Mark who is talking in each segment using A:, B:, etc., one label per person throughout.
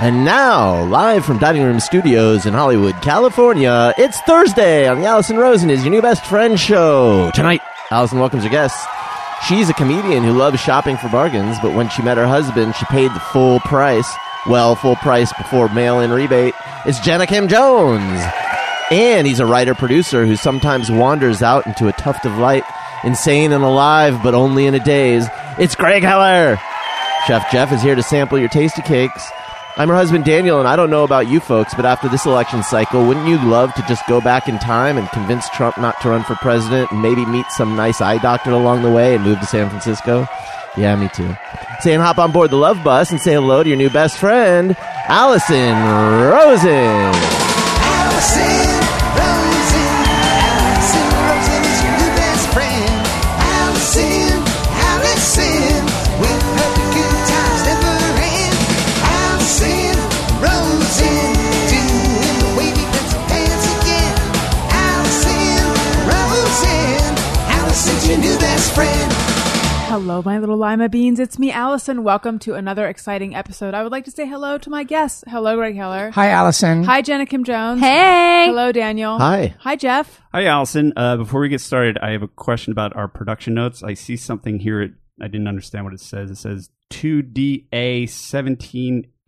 A: And now, live from Dining Room Studios in Hollywood, California, it's Thursday on the Allison Rosen is Your New Best Friend show. Tonight, Allison welcomes her guests. She's a comedian who loves shopping for bargains, but when she met her husband, she paid the full price. Well, full price before mail in rebate. It's Jenna Kim Jones. And he's a writer producer who sometimes wanders out into a tuft of light, insane and alive, but only in a daze. It's Greg Heller. Chef Jeff is here to sample your tasty cakes. I'm her husband Daniel, and I don't know about you folks, but after this election cycle, wouldn't you love to just go back in time and convince Trump not to run for president and maybe meet some nice eye doctor along the way and move to San Francisco? Yeah, me too. Say and hop on board the love bus and say hello to your new best friend, Allison Rosen.
B: Allison Rosen, Allison Rosen is your new best friend. Allison, Allison, with her good times never end. Allison Rosen, doing the wavy pencil dance again. Allison Rosen, Allison's your new best friend.
C: Hello, my little lima beans. It's me, Allison. Welcome to another exciting episode. I would like to say hello to my guests. Hello, Greg Heller.
D: Hi, Allison.
C: Hi, Jenna Kim Jones.
E: Hey.
C: Hello, Daniel.
A: Hi.
C: Hi, Jeff.
F: Hi, Allison. Uh, before we get started, I have a question about our production notes. I see something here. It, I didn't understand what it says. It says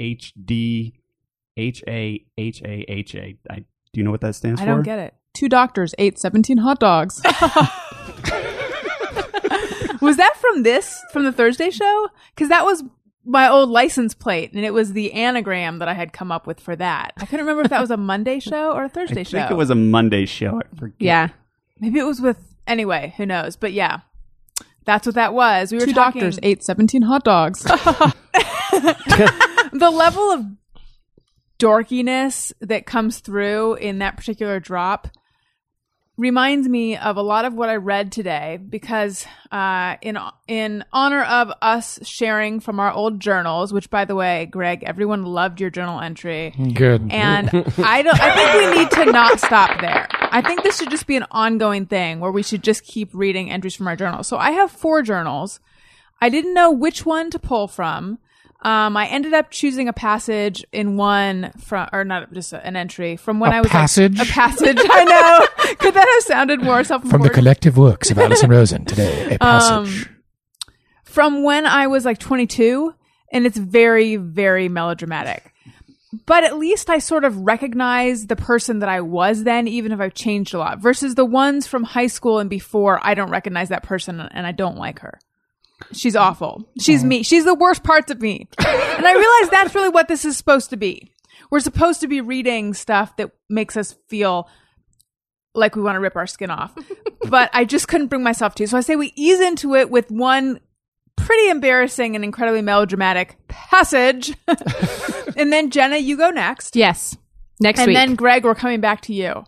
F: 2DA17HD HAHAHA. I, do you know what that stands
C: I
F: for?
C: don't get it. Two doctors ate 17 hot dogs. was that from this, from the Thursday show? Because that was my old license plate, and it was the anagram that I had come up with for that. I couldn't remember if that was a Monday show or a
F: I
C: Thursday
F: think
C: show.
F: it was a Monday show. I forget.
E: Yeah.
C: Maybe it was with anyway, who knows? But yeah. That's what that was. We were
E: Two
C: talking,
E: doctors ate 17 hot dogs.
C: the level of dorkiness that comes through in that particular drop reminds me of a lot of what I read today because uh, in in honor of us sharing from our old journals, which by the way, Greg, everyone loved your journal entry.
D: Good.
C: And I don't. I think we need to not stop there. I think this should just be an ongoing thing where we should just keep reading entries from our journals. So I have four journals. I didn't know which one to pull from. Um, I ended up choosing a passage in one from, or not just an entry from when
D: A
C: I was
D: passage?
C: A passage. I know. Could that have sounded more self-important?
D: From the collective works of Allison Rosen today, a passage.
C: from when I was like 22, and it's very, very melodramatic. But at least I sort of recognize the person that I was then, even if I've changed a lot, versus the ones from high school and before. I don't recognize that person and I don't like her. She's awful.
E: Mm.
C: She's me. She's the worst parts of me. and I realize that's really what this is supposed to be. We're supposed to be reading stuff that makes us feel like we want to rip our skin off. but I just couldn't bring myself to. So I say we ease into it with one pretty embarrassing and incredibly melodramatic passage. and then Jenna, you go next.
E: yes. Next
C: and
E: week.
C: then Greg, we're coming back to you.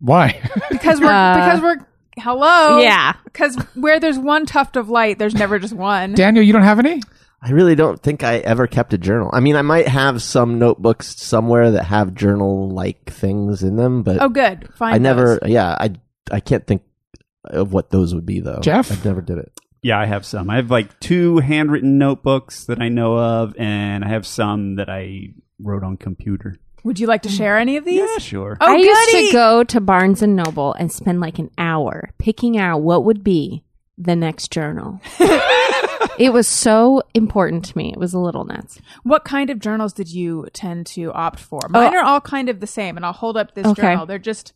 D: Why?
C: Because we're
E: Uh,
C: because we're hello.
E: Yeah.
C: Because where there's one tuft of light, there's never just one.
D: Daniel, you don't have any?
A: I really don't think I ever kept a journal. I mean, I might have some notebooks somewhere that have journal like things in them, but
C: oh good. Fine.
A: I never, yeah, I, I can't think of what those would be though.
D: Jeff?
A: I never did it.
F: Yeah, I have some. I have like two handwritten notebooks that I know of, and I have some that I wrote on computer.
C: Would you like to share any of these?
F: Yeah, sure.
C: Oh
E: I
C: goody.
E: used to go to Barnes and Noble and spend like an hour picking out what would be the next journal. it was so important to me. It was a little nuts.
C: What kind of journals did you tend to opt for? Mine
E: Oh.
C: are all kind of the same, and I'll hold up this
E: Okay. Mm-hmm.
C: journal. They're just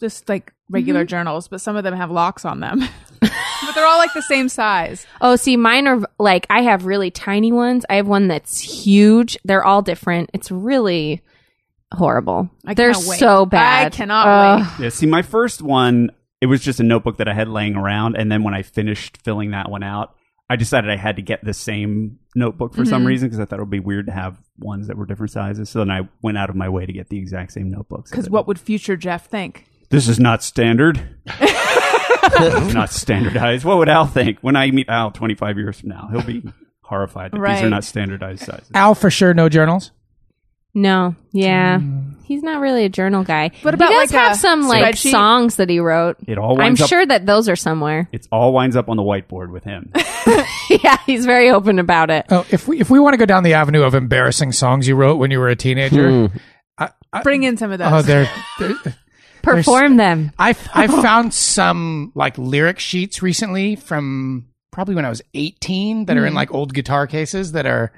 C: just like regular journals, but some of them have locks on them. but they're all like the same size.
E: Oh, see, mine are like I have really tiny ones. I have one that's huge. They're all different. It's really horrible.
C: I
E: They're
C: cannot wait.
E: so bad.
C: I cannot
E: Ugh.
C: wait.
F: Yeah, see, my first one, it was just a notebook that I had laying around. And then when I finished filling that one out, I decided I had to get the same notebook for some reason because I thought it would be weird to have ones that were different sizes. So then I went out of my way to get the exact same notebooks.
C: Because what would future Jeff think?
F: This is not standard. It's not standardized. What would Al think when I meet Al 25 years from now? He'll be horrified that these
C: Right.
F: are not standardized sizes.
D: Al, for sure, no journals.
E: No. Yeah. He's not really a journal guy.
C: What about,
E: he does
C: like,
E: have
C: a
E: some like
C: spreadsheet?
E: songs that he wrote?
F: It all
E: I'm
F: winds up-
E: sure that those are somewhere.
F: It's all winds up on the whiteboard with him.
E: yeah, he's very open about it.
D: Oh, if we if we want to go down the avenue of embarrassing songs you wrote when you were a teenager,
C: Bring in some of those.
D: oh, there. there-
E: Perform them.
D: I I found some like lyric sheets recently from probably when I was 18 that are in like old guitar cases that are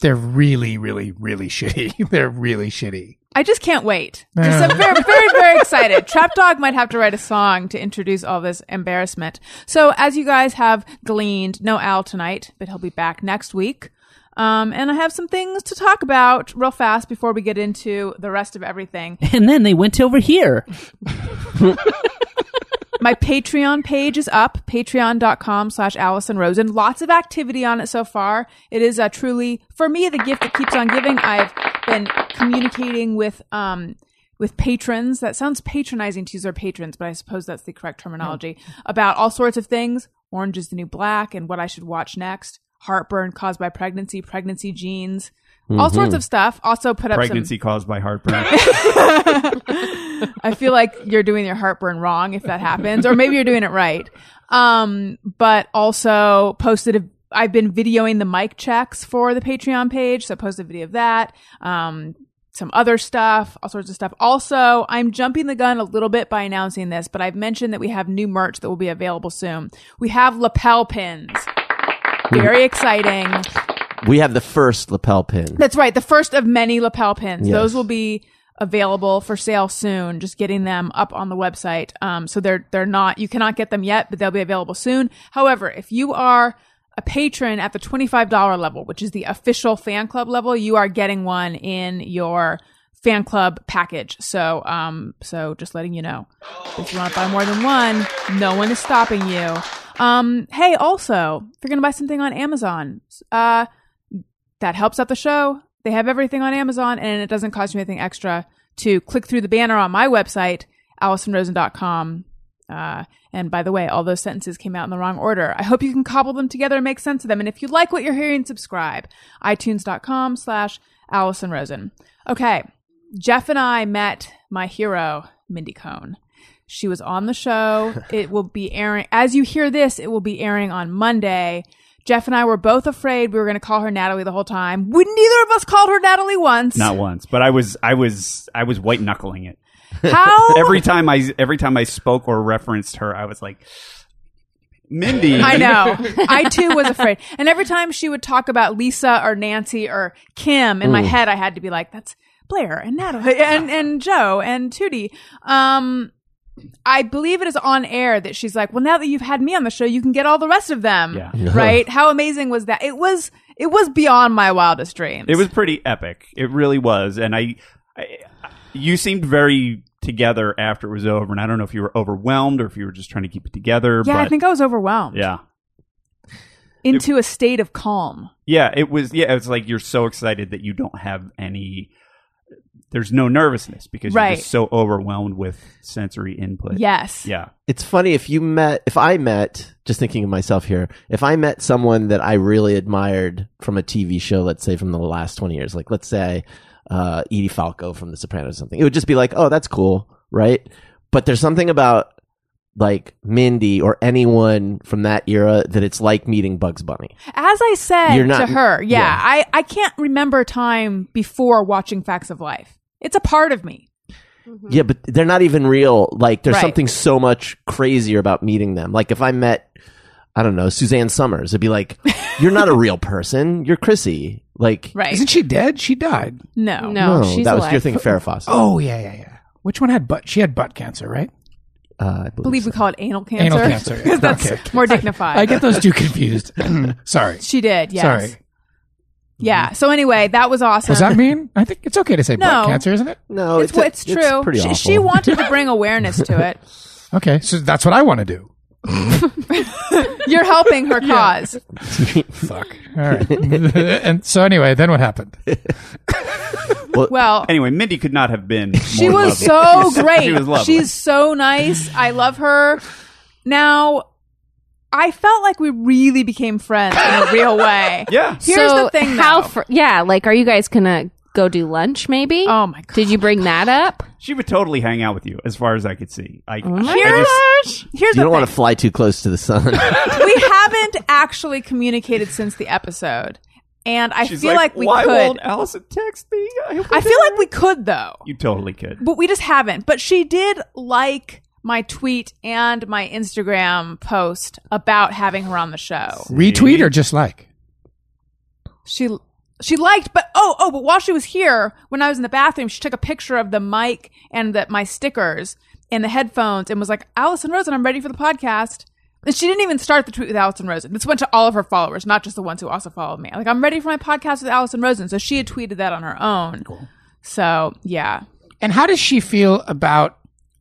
D: they're really really really shitty. they're really shitty.
C: I just can't wait. Just I'm very, very, very excited. Trap Dog might have to write a song to introduce all this embarrassment. So, as you guys have gleaned, no Al tonight, but he'll be back next week. Um, and I have some things to talk about real fast before we get into the rest of everything.
G: And then they went over here.
C: my patreon page is up patreon.com slash allison rosen lots of activity on it so far it is uh, truly for me the gift that keeps on giving i've been communicating with um with patrons that sounds patronizing to use our patrons but i suppose that's the correct terminology about all sorts of things orange is the new black and what i should watch next heartburn caused by pregnancy pregnancy genes all sorts of stuff also put up some
F: Pregnancy caused by heartburn.
C: I feel like you're doing your heartburn wrong if that happens, or maybe you're doing it right. Um, but also posted a I've been videoing the mic checks for the Patreon page, so post a video of that. Um, some other stuff, all sorts of stuff. Also, I'm jumping the gun a little bit by announcing this, but I've mentioned that we have new merch that will be available soon. We have lapel pins. Very exciting.
A: We have the first lapel pin.
C: That's right. The first of many lapel pins.
A: Yes.
C: Those will be available for sale soon. Just getting them up on the website. Um, so they're they're not you cannot get them yet, but they'll be available soon. However, if you are a patron at the $25 level, which is the official fan club level, you are getting one in your fan club package. So um so just letting you know. If you want to buy more than one, no one is stopping you. Um hey, also, if you're going to buy something on Amazon, uh that helps out the show. They have everything on Amazon and it doesn't cost you anything extra to click through the banner on my website, AllisonRosen.com. Uh, and by the way, all those sentences came out in the wrong order. I hope you can cobble them together and make sense of them. And if you like what you're hearing, subscribe. iTunes.com slash Allison Rosen. Okay. Jeff and I met my hero, Mindy Cohn. She was on the show. It will be airing as you hear this, it will be airing on Monday. Jeff and I were both afraid we were going to call her Natalie the whole time. We, neither of us called her Natalie once.
F: Not once, but I was I was I was white knuckling it.
C: How
F: Every time I every time I spoke or referenced her, I was like Mindy.
C: I know. I too was afraid. And every time she would talk about Lisa or Nancy or Kim, in my head, I had to be like, "That's Blair and Natalie and and Joe and Tootie." Um, I believe it is on air that she's like, "Well, now that you've had me on the show, you can get all the rest of them."
F: Yeah.
C: Right? How amazing was that? It was. It was beyond my wildest dreams.
F: It was pretty epic. It really was. And I, I you seemed very together after it was over, and I don't know if you were overwhelmed or if you were just trying to keep it together.
C: Yeah,
F: but
C: I think I was overwhelmed
F: yeah.
C: into a state of calm.
F: Yeah, it was. Yeah, it's like you're so excited that you don't have any. There's no nervousness because
C: Right.
F: you're just so overwhelmed with sensory input.
C: Yes.
F: Yeah.
A: It's funny if you met, if I met, just thinking of myself here, if I met someone that I really admired from a TV show, let's say from the last 20 years, like let's say uh, Edie Falco from The Sopranos or something, it would just be like, oh, that's cool, right? But there's something about like Mindy or anyone from that era that it's like meeting Bugs Bunny.
C: As I said
A: You're not-
C: to her, yeah,
A: yeah.
C: I, I can't remember a time before watching Facts of Life. It's a part of me.
A: Yeah, but they're not even real. Like there's
C: Right.
A: something so much crazier about meeting them. Like if I met, I don't know, Suzanne Summers, it'd be like, you're not a real person. You're Chrissy. Like,
C: Right.
D: Isn't she dead? She died.
C: no.
E: No, she's
A: that was
E: alive.
A: you're thinking Farrah Fawcett.
D: Oh yeah yeah yeah. Which one had butt? She had butt cancer, right?
A: uh, I
C: I
A: believe.
C: believe we call it anal cancer.
D: Anal cancer.
C: 'Cause that's
D: Okay.
C: more dignified.
D: I get those two confused. Sorry.
C: she did, yes.
D: Sorry.
C: Yeah. So anyway, that was awesome.
D: Does that mean? I think it's okay to say
C: No.
D: butt cancer, isn't it?
A: No,
C: it's, well, it's true.
A: pretty
C: she,
A: awful.
C: she wanted to bring awareness to it.
D: Okay, so that's what I want to do.
C: You're helping her cause.
D: Fuck. All right. and so anyway, then what happened?
C: Well,
F: Anyway, Mindy could not have been.
C: She
F: more
C: was
F: lovely.
C: so great.
F: She was lovely.
C: She's so nice. I love her. Now, I felt like we really became friends in a real way.
F: yeah.
C: Here's
E: so
C: the thing,
E: how?
C: though.
E: fr- yeah, like, are you guys gonna go do lunch, maybe?
C: Oh my god!
E: Did you bring that up?
F: She would totally hang out with you, as far as I could see. Like,
E: my
F: I
C: Here's,
F: just-
C: here's
A: You
C: the
A: don't want to
C: thing.
A: fly too close to the sun.
C: we haven't actually communicated since the episode, and I
F: she's
C: feel like, we
F: why
C: could.
F: won't Allison text me? I, hope
C: I feel like we could though,
F: you totally could.
C: but we just haven't. But she did like my tweet and my Instagram post about having her on the show.
D: Retweet or just like?
C: she she liked but oh oh but while she was here when i was in the bathroom she took a picture of the mic and the, my stickers and the headphones and was like allison rosen i'm ready for the podcast and she didn't even start the tweet with allison rosen this went to all of her followers not just the ones who also followed me like i'm ready for my podcast with allison rosen so she had tweeted that on her own so yeah
D: And how does she feel about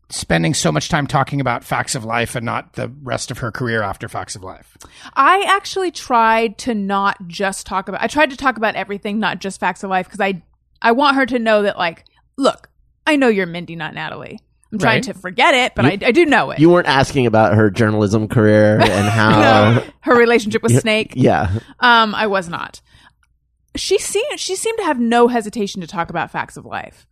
D: spending so much time talking about Facts of Life and not the rest of her career after Facts of Life?
C: I actually tried to not just talk about. I tried to talk about everything, not just facts of life, because I I want her to know that, like, look, I know you're Mindy, not Natalie. I'm trying
D: Right.
C: to forget it, but I, I do know it.
A: you weren't asking about her journalism career and how.
C: her relationship with Snake.
A: Yeah.
C: Um, I was not. She seemed she seemed to have no hesitation to talk about facts of life.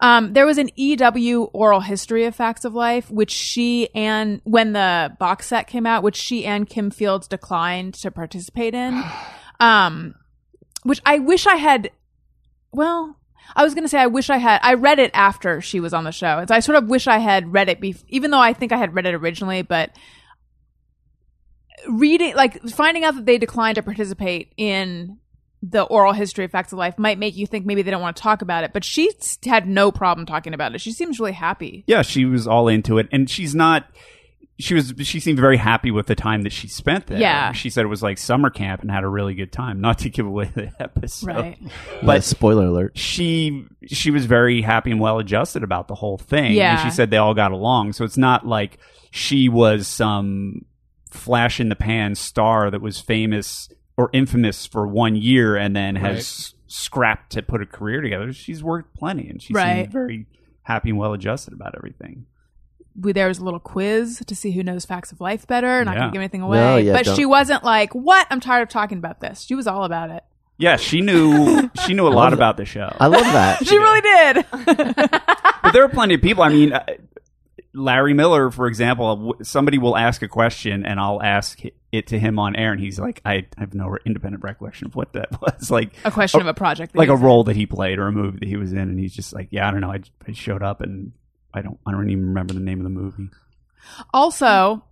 C: Um, there was an EW oral history of facts of life, which she and when the box set came out, which she and Kim Fields declined to participate in. Um, which I wish I had. Well, I was gonna say I wish I had. I read it after she was on the show, and so I sort of wish I had read it. Bef- even though I think I had read it originally, but reading like finding out that they declined to participate in the oral history of facts of life might make you think maybe they don't want to talk about it but she s- had no problem talking about it she seems really happy
F: yeah, she was all into it, and she's not. She was. She seemed very happy with the time that she spent there.
C: Yeah.
F: she said it was like summer camp and had a really good time. Not to give away the episode,
C: right
A: But
F: But-
A: spoiler alert.
F: she she was very happy and well adjusted about the whole thing.
C: Yeah.
F: And she said they all got along. So it's not like she was some flash in the pan star that was famous or infamous for one year and then
D: Right.
F: has scrapped to put a career together. She's worked plenty and she
C: Right.
F: seemed very happy and well adjusted about everything.
C: we, there was a little quiz to see who knows facts of life better not
F: Yeah.
C: gonna give anything away
A: yeah,
C: but
A: don't.
C: she wasn't like what i'm tired of talking about this she was all about it
F: Yeah, she knew she knew a lot about the show.
A: I love that.
C: she really did
F: but there are plenty of people. I mean, uh, Larry Miller, for example, uh, w- somebody will ask a question and I'll ask it to him on air, and he's like, "I have no re- independent recollection of what that was." Like
C: a question of a project that
F: like
C: he
F: a
C: was in.
F: role that he played or a movie that he was in, and he's just like, "Yeah, I don't know. I, j- I showed up and." I don't. I don't even remember the name of the movie.
C: Also,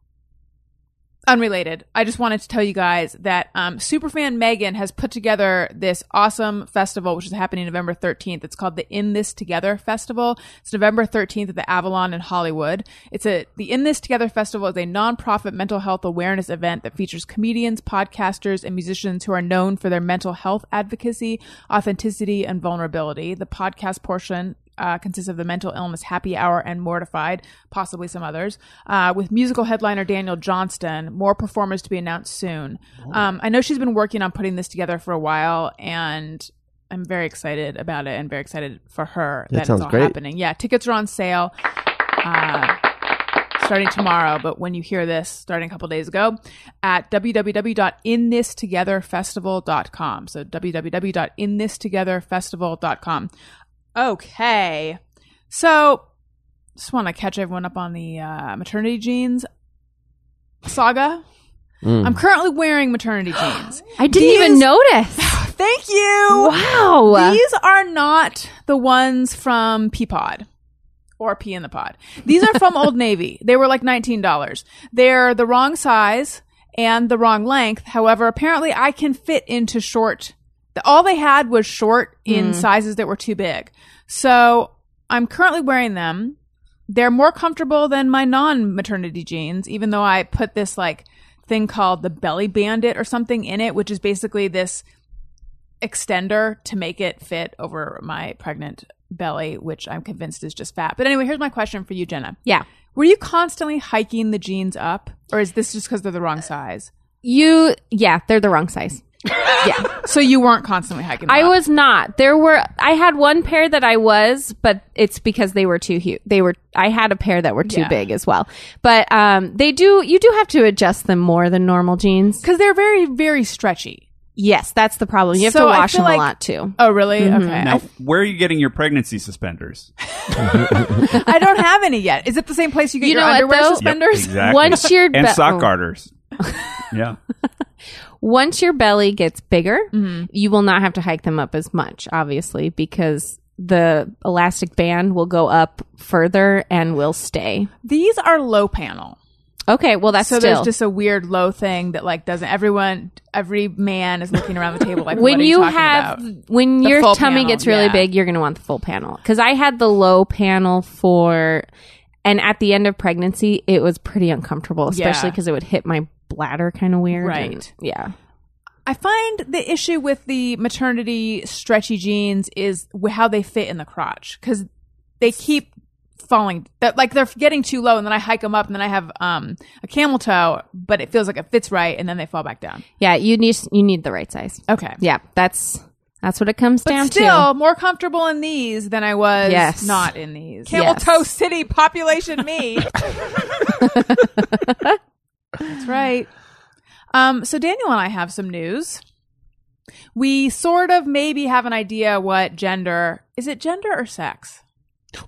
C: unrelated, I just wanted to tell you guys that um, Superfan Megan has put together this awesome festival, which is happening November 13th. It's called the In This Together Festival. It's November 13th at the Avalon in Hollywood. It's a the In This Together Festival is a nonprofit mental health awareness event that features comedians, podcasters, and musicians who are known for their mental health advocacy, authenticity, and vulnerability. The podcast portion uh, consists of the mental illness happy hour and mortified possibly some others uh, with musical headliner daniel johnston more performers to be announced soon
A: Oh.
C: um, i know she's been working on putting this together for a while and i'm very excited about it and very excited for her
A: That
C: it's
A: sounds
C: all
A: great.
C: happening yeah tickets are on sale uh, starting tomorrow but when you hear this starting a couple days ago at www.inthistogetherfestival.com so www.inthistogetherfestival.com Okay. So just want to catch everyone up on the uh, maternity jeans saga.
A: Mm.
C: I'm currently wearing maternity jeans.
E: I didn't even
C: These-
E: notice.
C: Thank you.
E: Wow.
C: These are not the ones from Peapod or Pea in the Pod. These are from Old Navy. They were like $19. They're the wrong size and the wrong length. However, apparently I can fit into short. All they had was short in sizes that were too big. So I'm currently wearing them. They're more comfortable than my non maternity jeans, even though I put this like thing called the belly bandit or something in it, which is basically this extender to make it fit over my pregnant belly, which I'm convinced is just fat. But anyway, here's my question for you, Jenna.
E: Yeah.
C: Were you constantly hiking the jeans up, or is this just because they're the wrong size?
E: You, yeah, they're the wrong size.
C: So you weren't constantly hiking. Them
E: I
C: up.
E: was not. There were, I had one pair that I was, but it's because they were too huge. They were, I had a pair that were too
C: Yeah.
E: big as well. But um, they do, you do have to adjust them more than normal jeans.
C: because they're very, very stretchy.
E: Yes, that's the problem. You have
C: So
E: to
C: I
E: wash
C: feel
E: them
C: like-
E: a lot too.
C: Oh, really?
E: Mm-hmm.
C: Okay.
F: Now, where are you getting your pregnancy suspenders?
C: I, I don't have any yet. Is it the same place you get
E: You
C: your
E: know what,
C: underwear
E: though?
C: suspenders?
F: exactly.
E: Once your
F: and
E: be-
F: sock
E: oh.
F: garters. yeah.
E: Once your belly gets bigger,
C: Mm-hmm.
E: you will not have to hike them up as much, obviously, because the elastic band will go up further and will stay.
C: These are low panel.
E: Okay, well that's
C: So
E: still
C: there's just a weird low thing that like doesn't everyone every man is looking around the table like
E: when
C: what are you,
E: you
C: talking
E: have
C: about?
E: when
C: The
E: your
C: full
E: tummy
C: panel,
E: gets really
C: yeah.
E: big, you're going to want the full panel. Because I had the low panel for, and at the end of pregnancy, it was pretty uncomfortable, especially
C: Yeah.
E: because it would hit my bladder kind of weird. and-
C: Right.
E: yeah.
C: I find the issue with the maternity stretchy jeans is wh- how they fit in the crotch because they keep falling. That like they're getting too low, and then I hike them up, and then I have um a camel toe, but it feels like it fits right, and then they fall back down.
E: Yeah, you need you need the right size.
C: Okay,
E: Yeah, that's that's what it comes
C: but
E: down
C: still
E: to.
C: more comfortable in these than I was
E: Yes.
C: not in these. Camel
E: Yes.
C: toe city population me. That's right. Um, so Daniel and I have some news. We sort of maybe have an idea what gender is it gender or sex?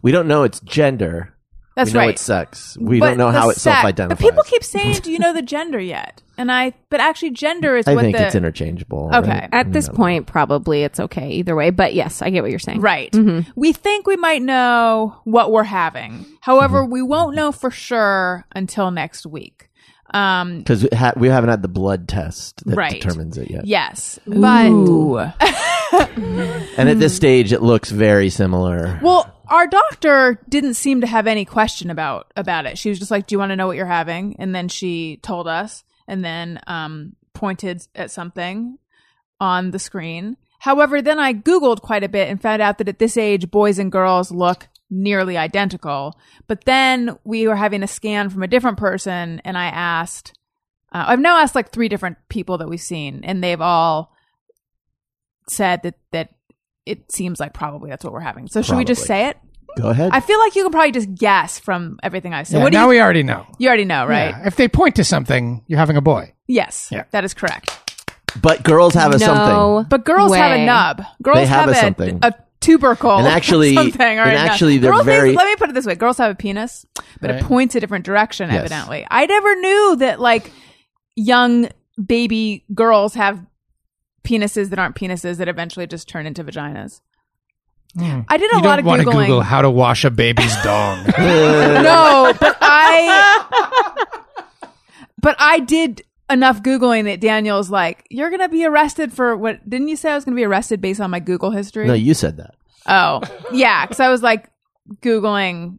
A: We don't know its gender.
C: That's
A: we know
C: right.
A: its sex. We
C: But
A: don't know
C: the
A: how it
C: sex-
A: self-identifies.
C: But people keep saying, "Do you know the gender yet?" And I, but actually, gender is
A: I
C: what
A: think
C: the
A: it's interchangeable.
C: Okay.
A: right?
E: At this
A: No.
E: point, probably it's okay either way. But yes, I get what you're saying.
C: Right. We think we might know what we're having. However, we won't know for sure until next week. Um,
A: because ha- we haven't had the blood test that
C: Right.
A: determines it yet.
C: yes, but
A: And at this stage, it looks very similar.
C: Mm. well, our doctor didn't seem to have any question about about it. She was just like, "Do you want to know what you're having?" And then she told us, and then um, pointed at something on the screen. However, then I googled quite a bit and found out that at this age, boys and girls look nearly identical. But then we were having a scan from a different person, and I asked. Uh, I've now asked like three different people that we've seen, and they've all said that that it seems like probably that's what we're having. So should we just
A: Probably.
C: say it?
A: Go ahead.
C: I feel like you can probably just guess from everything I said.
D: Yeah,
C: what do
D: now
C: you?
D: we already know.
C: you already know, right?
D: Yeah, if they point to something, you're having a boy.
C: Yes,
D: Yeah.
C: that is correct.
A: but girls have a something.
E: No,
C: But girls have a
E: way.
C: nub. Girls
A: They have a
C: a,
A: something.
C: a tubercle.
A: And actually-
C: something or
A: and
C: a nub.
A: actually they're
C: Girls-
A: very-
C: Let me put it this way: girls have a penis, but
D: Right.
C: it points a different direction.
A: Yes.
C: Evidently, I never knew that like young baby girls have penises that aren't penises that eventually just turn into vaginas. I did a
D: Hmm. you
C: lot
D: don't
C: of
D: want to
C: googling.
D: Google how to wash a baby's dong.
C: no, but I but I did enough googling that Daniel's like, "You're gonna be arrested for what? Didn't you say I was gonna be arrested based on my Google history?"
A: No, you said that.
C: oh, yeah, because I was like googling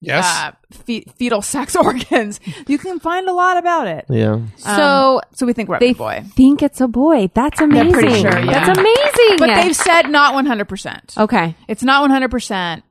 D: yes.
C: uh, fe- fetal sex organs. You can find a lot about it. Um,
A: Yeah.
E: So
C: So we think we're up
E: they
C: to boy,
E: think it's a boy. That's amazing.
C: pretty sure, yeah.
E: That's amazing.
C: but they've said not 100. percent
E: okay.
C: It's not 100, percent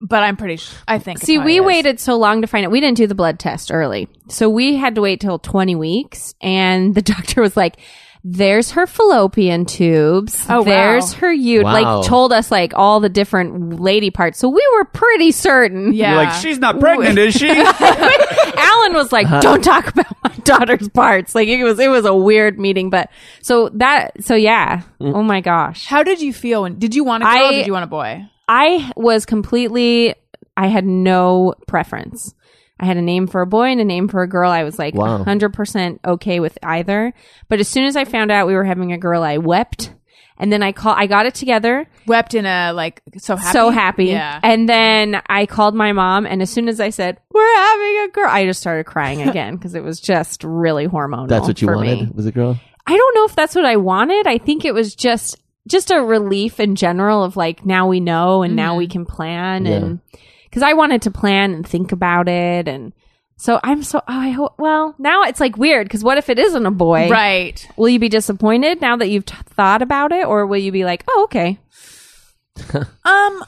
C: but I'm pretty. Sh- I think. it
E: See,
C: probably
E: we
C: is.
E: waited so long to find out. We didn't do the blood test early. So we had to wait till 20 weeks. And the doctor was like, there's her fallopian tubes.
C: Oh, wow.
E: there's her uterus.
A: Wow.
E: Like, told us like all the different lady parts. So we were pretty certain.
C: Yeah,
F: You're like, she's not pregnant, is she?
E: Alan was like, don't talk about my daughter's parts. Like, it was, it was a weird meeting. But so that, so yeah. Oh my gosh.
C: How did you feel when? Did you want a girl? or
E: I-
C: did you want a boy?
E: I was completely, I had no preference. I had a name for a boy and a name for a girl. I was like
A: Wow.
E: 100% okay with either. But as soon as I found out we were having a girl, I wept. And then I call, I got it together,
C: Wept in a like so happy,
E: so happy.
C: Yeah,
E: And then I called my mom, and as soon as I said we're having a girl, I just started crying again because it was just really hormonal.
A: That's what you
E: for
A: wanted
E: me.
A: was a girl?
E: I don't know if that's what I wanted. I think it was just just a relief in general of like now we know and now
C: Mm-hmm.
E: we can plan and because I wanted to plan and think about it and so I'm so oh, I hope well now it's like weird because what if it isn't a boy
C: right.
E: will you be disappointed now that you've t- thought about it or will you be like oh okay
C: Um,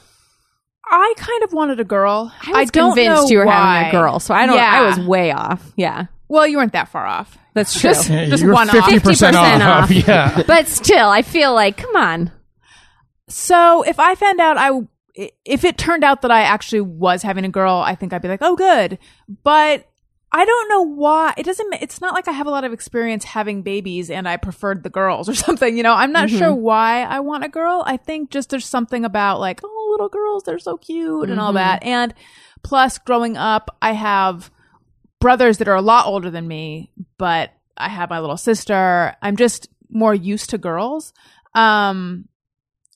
C: I kind of wanted a girl.
E: I was convinced
C: know
E: you were
C: why.
E: having a girl so I don't
C: Yeah.
E: I was way off yeah
C: Well, you weren't that far off.
E: that's true
C: Just-
D: Yeah,
C: just
D: you were
C: one off.
D: 50%
E: 50% off.
D: Yeah.
E: but still I feel like come on
C: So if I found out I, if it turned out that I actually was having a girl, I think I'd be like, oh, good. But I don't know why. It doesn't. ma- It's not like I have a lot of experience having babies, and I preferred the girls or something. You know, I'm not sure why I want a girl. I think just there's something about like, oh, little girls, they're so cute and all that. And plus, growing up, I have brothers that are a lot older than me, but I have my little sister. I'm just more used to girls. Um,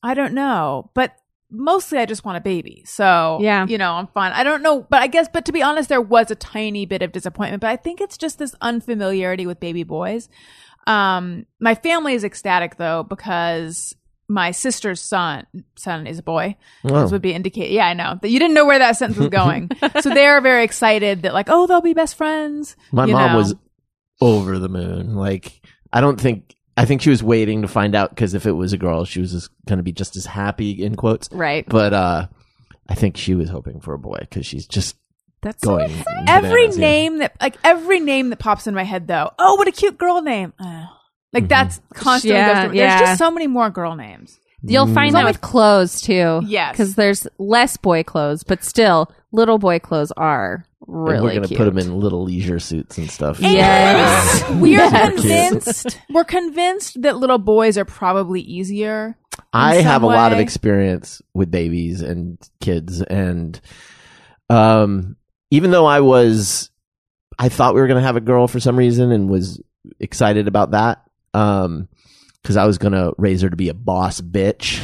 C: I don't know, but mostly I just want a baby. So
E: Yeah.
C: you know, I'm fine. I don't know, but I guess, but to be honest, there was a tiny bit of disappointment, but I think it's just this unfamiliarity with baby boys. Um, my family is ecstatic though because my sister's son son is a boy.
A: Oh.
C: This would be indicated. Yeah, I know that you didn't know where that sentence was going. so they're very excited that like, oh, they'll be best friends.
A: My
C: you
A: mom
C: know.
A: was over the moon. Like, I don't think, I think she was waiting to find out because if it was a girl, she was going to be just as happy, in quotes.
E: Right.
A: But uh, I think she was hoping for a boy because she's just
E: That's
A: going.
C: every
A: bananas, yeah.
C: name that like every name that pops in my head though. Oh, what a cute girl name. Ugh. Like that's constantly.
E: Yeah,
C: goes through-
E: yeah.
C: There's just so many more girl names.
E: You'll find that with clothes too.
C: Yes.
E: Because there's less boy clothes, but still, little boy clothes are
A: And
E: really
A: we're gonna
E: cute.
A: put them in little leisure suits and stuff.
E: Yes.
C: We're
E: Yes.
C: convinced. We're convinced that little boys are probably easier.
A: I
C: in some
A: have a lot of
C: way.
A: experience with babies and kids, and um, even though I was, I thought we were gonna have a girl for some reason, and was excited about that, um, because I was gonna raise her to be a boss bitch.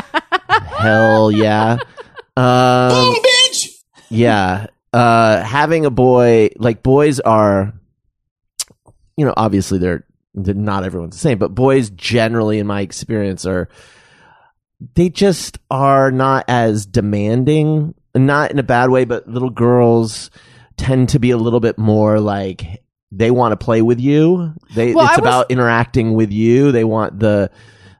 A: Hell yeah. Um,
B: bitch!
A: yeah uh having a boy like boys are you know obviously they're, they're not everyone's the same but boys generally in my experience are they just are not as demanding not in a bad way but little girls tend to be a little bit more like they want to play with you they
C: Well, I
A: it's
C: was-
A: about interacting with you they want the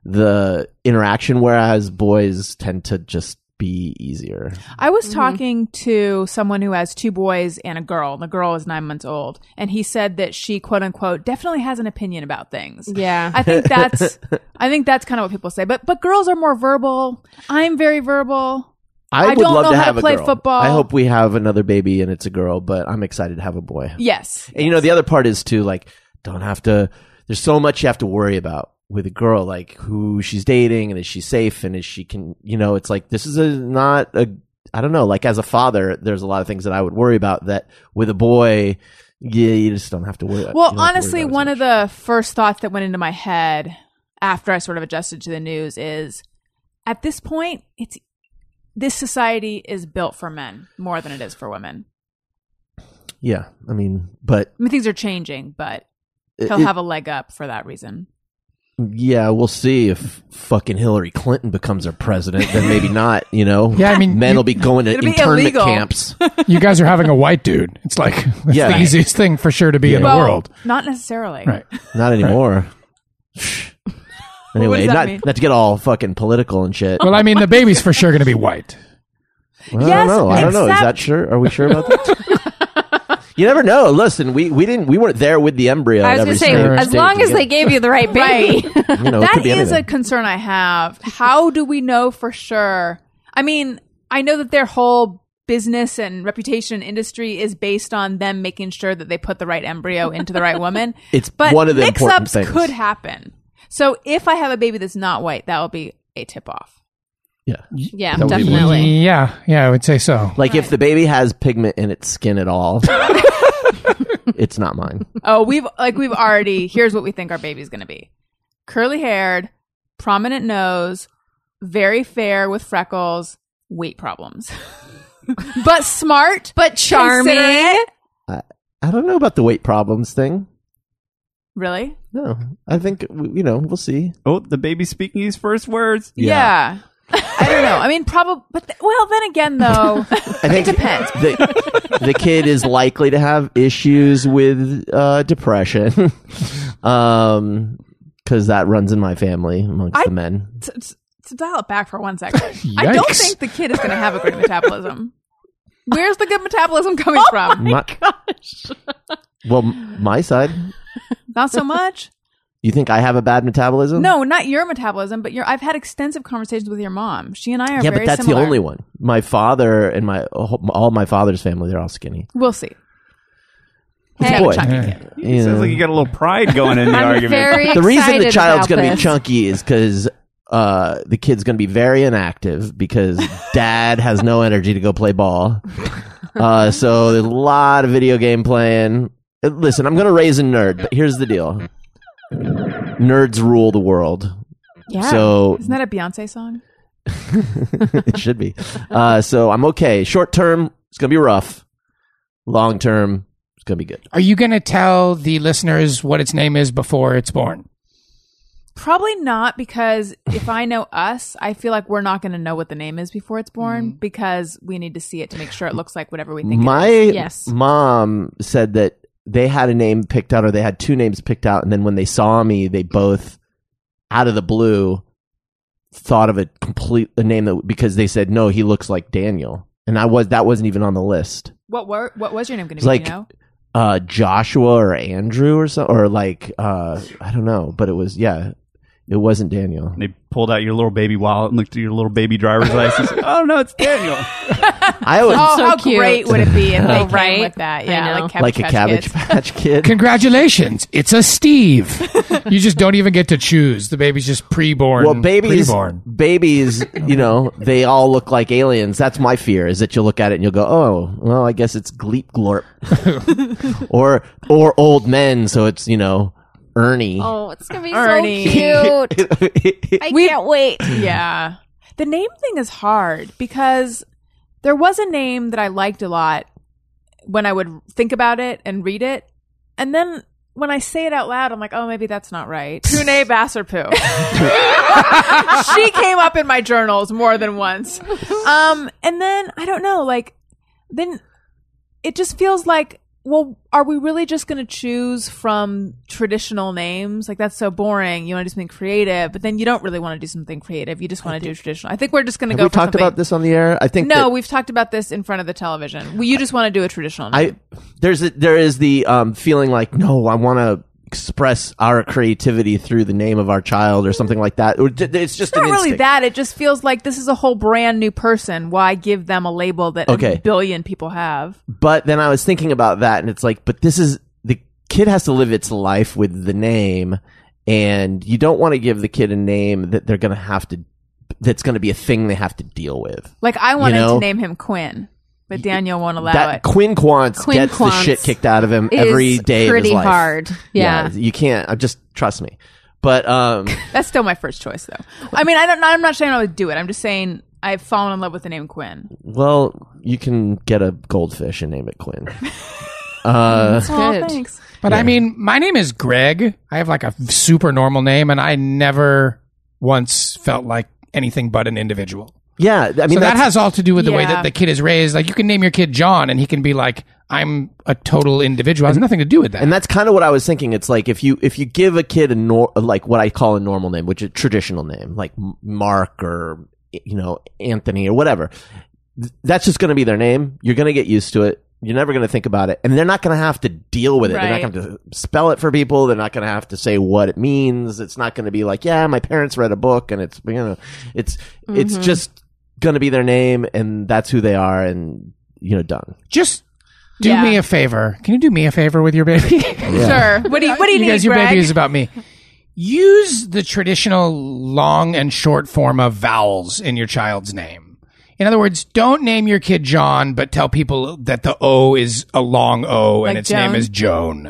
A: the interaction whereas boys tend to just be easier
C: I was
E: Mm-hmm.
C: talking to someone who has two boys and a girl. and The girl is nine months old, and he said that she quote unquote definitely has an opinion about things.
E: Yeah.
C: I think that's I think that's kind of what people say. But but girls are more verbal. I'm very verbal.
A: I,
C: I
A: would
C: don't
A: love
C: know
A: to
C: how to
A: have a
C: play
A: girl.
C: football.
A: I hope we have another baby and it's a girl, but I'm excited to have a boy.
C: Yes.
A: And you know, the other part is too, like, don't have to, there's so much you have to worry about with a girl, like who she's dating and is she safe and is she can, you know, it's like, this is a, not a, I don't know, like as a father, there's a lot of things that I would worry about that with a boy, yeah, you just don't have to worry about.
C: Well, honestly, one of the first thoughts that went into my head after I sort of adjusted to the news is at this point, it's this society is built for men more than it is for women.
A: Yeah. I mean, but.
C: I mean, things are changing, but
A: it-
C: he'll
A: it-
C: have a leg up for that reason.
A: Yeah, we'll see if fucking Hillary Clinton becomes our president. Then maybe not. You know.
D: Yeah, I mean,
A: men
D: you-
A: will be going to
C: It'll be
A: internment
C: illegal.
A: camps.
D: you guys are having a white dude. It's like it's
A: Yeah.
D: the
A: Right.
D: easiest thing for sure to be in the
C: Well,
D: world.
C: Not necessarily.
D: Right.
A: Not anymore.
C: What
A: anyway,
C: does that
A: not
C: mean? Oh,
A: not to get all fucking political and shit.
D: Well, I mean, the baby's for sure going to be white.
A: Well, I
C: Yes,
A: don't know. I don't know. Is
C: except-
A: that sure? Are we sure about that? you never know. Listen, we, we didn't we weren't there with the embryo.
E: I was
A: at
E: going
A: every
E: to say,
A: stage-
E: as
A: stage
E: long as
A: again.
E: they gave you the right baby.
A: you know, it
C: That
A: could be
C: is a
A: anything.
C: concern I have. How do we know for sure? I mean, I know that their whole business and reputation and industry is based on them making sure that they put the right embryo into the right woman.
A: It's
C: but
A: one of the
C: mix
A: important
C: ups
A: things.
C: could happen. So if I have a baby that's not white, that will be a tip off.
E: Yeah,
A: That would be
E: definitely.
D: Yeah, yeah, I would say so.
A: like if the baby has pigment in its skin at all, it's not mine.
C: Oh, we've like we've already here's what we think our baby's gonna be. Curly haired, prominent nose, very fair with freckles, weight problems. but smart,
E: But charming.
C: considerate.
A: I don't know about the weight problems thing.
C: Really?
A: No, I think w- you know. We'll see.
F: Oh, the baby speaking his first words.
A: Yeah.
C: Yeah. I don't know. I mean, probably, but th- well, then again, though,
A: I think it
C: depends.
A: The, the kid is likely to have issues with uh, depression, um, because that runs in my family amongst
C: I-
A: the men.
C: to, to- to dial it back for one second, I don't
D: Yikes.
C: think the kid is going to have a great metabolism. Where's the good metabolism coming from?
A: My, well, m- my side.
C: Not so much.
A: You think I have a bad metabolism?
C: No, not your metabolism, but your. I've had extensive conversations with your mom. She and I are
A: Yeah,
C: very
A: but that's
C: similar.
A: the only one. My father and my all my father's family—they're all skinny.
C: We'll see.
A: It's
E: Hey,
A: a boy.
D: Yeah.
A: You
F: Sounds
A: know.
F: like you got a little pride going in the
E: I'm
F: argument.
E: very
A: the reason the
E: excited
A: child's
E: about
A: going to be
E: this.
A: chunky is because uh, the kid's going to be very inactive because dad has no energy to go play ball. Uh, so there's a lot of video game playing. Uh, Listen, I'm going to raise a nerd, but here's the deal: nerds rule the world.
E: Yeah.
A: So
C: Isn't that a Beyonce song?
A: it should be. Uh, so I'm okay. Short term, it's going to be rough. Long term, it's going to be good.
D: Are you going to tell the listeners what its name is before it's born?
C: Probably not because if I know us, I feel like we're not going to know what the name is before it's born because we need to see it to make sure it looks like whatever we think.
A: Mm. My
C: it is.
E: Yes.
A: mom said that they had a name picked out, or they had two names picked out, and then when they saw me, they both, out of the blue, thought of a complete a name that because they said no, he looks like Daniel, and I was that wasn't even on the list.
C: What were what was your name going
A: It's
C: to be?
A: like
C: you know?
A: uh, Joshua or Andrew or so, or like uh, I don't know, but it was yeah, it wasn't Daniel.
F: They pulled out your little baby wallet and looked at your little baby driver's license. Oh no, it's Daniel.
A: I always
C: Oh,
E: so
C: how
E: cute.
C: great would it be if they
E: Oh,
C: came
E: right.
C: with that?
E: I
C: Yeah,
E: know.
C: like,
A: like a cabbage
C: Oh, Kids.
A: patch kid.
D: Congratulations, it's a Steve. you just don't even get to choose. The baby's just pre-born.
A: Well, babies,
D: Pre-born.
A: babies, you know, they all look like aliens. That's my fear is that you'll look at it and you'll go, oh, well, I guess it's Gleep Glorp, or or old men. So it's you know Ernie.
E: oh, it's gonna be
C: Ernie.
E: so cute. I
C: We-
E: can't wait.
C: Yeah. The name thing is hard because there was a name that I liked a lot when I would think about it and read it. And then when I say it out loud, I'm like, oh, maybe that's not right. Pune Basarpoo. she came up in my journals more than once. Um, and then I don't know, like, then it just feels like, well, are we really just going to choose from traditional names? Like, that's so boring. You want to do something creative, but then you don't really want to do something creative. You just want to do traditional. I think we're just going to
A: Have
C: go
A: we
C: for
A: talked
C: something-
A: about this on the air? I think
C: no,
A: that-
C: we've talked about this in front of the television. Well, you just want to do a traditional. name.
A: I there's a, there is the um, feeling like no, I want to express our creativity through the name of our child or something like that. Or d- d- it's just
C: it's not
A: an
C: really
A: instinct.
C: that. It just feels like this is a whole brand new person. Why give them a label that
A: Okay.
C: a billion people have?
A: But then I was thinking about that, and it's like, but this is the kid has to live its life with the name, and you don't want to give the kid a name that they're going to have to, that's going to be a thing they have to deal with.
C: Like I wanted
A: know?
C: to name him Quinn, but Daniel won't allow
A: that
C: it.
A: Quinquance gets the
E: Quinquance
A: shit kicked out of him
E: It
A: every
E: is
A: day. of his
E: pretty
A: life.
E: hard. Yeah.
A: you can't. I just trust me. But um,
C: That's still my first choice, though. I mean, I don't. I'm not saying I would do it. I'm just saying I've fallen in love with the name Quinn.
A: well, you can get a goldfish and name it Quinn. Uh,
C: Oh,
E: Good.
C: thanks.
D: But I mean, my name is Greg. I have like a super normal name, and I never once felt like anything but an individual.
A: yeah, I mean
D: so that
A: that's-
D: has all to do with the way
C: Yeah.
D: that the kid is raised. Like you can name your kid John, and he can be like, "I'm a total individual." It has nothing to do with that.
A: and that's kind of what I was thinking. It's like if you if you give a kid a nor- like what I call a normal name, which is a traditional name, like M- Mark or you know Anthony or whatever, th- that's just going to be their name. You're going to get used to it. You're never going to think about it, and they're not going to have to deal with it. They're not
C: Right.
A: going to spell it for people. They're not going to have to say what it means. It's not going to be like, yeah, my parents read a book, and it's you know, it's it's just going to be their name, and that's who they are, and you know, done.
D: Just do
C: Yeah.
D: me a favor. Can you do me a favor with your baby?
C: Sure. What do you What do you,
D: you
C: need,
D: guys, your
C: Greg?
D: baby is about me. Use the traditional long and short form of vowels in your child's name. In other words, don't name your kid John, but tell people that the O is a long O and
C: Like
D: its
C: Joan.
D: name is Joan.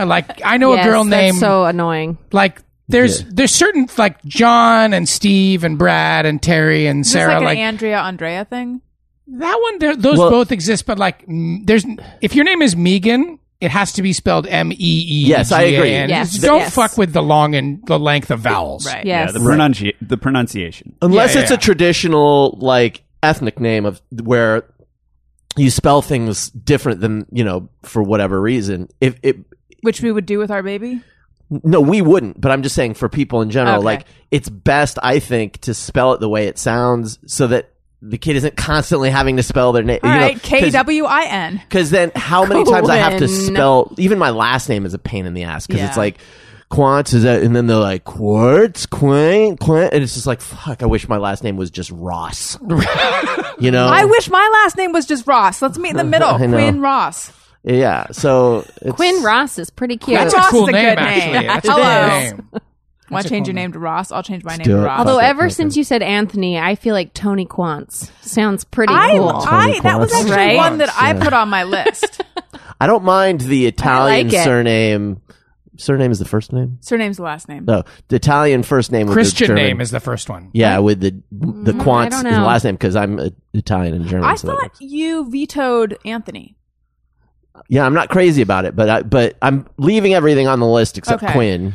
D: like I know
E: Yes,
D: a girl
E: that's
D: named
E: so annoying.
D: like there's there's certain like John and Steve and Brad and Terry and
C: Is this
D: Sarah
C: like an
D: like,
C: Andrea Andrea thing?
D: that one there, those
A: Well-
D: both exist but like mm, there's if your name is Megan it has to be spelled M E E
A: Yes, I agree.
D: G A N.
E: Yes,
D: don't
E: yes.
D: fuck with the long and the length of vowels
C: Right.
F: yeah,
E: Yes.
F: the, pronunci- the pronunciation.
A: unless
D: Yeah,
A: it's
D: yeah,
A: a traditional like ethnic name of where you spell things different than you know for whatever reason if it
C: Which we would do with our baby.
A: no we wouldn't but i'm just saying for people in general
C: Okay.
A: like it's best i think to spell it the way it sounds so that the kid isn't constantly having to spell their name
C: All
A: you know,
C: right. K W I N.
A: because then how many times I have to
E: Cohen.
A: spell even my last name is a pain in the ass because it's
C: Yeah.
A: like Quants is that, and then they're like Quartz, Quint, Quint, and it's just like fuck. I wish my last name was just Ross. you know,
C: I wish my last name was just Ross. Let's meet in the middle.
A: Oh. I know.
C: Quinn Ross.
A: Yeah. So it's,
E: Quinn Ross is pretty cute.
C: That's
D: That's
C: Ross
D: a cool
C: is a
D: name,
C: good
D: actually.
C: name.
D: That's a
C: Hello.
D: good name.
C: Want
D: That's
C: to
D: a
C: change your
D: cool
C: name to Ross? I'll change my name
A: do
C: to
A: it.
C: Ross.
E: Although
A: Fuck it,
E: ever
A: fuck it.
E: since you said Anthony, I feel like Tony Quants sounds pretty
C: I,
E: cool.
C: I that was
A: Tony
C: actually
E: Right?
C: one that I
A: Yeah.
C: put on my list.
A: I don't mind the Italian
E: it.
A: surname. Surname is the first name.
C: Surname's the last name.
A: No, the Italian first name. With the
D: Christian
A: German-
D: name is the first one.
A: Yeah, with the the
E: Mm, I
A: quants
E: don't
A: is the
E: know.
A: last name because I'm uh, Italian and German.
C: I
A: so that
C: thought
A: works.
C: you vetoed Anthony.
A: yeah, I'm not crazy about it, but I, but I'm leaving everything on the list except
C: Okay.
A: Quinn.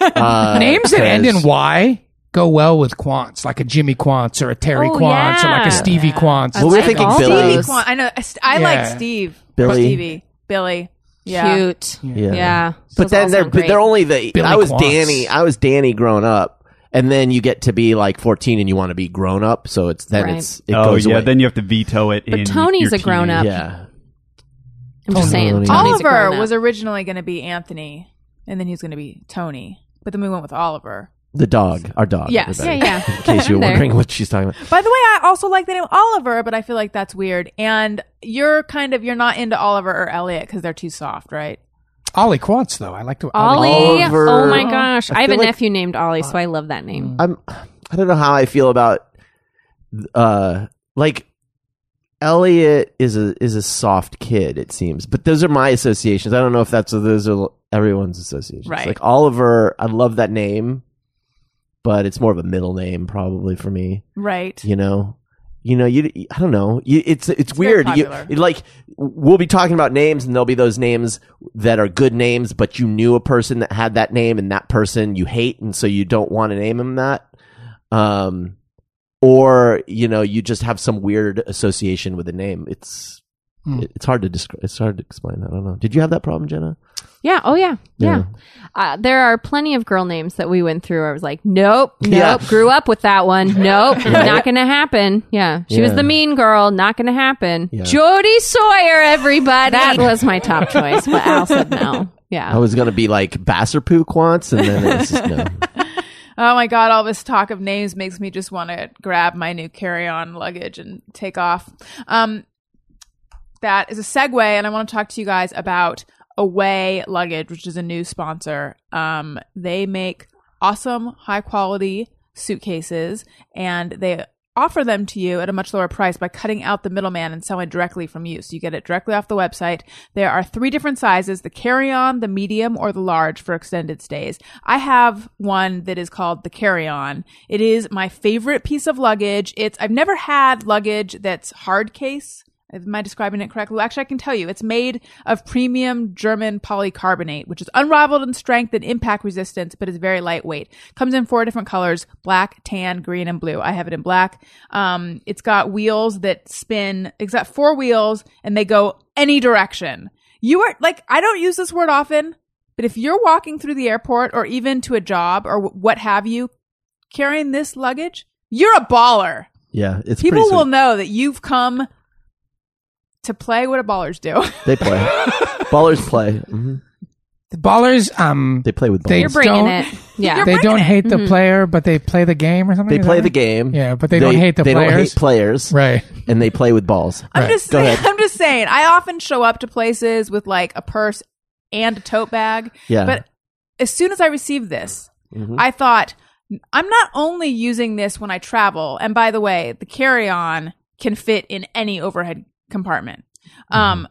A: Uh,
D: Names that end in
A: because-
D: Y go well with Quants, like a Jimmy Quants or a Terry
E: Oh,
D: Quants or like
E: yeah.
D: a Stevie Quants.
A: Well, we were
E: like
A: thinking
E: all
A: Billy.
C: Stevie
E: those.
C: Quan. I know. I, st- I like
D: Yeah.
C: Steve.
A: Billy.
C: Stevie. Billy. Yeah.
E: Cute.
A: Yeah.
E: Yeah.
A: But then they're but they're only the
D: Billy
A: I was
D: Quants.
A: Danny I was Danny growing up, and then you get to be like 14 and you want to be grown up, so it's then
E: Right.
A: it's it
F: oh
A: goes
F: yeah,
A: away.
F: then you have to veto it.
E: But
F: in
E: Tony's
F: your
E: a grown
F: teenage-
A: yeah,
E: up. I'm just saying.
A: Tony.
E: Tony's a
C: Oliver
E: grown-up.
C: was originally going to be Anthony, and then he's going to be Tony. But then we went with Oliver.
A: the dog, our dog.
C: Yes.
E: Yeah,
A: everybody.
E: yeah.
A: In case you were
E: There.
A: wondering what she's talking about,
C: By the way, I also like the name Oliver, but I feel like that's weird. And you're kind of you're not into Oliver or Elliot because they're too soft, right?
D: Ollie Quants, though. I like to.
E: Ollie.
A: Oliver.
E: Oh my gosh.
A: I
E: I, have a
A: feel like-
E: nephew named Ollie, so I love that name.
A: I'm I don't know how I feel about uh like Elliot is a is a soft kid it seems, but those are my associations. I don't know if that's those are everyone's associations.
C: Right.
A: Like Oliver, I love that name, but it's more of a middle name probably for me.
C: Right.
A: you know you know you i don't know you, it's it's,
C: very
A: weird you,
C: popular.
A: it, like we'll be talking about names and there'll be those names that are good names but you knew a person that had that name and that person you hate and so you don't want to name him that um or you know you just have some weird association with the name it's
D: Hmm.
A: it- it's hard to describe it's hard to explain i don't know did you have that problem jenna
E: Yeah. Oh, yeah. Yeah. Uh, there are plenty of girl names that we went through. I was like, nope, nope.
A: Yeah.
E: Grew up with that one. Nope.
A: Right.
E: Not going to happen. Yeah. She was
A: Yeah.
E: the mean girl. Not going to happen.
A: Yeah.
E: Jody Sawyer, everybody. that was my top choice, but Al said no.
A: i
D: Oh,
E: Yeah.
A: was gonna be like basserpoo quants and then it was just no
C: Oh my god, all this talk of names makes me just want to grab my new carry-on luggage and take off. Um that is a segue and I want to talk to you guys about Away Luggage, which is a new sponsor. Um they make awesome high-quality suitcases and they offer them to you at a much lower price by cutting out the middleman and selling directly from you. So you get it directly off the website. There are three different sizes the carry on, the medium, or the large for extended stays. I have one that is called the carry on. It is my favorite piece of luggage. It's, I've never had luggage that's hard case. Am I describing it correctly? Well, Actually, I can tell you. It's made of premium German polycarbonate, which is unrivaled in strength and impact resistance, but is very lightweight. Comes in four different colors black, tan, green, and blue. I have it in black. Um, it's got wheels that spin, it's got four wheels, and they go any direction. You are like, I don't use this word often, but if you're walking through the airport or even to a job or wh- what have you, carrying this luggage, you're a baller.
A: yeah it's
C: People
A: pretty
C: will
A: sweet.
C: know that you've come to play what a ballers do.
A: they play ballers play hmm
D: The ballers, um,
A: they play with ballers
D: They-
E: You're bringing
D: Don't-
E: it. Yeah.
D: they don't hate the
C: Mm-hmm.
E: Mhm.
D: player, but they play the game or something.
A: They
D: Is
A: play
D: that
A: the
D: right?
A: game.
D: Yeah, but they don't hate the
A: they
D: players.
A: don't hate players,
D: Right.
A: and they play with balls.
C: I'm
D: Right.
C: just
A: Go
C: saying,
A: ahead.
C: I'm just saying. I often show up to places with like a purse and a tote bag,
A: Yeah,
C: but as soon as I received this,
A: Mhm.
C: I thought I'm not only using this when I travel, and by the way, the carry-on can fit in any overhead compartment. Um,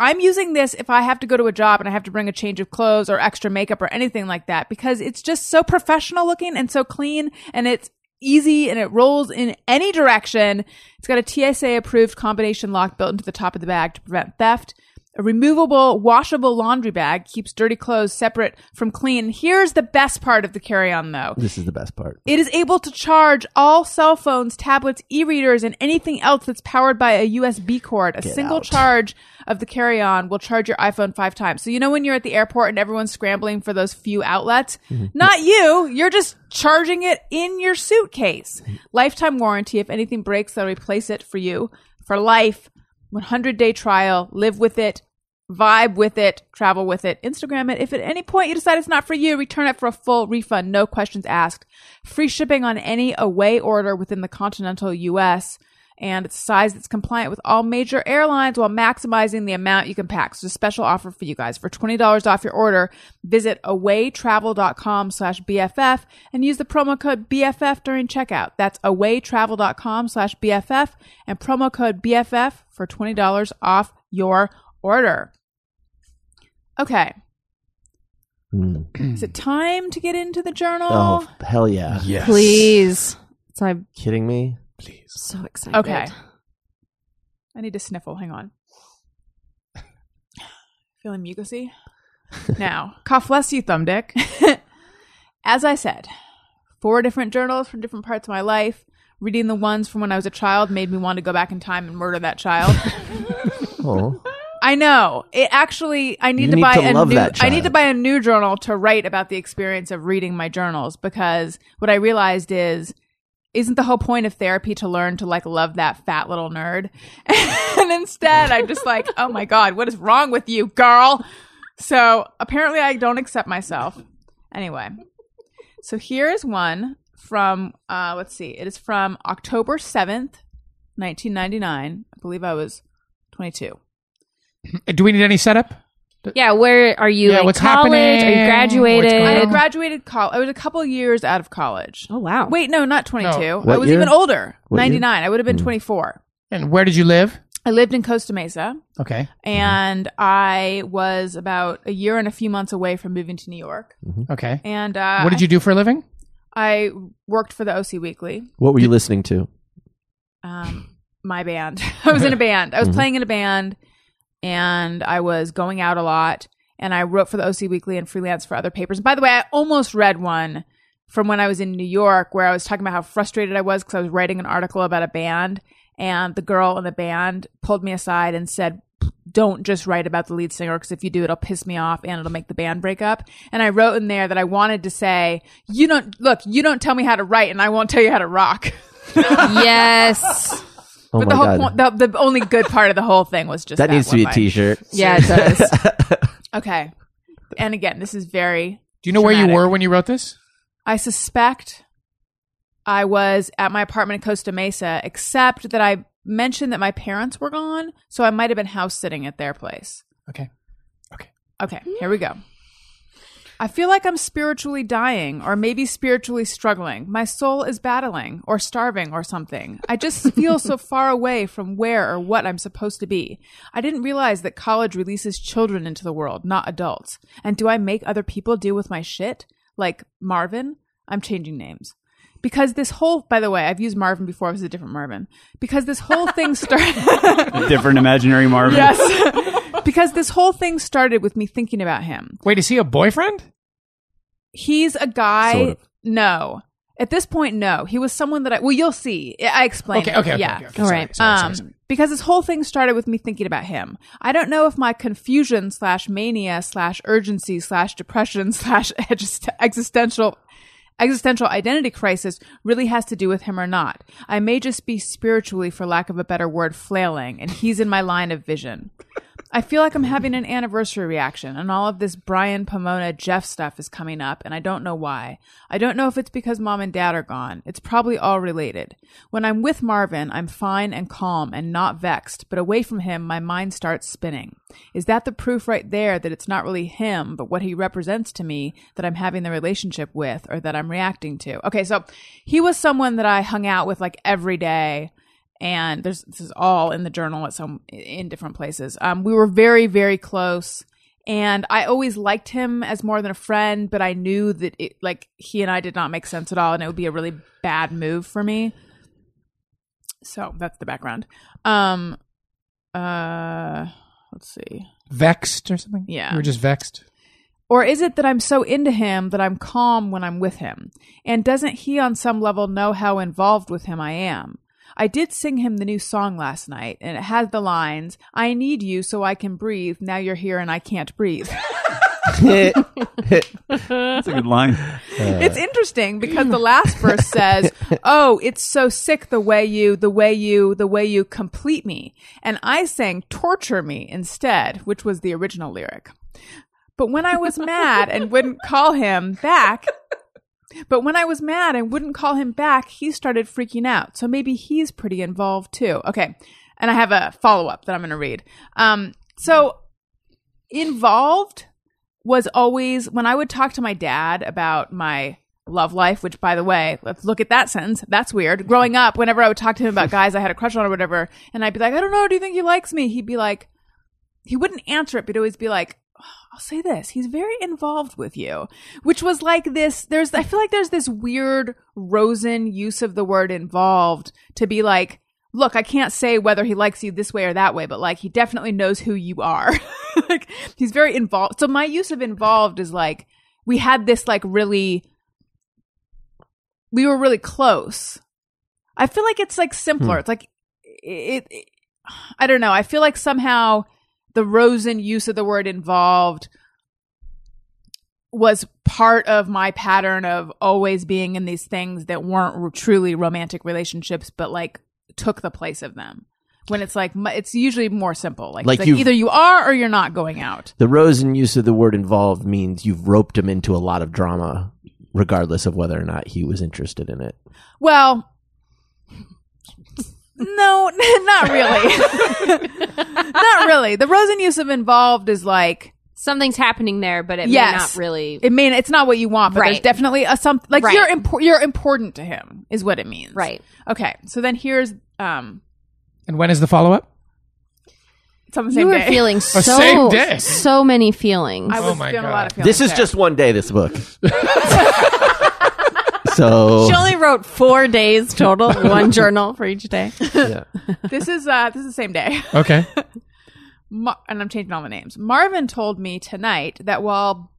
C: I'm using this if I have to go to a job and I have to bring a change of clothes or extra makeup or anything like that because it's just so professional looking and so clean and it's easy and it rolls in any direction. It's got a TSA approved combination lock built into the top of the bag to prevent theft. A removable, washable laundry bag keeps dirty clothes separate from clean. Here's the best part of the carry on though.
A: this is the best part.
C: It is able to charge all cell phones, tablets, e readers, and anything else that's powered by a USB cord. A single
A: out.
C: charge of the carry on will charge your iPhone five times. So, you know, when you're at the airport and everyone's scrambling for those few outlets, not you, you're just charging it in your suitcase. Lifetime warranty. If anything breaks, they'll replace it for you for life. 100 day trial. Live with it vibe with it, travel with it, Instagram it. If at any point you decide it's not for you, return it for a full refund, no questions asked. Free shipping on any away order within the continental US. and it's a size that's compliant with all major airlines while maximizing the amount you can pack. So, a special offer for you guys. For $20 off your order, visit awaytravel.com slash BFF and use the promo code BFF during checkout. That's awaytravel.com slash BFF and promo code BFF for $20 off your order. Okay.
A: Mm.
C: Is it time to get into the journal?
A: Oh, hell yeah.
D: Yes.
E: Please. So I'm
A: Kidding me?
E: so excited.
C: Okay. I need to sniffle. Hang on. Feeling mucousy? now, cough less, you thumb dick. As I said, four different journals from different parts of my life. Reading the ones from when I was a child made me want to go back in time and murder that child.
A: Oh.
C: I know. It actually I need
A: You
C: to
A: need
C: buy
A: to
C: a
A: love
C: new
A: that
C: I need to
A: child.
C: buy a new journal to write about the experience of reading my journals because what I realized is isn't the whole point of therapy to learn to like love that fat little nerd? and instead, I'm just like, "Oh my god, what is wrong with you, girl?" So, apparently I don't accept myself. Anyway. So here is one from uh let's see. It is from October 7th, 1999. I believe I was 22.
D: Uh, Do we need any setup?
E: Yeah, where are you?
D: Yeah,
E: like
D: what's
E: college? Are
D: happening?
E: you graduated?
D: What's
C: I
D: going Um, on?
C: graduated college. I was a couple years out of college.
E: oh wow.
C: Wait, no, not 22.
D: No.
A: What
C: I was
A: year?
C: even older.
A: What year? Hmm.
C: 99. I would have been 24.
D: And where did you live?
C: I lived in Costa Mesa
A: Hmm.
D: Okay.
C: and I was about a year and a few months away from moving to New York.
D: Okay.
C: And uh,
D: what did you do for a living?
C: I worked for the OC Weekly,
A: What were you listening to?
C: um, my band. I was in a band. I was playing in a band and I was going out a lot. And I wrote for the OC Weekly and freelance for other papers. And by the way, I almost read one from when I was in New York where I was talking about how frustrated I was because I was writing an article about a band, and the girl in the band pulled me aside and said, "Don't just write about the lead singer because if you do, it'll piss me off and it'll make the band break up." And I wrote in there that I wanted to say, "You don't look, you don't tell me how to write, and I won't tell you how to rock."
E: Yes.
A: Oh
C: but
A: my
C: the whole
A: god.
C: point, the, the only good part of the whole thing was just
A: that,
C: that,
A: needs to
C: one
A: be a
C: line.
A: t-shirt.
E: yeah, it does.
C: Okay, and again, this is very
D: Do you know where you
C: Traumatic.
D: were when you wrote this?
C: I suspect I was at my apartment in Costa Mesa, except that I mentioned that my parents were gone, so I might have been house sitting at their place.
D: Okay.
C: Okay, here we go. I feel like I'm spiritually dying, or maybe spiritually struggling. My soul is battling, or starving, or something. I just feel so far away from where or what I'm supposed to be. I didn't realize that college releases children into the world, not adults. And do I make other people deal with my shit? Like Marvin? I'm changing names. Because this whole, by the way, I've used Marvin before, it was a different Marvin. Because this whole thing started.
F: Different imaginary Marvin.
C: yes. because this whole thing started with me thinking about him.
D: Wait, is he a boyfriend?
C: He's a guy.
A: Sort of.
C: No. At this point, no. He was someone that I. Well, you'll see. I I explain.
D: Okay,
C: it.
D: okay, okay.
C: Yeah.
D: okay, okay.
E: All
D: Sorry,
E: right.
D: sorry, sorry,
C: Um,
D: sorry.
C: because this whole thing started with me thinking about him. I don't know if my confusion slash mania slash urgency slash depression slash exist- existential existential identity crisis really has to do with him or not. I may just be spiritually, for lack of a better word, flailing, and he's in my line of vision. I feel like I'm having an anniversary reaction, and all of this Brian Pomona Jeff stuff is coming up, and I don't know why. I don't know if it's because mom and dad are gone. It's probably all related. When I'm with Marvin, I'm fine and calm and not vexed, but away from him, my mind starts spinning. Is that the proof right there that it's not really him, but what he represents to me that I'm having the relationship with or that I'm reacting to? Okay, so he was someone that I hung out with like every day and there's this is all in the journal at some in different places. Um, we were very very close, and I always liked him as more than a friend, but I knew that it like he and I did not make sense at all, and it would be a really bad move for me. So that's the background. Um, uh, let's see.
D: Vexed or something?
C: Yeah.
D: You were just vexed.
C: Or is it that I'm so into him that I'm calm when I'm with him? And doesn't he on some level know how involved with him I am? I did sing him the new song last night, and it had the lines I need you so I can breathe. Now you're here and I can't breathe.
F: That's a good line.
C: it's interesting because the last verse says, "Oh, it's so sick the way you, the way you, the way you complete me," and I sang "Torture Me" instead, which was the original lyric. But when I was mad and wouldn't call him back, But when I was mad and wouldn't call him back, he started freaking out. So maybe he's pretty involved too. Okay. And I have a follow up that I'm going to read. Um, so involved was always when I would talk to my dad about my love life, which by the way, let's look at that sentence. That's weird. Growing up, whenever I would talk to him about guys I had a crush on or whatever, and I'd be like, I don't know, do you think he likes me? He'd be like, he wouldn't answer it, but he'd always be like, I'll say this, he's very involved with you, which was like this. There's, I feel like there's this weird Rosen use of the word involved to be like, look, I can't say whether he likes you this way or that way, but like he definitely knows who you are. like he's very involved. So my use of involved is like, we had this like really, we were really close. I feel like it's like
A: Hmm.
C: simpler. It's like, it, it, I don't know. I feel like somehow the Rosen use of the word involved was part of my pattern of always being in these things that weren't r- truly romantic relationships, but like took the place of them. When it's like, mu- it's usually more simple. Like,
A: Like
C: it's like
A: you've-
C: either you are or you're not going out.
A: The Rosen use of the word involved means you've roped him into a lot of drama, regardless of whether or not he was interested in it.
C: Well, no, not really. not really. The Rosen use of involved is like,
E: Something's happening there, but it
C: Yes.
E: may not really.
C: It mean it's not what you want, but there's
E: Right.
C: definitely a something like
E: Right.
C: you're impor- you're important to him is what it means.
E: Right.
C: Okay. So then here's um
D: And when is the follow up?
C: it's on the
E: You
C: same
E: were
C: day.
E: feeling so
D: same day.
E: so many feelings.
C: I was
D: Oh my
C: feeling a
D: God.
C: lot of feelings.
A: This is
C: there.
A: just one day. This book. so
E: she only wrote four days total, one journal for each day.
A: yeah.
C: this is uh this is the same day.
D: Okay.
C: Mar- and I'm changing all the names. Marvin told me tonight that while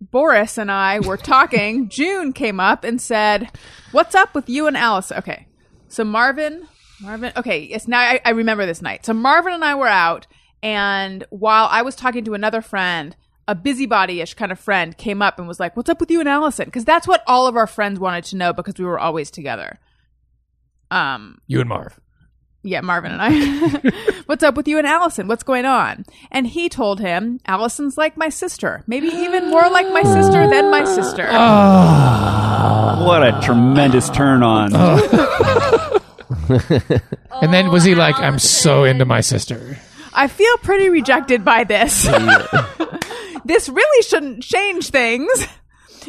C: Boris and I were talking, June came up and said, "What's up with you and Alice?" Okay, so Marvin, Marvin. Okay, yes. Now I, I remember this night. So Marvin and I were out, and while I was talking to another friend. A busybody-ish kind of friend came up and was like, "What's up with you and Allison?" Because that's what all of our friends wanted to know because we were always together. Um,
D: You and Marv.
C: yeah, Marvin and I. What's up with you and Allison? What's going on? And he told him, Allison's like my sister, maybe even more like my sister than my sister.
F: What a tremendous turn on.
D: and then
C: Oh,
D: was he like, I'm so into my sister?
C: I feel pretty rejected by this. this really shouldn't change things.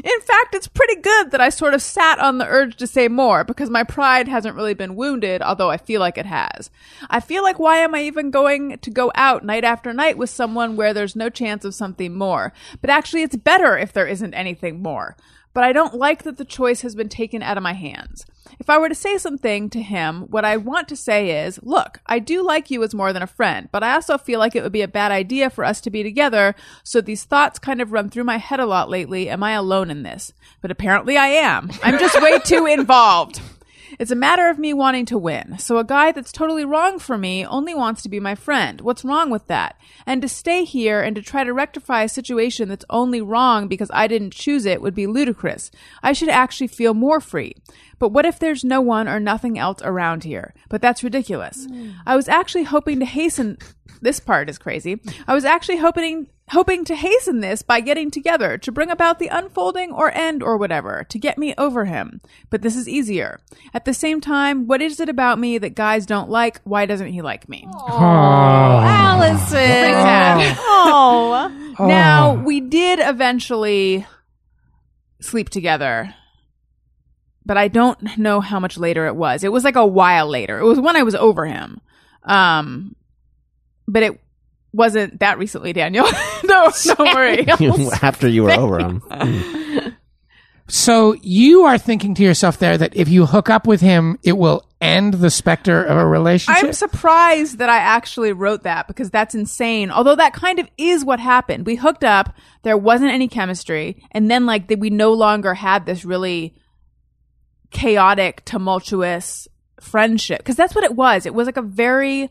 C: In fact, it's pretty good that I sort of sat on the urge to say more because my pride hasn't really been wounded, although I feel like it has. I feel like why am I even going to go out night after night with someone where there's no chance of something more? But actually, it's better if there isn't anything more. But I don't like that the choice has been taken out of my hands. If I were to say something to him, what I want to say is, look, I do like you as more than a friend, but I also feel like it would be a bad idea for us to be together, so these thoughts kind of run through my head a lot lately. Am I alone in this? But apparently I am. I'm just way too involved. It's a matter of me wanting to win. So a guy that's totally wrong for me only wants to be my friend. What's wrong with that? And to stay here and to try to rectify a situation that's only wrong because I didn't choose it would be ludicrous. I should actually feel more free. But what if there's no one or nothing else around here? But that's ridiculous. I was actually hoping to hasten this part is crazy. I was actually hoping hoping to hasten this by getting together to bring about the unfolding or end or whatever to get me over him. But this is easier. At the same time, what is it about me that guys don't like? Why doesn't he like me?
E: Allison. Oh.
C: Now, we did eventually sleep together. But I don't know how much later it was. It was like a while later. It was when I was over him. Um but it wasn't that recently, Daniel. no, don't worry.
A: After you were over him,
D: So you are thinking to yourself there that if you hook up with him, it will end the specter of a relationship.
C: I'm surprised that I actually wrote that because that's insane. Although that kind of is what happened. We hooked up, there wasn't any chemistry, and then like that we no longer had this really chaotic, tumultuous friendship because that's what it was. It was like a very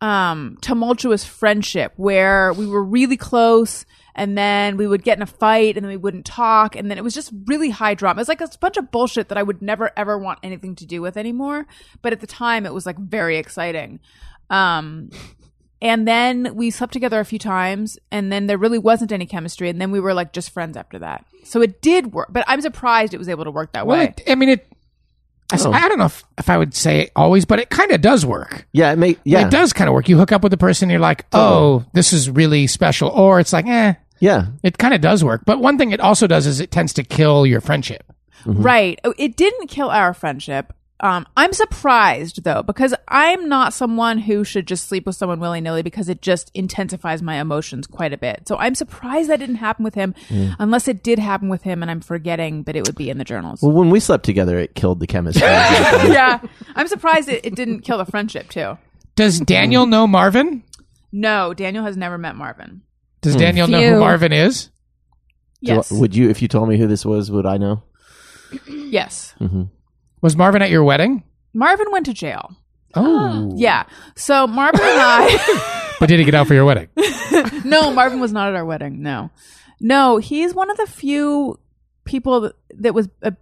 C: um tumultuous friendship where we were really close and then we would get in a fight and then we wouldn't talk and then it was just really high drama. It was like a bunch of bullshit that I would never ever want anything to do with anymore, but at the time it was like very exciting. Um And then we slept together a few times, and then there really wasn't any chemistry, and then we were like just friends after that. So it did work, but I'm surprised it was able to work that
D: Well,
C: way.
D: it, I mean, it. I, s-
A: Oh.
D: I don't know if, if I would say it always, but it kind of does work.
A: Yeah, it may, yeah,
D: It does kind of work. You hook up with the person, you're like, oh, this is really special. Or it's like, eh,
A: yeah.
D: it kind of does work. But one thing it also does is it tends to kill your friendship.
A: Mm-hmm.
C: Right. Oh, It didn't kill our friendship. Um, I'm surprised though, because I'm not someone who should just sleep with someone willy nilly because it just intensifies my emotions quite a bit. So I'm surprised that didn't happen with him,
A: Mm.
C: unless it did happen with him and I'm forgetting, but it would be in the journals.
A: Well, when we slept together, it killed the chemistry.
C: yeah. I'm surprised it, it didn't kill the friendship too.
D: Does Daniel know Marvin?
C: No, Daniel has never met Marvin.
D: Does Daniel know
E: Phew.
D: who Marvin is?
A: Do I-
C: Yes.
A: would you, if you told me who this was, would I know?
C: yes.
A: Hmm.
D: Was Marvin at your wedding?
C: Marvin went to jail.
D: Oh,
C: Yeah. So Marvin and I.
D: but did he get out for your wedding?
C: no, Marvin was not at our wedding. No, no, he's one of the few people that, that was a,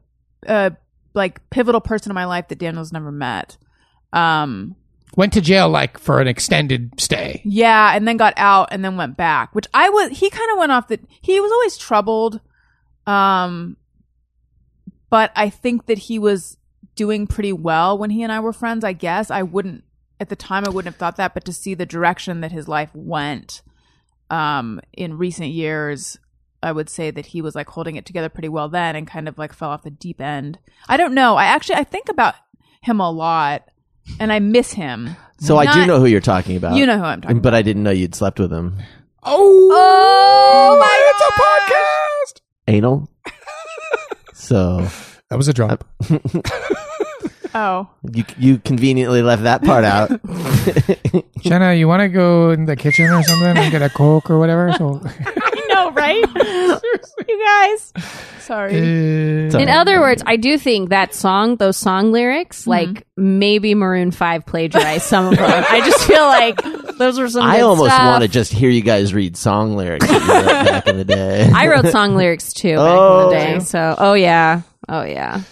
C: a like pivotal person in my life that Daniel's never met. Um,
D: Went to jail like for an extended stay.
C: yeah, and then got out and then went back, which I was. He kind of went off the. He was always troubled, um, but I think that he was doing pretty well when he and I were friends. I guess I wouldn't at the time. I wouldn't have thought that, but to see the direction that his life went, um, in recent years. I would say that he was like holding it together pretty well then and kind of like fell off the deep end. I don't know. I actually I think about him a lot and I miss him.
A: So I do
C: Not-
A: know who you're talking about.
C: You know who I'm talking
A: But I didn't know you'd slept with him.
D: Oh,
C: Oh
D: it's a podcast.
A: Anal? so
D: That was a drop.
C: Oh,
A: you, you conveniently left that part out.
D: Jenna, you want to go in the kitchen or something and get a coke or whatever? So,
C: I know, Oh, right? you guys, sorry.
A: So-
E: In other words, I do think that song, those song lyrics,
C: Mm-hmm.
E: like maybe Maroon Five plagiarized some of them. I just feel like those were some.
A: I
E: good
A: almost
C: uh,
E: stuff.
A: want to just hear you guys read song lyrics that you wrote back in the day.
E: I wrote song lyrics too back
A: Oh.
E: in the day. So, oh yeah, oh yeah.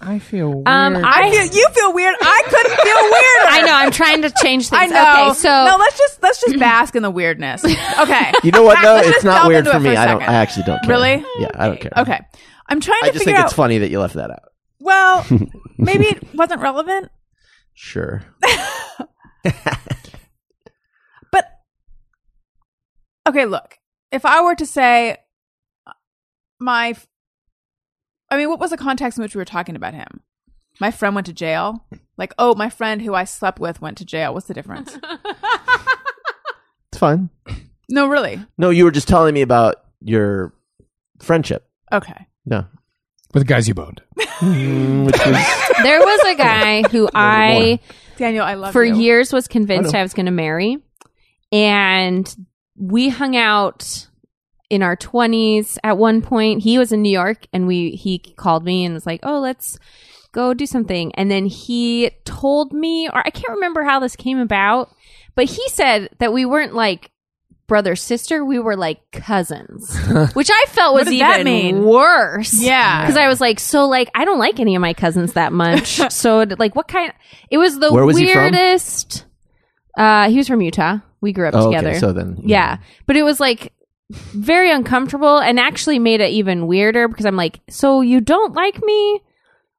D: I feel weird.
E: Um,
C: I feel you feel weird. I couldn't feel weirder.
E: I know. I'm trying to change things.
C: I know.
E: Okay, so
C: no, let's just let's just bask in the weirdness. Okay.
A: You know what? though?
C: Let's
A: it's
C: just
A: not
C: delve
A: weird
C: into
A: for
C: it
A: me.
C: for a
A: I don't.
C: second.
A: I actually don't care.
C: Really?
A: Yeah, I don't care.
C: Okay. I'm trying
A: I
C: to
A: just
C: figure
A: think it's
C: out.
A: funny that you left that out.
C: Well, maybe it wasn't relevant,
A: Sure.
C: but okay. Look, if I were to say uh, my, I mean, what was the context in which we were talking about him? My friend went to jail. Like, oh, my friend who I slept with went to jail. What's the difference?
A: It's fine.
C: No, really.
A: No, you were just telling me about your friendship.
C: Okay.
A: No.
D: with guys you boned.
A: Mm, which was-
E: there was a guy who I
C: Daniel, I love
E: for
C: you.
E: years was
A: I
E: convinced
A: know.
E: I was going to marry, and we hung out in our 20s at one point he was in new york and we he called me and was like oh let's go do something and then he told me or i can't remember how this came about but he said that we weren't like brother sister we were like cousins which i felt
C: What
E: was
C: does
E: even
C: that mean?
E: worse
C: Yeah.
E: because i was like so like i don't like any of my cousins that much so like what kind it was the
A: Where was he from?
E: weirdest uh he was from utah we grew up
A: oh,
E: together
A: okay. So then.
E: yeah. But it was like very uncomfortable and actually made it even weirder because I'm like, so you don't like me?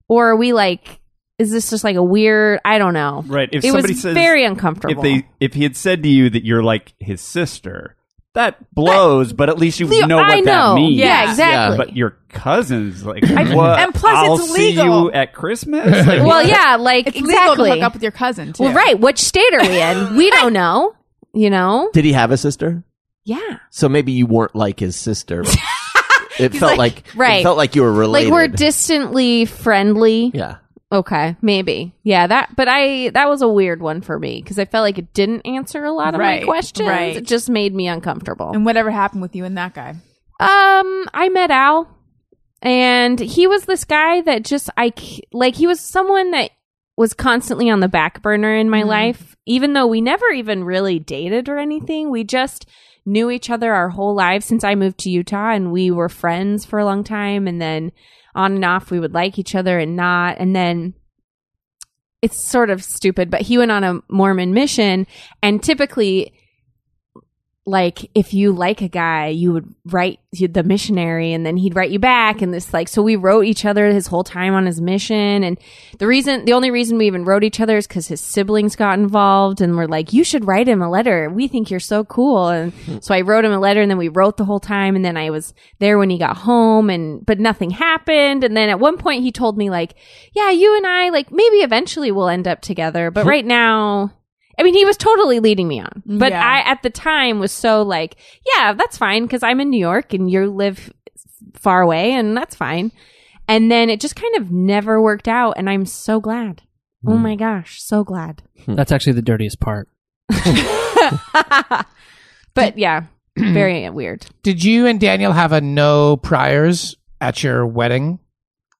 E: Or are we like, is this just like a weird, I don't know.
F: Right. If
E: it
F: somebody
E: was
F: says
E: very
F: if
E: uncomfortable.
F: they if he had said to you that you're like his sister, that blows. but at least you
E: Leo,
F: know what
E: I know.
F: that means.
E: Yeah,
C: Yeah,
E: exactly.
F: But your cousins, like, what?
C: and plus
F: I'll
C: it's
F: see
C: legal.
F: you at Christmas. Like,
E: well, yeah, like
C: It's legal
E: exactly.
C: to hook up with your cousin too.
E: well, right. Which state are we in? We don't know. You know?
A: Did he have a sister?
E: Yeah.
A: So maybe you weren't like his sister. but it felt like,
E: like- right.
A: It felt like you were
E: Like
A: related.
E: we're distantly friendly.
A: yeah.
E: Okay, maybe. Yeah, that but I that was a weird one for me because I felt like it didn't answer a lot of
C: Right,
E: my questions.
C: right.
E: It just made me uncomfortable.
C: And whatever happened with you and that guy.
E: Um, I met Al, and he was this guy that just I c- like. He was someone that was constantly on the back burner in my life, even though we never even really dated or anything. We just knew each other our whole lives since I moved to Utah, and we were friends for a long time, and then on and off we would like each other and not, and then it's sort of stupid, but he went on a Mormon mission and typically like if you like a guy, you would write the missionary and then he'd write you back and this like so we wrote each other his whole time on his mission and the reason the only reason we even wrote each other is cuz his siblings got involved and were like you should write him a letter. We think you're so cool. And so I wrote him a letter and then we wrote the whole time and then I was there when he got home and but nothing happened and then at one point he told me like yeah, you and I like maybe eventually we'll end up together, but right now I mean, he was totally leading me on, but
C: Yeah.
E: I at the time was so like, yeah, that's fine because I'm in New York and you live far away, and that's fine. And then it just kind of never worked out, and I'm so glad. Oh
H: Mm.
E: my gosh, so glad.
G: That's actually the dirtiest part.
E: But yeah, very weird.
D: Did you and Daniel have a no priors at your wedding?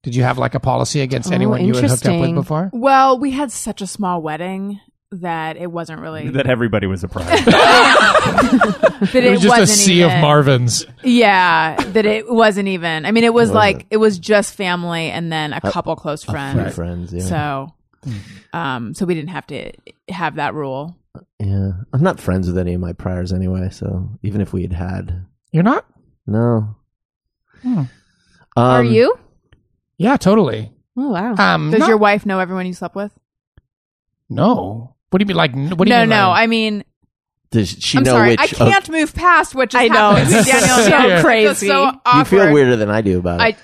D: Did you have like a policy against
E: Oh,
D: anyone you had hooked up with
E: interesting.
D: before?
C: Well, we had such a small wedding that it wasn't really
F: that everybody was a prize.
C: that it, wasn't even-
D: Marvins.
C: Yeah, that it wasn't even. I mean, it was like it was just family and then a couple close
A: Few
C: friends.
A: friends, yeah.
C: So, um, so we didn't have to have that rule.
A: yeah. I'm not friends with any of my priors anyway, so even if we had had,
D: You're not?
A: no.
D: Hmm.
E: Are
A: Um,
E: you?
D: Yeah, totally.
E: Oh wow.
D: Um,
C: Does
D: not-
C: your wife know everyone you slept with?
D: no? What do you mean? Like, n- what do you
C: no,
D: mean?
C: no.
D: like-
C: I mean,
A: Does she
C: I'm
A: know
C: sorry.
A: which?
C: I
A: of-
C: can't move past what just
H: I know,
C: happened.
H: it's
C: Daniel,
D: so
C: it's
H: crazy.
C: so
A: you
C: awkward.
A: feel weirder than I do about
C: I
A: it.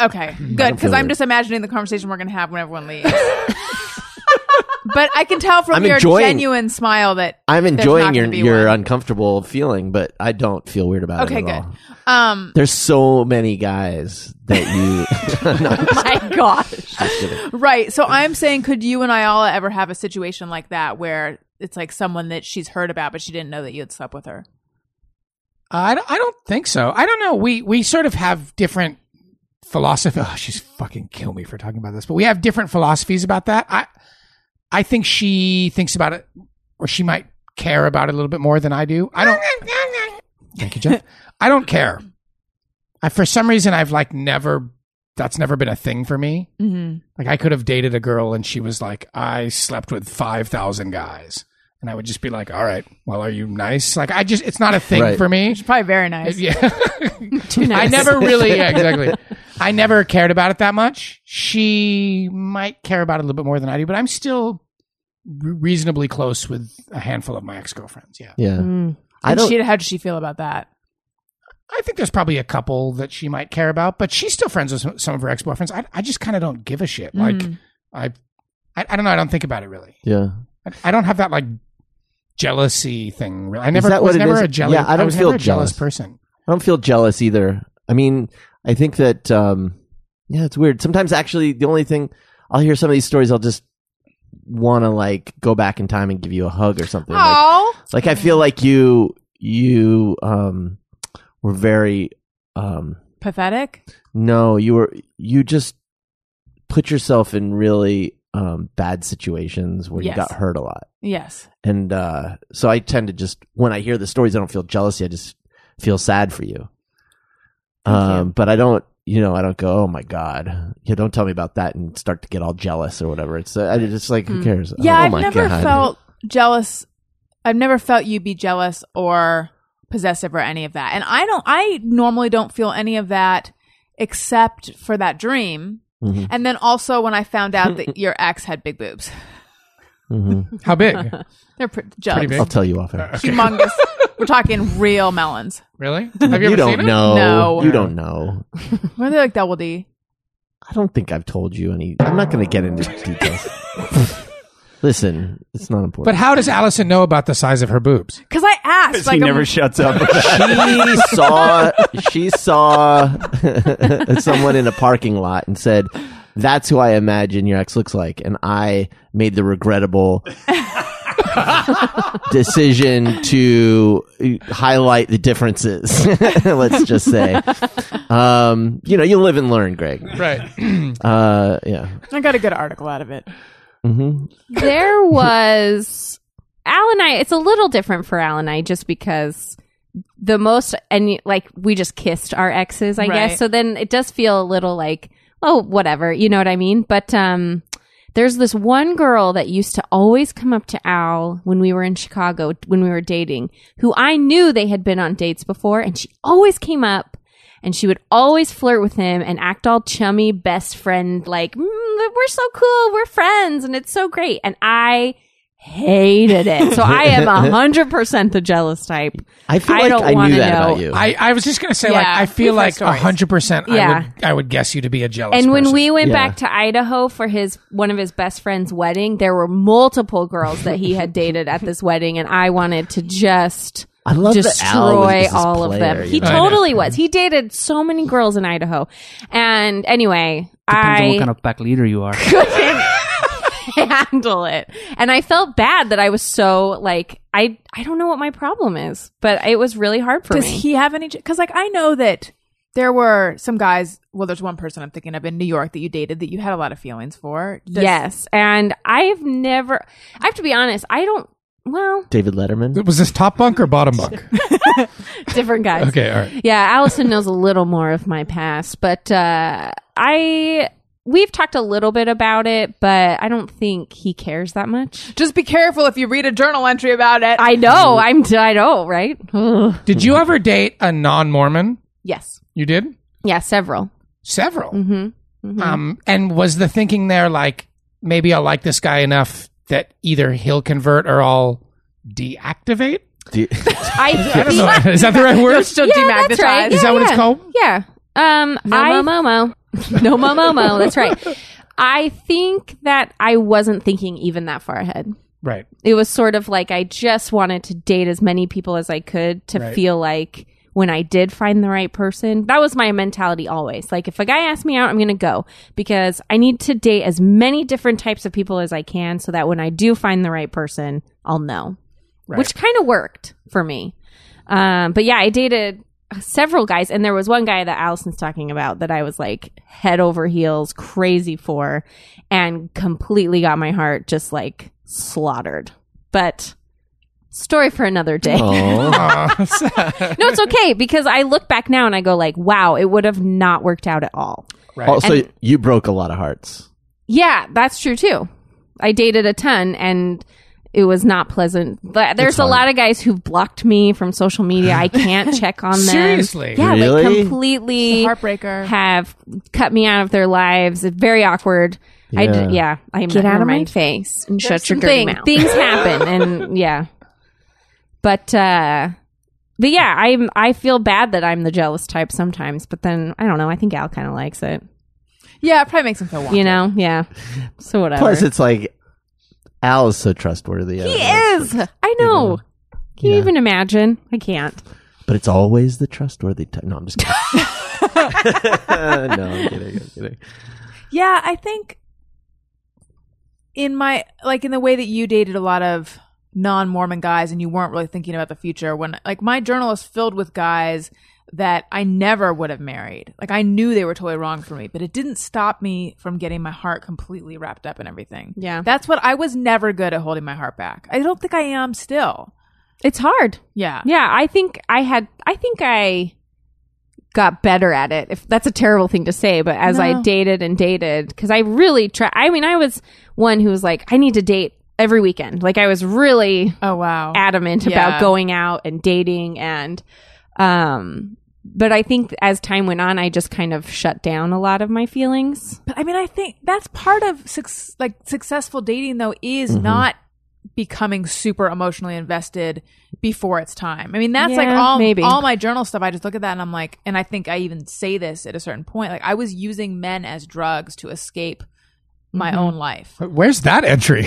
C: okay, good
A: don't
C: because
A: feel
C: I'm
A: it.
C: just imagining the conversation we're gonna have when everyone leaves. but I can tell from
A: I'm
C: your
A: enjoying-
C: genuine smile that
A: I'm
C: there's not
A: enjoying your
C: gonna be
A: your
C: one.
A: uncomfortable feeling, but I don't feel weird about
C: Okay,
A: it at
C: good.
A: all.
C: um.
A: There's so many guys that you. No, I'm just
C: My gosh.
A: kidding.
C: Right. So I'm saying, could you and Ayala ever have a situation like that where it's like someone that she's heard about, but she didn't know that you had slept with her?
D: I don't, I don't think so. I don't know. We we sort of have different philosophy. Oh, she's fucking kill me for talking about this, but we have different philosophies about that. I I think she thinks about it, or she might care about it a little bit more than I do. I don't. Thank you, Jeff. I don't care. I for some reason I've like never. That's never been a thing for me.
C: Mm-hmm.
D: Like I could have dated a girl and she was like, I slept with five thousand guys, and I would just be like, All right, well, are you nice? Like I just, it's not a thing
A: Right.
D: for me.
C: She's probably very nice.
D: Yeah.
E: Too
D: I
E: nice.
D: never really, yeah, exactly. I never cared about it that much. She might care about it a little bit more than I do, but I'm still re- reasonably close with a handful of my ex girlfriends. Yeah.
A: Yeah,
E: Mm.
A: I
C: Hmm. And
A: don't.
C: she, how does she feel about that?
D: I think there's probably a couple that she might care about, but she's still friends with some, some of her ex boyfriends. I, I just kind of don't give a shit. Like,
C: Mm.
D: I, I, I don't know. I don't think about it really.
A: yeah,
D: I, I don't have that like jealousy thing. Really. I never
A: that
D: was
A: what it
D: never
A: is?
D: a jealous.
A: Yeah, I don't
D: was
A: feel
D: never a jealous,
A: jealous.
D: person.
A: I don't feel jealous either. I mean, I think that um yeah, it's weird. Sometimes actually the only thing I'll hear some of these stories I'll just want to like go back in time and give you a hug or something. Like,
C: Oh,
A: like I feel like you you um were very um
C: pathetic.
A: no, you were you just put yourself in really um bad situations where you
C: Yes.
A: got hurt a lot.
C: Yes.
A: And uh so I tend to just when I hear the stories I don't feel jealousy, I just feel sad for you. Um but I don't you know, I don't go, "Oh my god. You don't tell me about that and start to get all jealous or whatever." It's uh, I just like who cares?
C: Yeah,
A: oh
C: I've
A: my
C: never
A: God.
C: felt jealous. I've never felt you be jealous or possessive or any of that. And I don't. I normally don't feel any of that except for that dream.
A: Mhm.
C: And then also when I found out that your ex had big boobs.
A: Mhm.
D: How big?
C: They're pretty Uh, jugs.
D: big.
A: I'll tell you off air.
C: Humongous. We're talking real melons.
D: really? Have you, ever
A: don't
D: seen it?
A: know.
C: No.
A: You don't know.
C: Were they like double D?
A: I don't think I've told you any. I'm not going to get into details. Listen, it's not important.
D: But how does Allison know about the size of her boobs?
C: Because I asked. Like,
F: he
C: I'm-
F: never shuts up.
A: she saw she saw someone in a parking lot and said that's who i imagine your ex looks like and i made the regrettable decision to highlight the differences let's just say um, you know you live and learn greg
D: Right.
A: uh, yeah
C: I got a good article out of it.
A: hmm
E: there was Al and I. It's a little different for Al and I, just because the most and like we just kissed our exes, I
C: Right.
E: guess. So then it does feel a little like, oh, whatever, you know what I mean? But um, There's this one girl that used to always come up to Al when we were in Chicago, when we were dating, who I knew they had been on dates before, and she always came up and she would always flirt with him and act all chummy, best friend, like, mm, we're so cool, we're friends, and it's so great. And I hated it. So I am 100% the jealous type.
A: I feel
E: I
A: like
E: don't
A: I
E: wanna
A: knew that
E: know.
A: about you.
D: I, I was just gonna say like
E: Yeah,
D: I feel
E: we've heard
D: like
E: stories.
D: hundred percent.
E: Yeah.
D: I would I would guess you to be a jealous.
E: And when
D: person.
E: we went
A: Yeah.
E: back to Idaho for his one of his best friend's wedding, there were multiple girls that he had dated at this wedding, and I wanted to just
A: I love that Al was
E: destroy
A: just this
E: all of them.
A: player,
E: He
A: you know?
D: I know.
E: totally was. He dated so many girls in Idaho, and anyway,
G: Depends on what
E: I
G: kind of pack leader you are.
E: couldn't handle it, and I felt bad that I was so like I I don't know what my problem is, but it was really hard for
C: Does
E: me.
C: he have any? Because like I know that there were some guys. Well, there's one person I'm thinking of in New York that you dated that you had a lot of feelings for. Does-
E: yes, and I've never. I have to be honest. I don't. Well,
A: David Letterman.
D: It was this top bunk or bottom bunk?
E: different guys.
D: okay, all right.
E: Yeah, Allison knows a little more of my past, but uh, I we've talked a little bit about it, but I don't think he cares that much.
C: Just be careful if you read a journal entry about it.
E: I know,
D: Mm.
E: I'm I know, right? Ugh.
D: Did you ever date a non-Mormon?
E: Yes,
D: You did
E: yeah, several.
D: several.
E: hmm
D: Um, and was the thinking there like maybe I'll like this guy enough that either he'll convert or I'll deactivate?
A: Do you-
E: I,
D: I don't know. Is that the right word?
C: You're still
E: Yeah, that's
C: demagnetized.
E: right.
D: Is that what it's
E: yeah.
D: called?
E: Yeah. Um, no
C: I-
E: mo momo. no mo momo. That's right. I think that I wasn't thinking even that far ahead.
D: Right.
E: it was sort of like I just wanted to date as many people as I could to
D: Right.
E: feel like when I did find the right person, that was my mentality always. Like if a guy asks me out, I'm going to go because I need to date as many different types of people as I can so that when I do find the right person, I'll know. Which kind of worked for me. Um, but yeah, I dated several guys, and there was one guy that Allison's talking about that I was like head over heels crazy for, and completely got my heart just like slaughtered. But story for another day.
A: Oh. Aw.
E: no, it's okay because I look back now and I go like, wow, it would have not worked out at all.
D: Right.
A: also, you broke a lot of hearts.
E: Yeah, that's true too. I dated a ton and it was not pleasant. But there's a
A: hard.
E: lot of guys who've blocked me from social media. I can't check on them.
D: Seriously?
E: Yeah, like
A: Really?
E: completely
C: It's a heartbreaker.
E: have cut me out of their lives. It's very awkward. I d-
A: Yeah.
E: yeah, I am
H: Get
E: never
H: out of my
E: mind.
H: face and
E: There's
H: shut your
E: some
H: dirty
E: thing-
H: mouth.
E: Things happen and yeah. But uh but yeah, I'm I feel bad that I'm the jealous type sometimes, but then I don't know, I think Al kinda likes it.
C: Yeah, it probably makes him feel wanted.
E: You know? Yeah. So whatever.
A: Plus, it's like Al is so trustworthy.
E: He is. I know. Can you
A: Yeah.
E: even imagine? I can't.
A: But it's always the trustworthy type. No, I'm just kidding. no, I'm kidding. I'm kidding.
C: Yeah, I think in my like in the way that you dated a lot of non-Mormon guys and you weren't really thinking about the future when like my journal is filled with guys that I never would have married. Like I knew they were totally wrong for me, but it didn't stop me from getting my heart completely wrapped up in everything.
E: Yeah.
C: That's what I was never good at holding my heart back. I don't think I am still.
E: It's hard.
C: Yeah.
E: Yeah, I think I had I think I got better at it. If that's a terrible thing to say, but as I
C: No.
E: dated and dated cuz I really try I mean, I was one who was like I need to date every weekend. Like I was really
C: Oh wow.
E: adamant
C: Yeah.
E: about going out and dating and um but I think as time went on, I just kind of shut down a lot of my feelings.
C: But I mean, I think that's part of suc like successful dating though is
E: Mm-hmm.
C: not becoming super emotionally invested before it's time. I mean, that's like
E: Yeah,
C: all
E: maybe.
C: all my journal stuff. I just look at that and I'm like, and I think I even say this at a certain point. Like I was using men as drugs to escape my
E: Mm-hmm.
C: own life.
D: Where's that entry?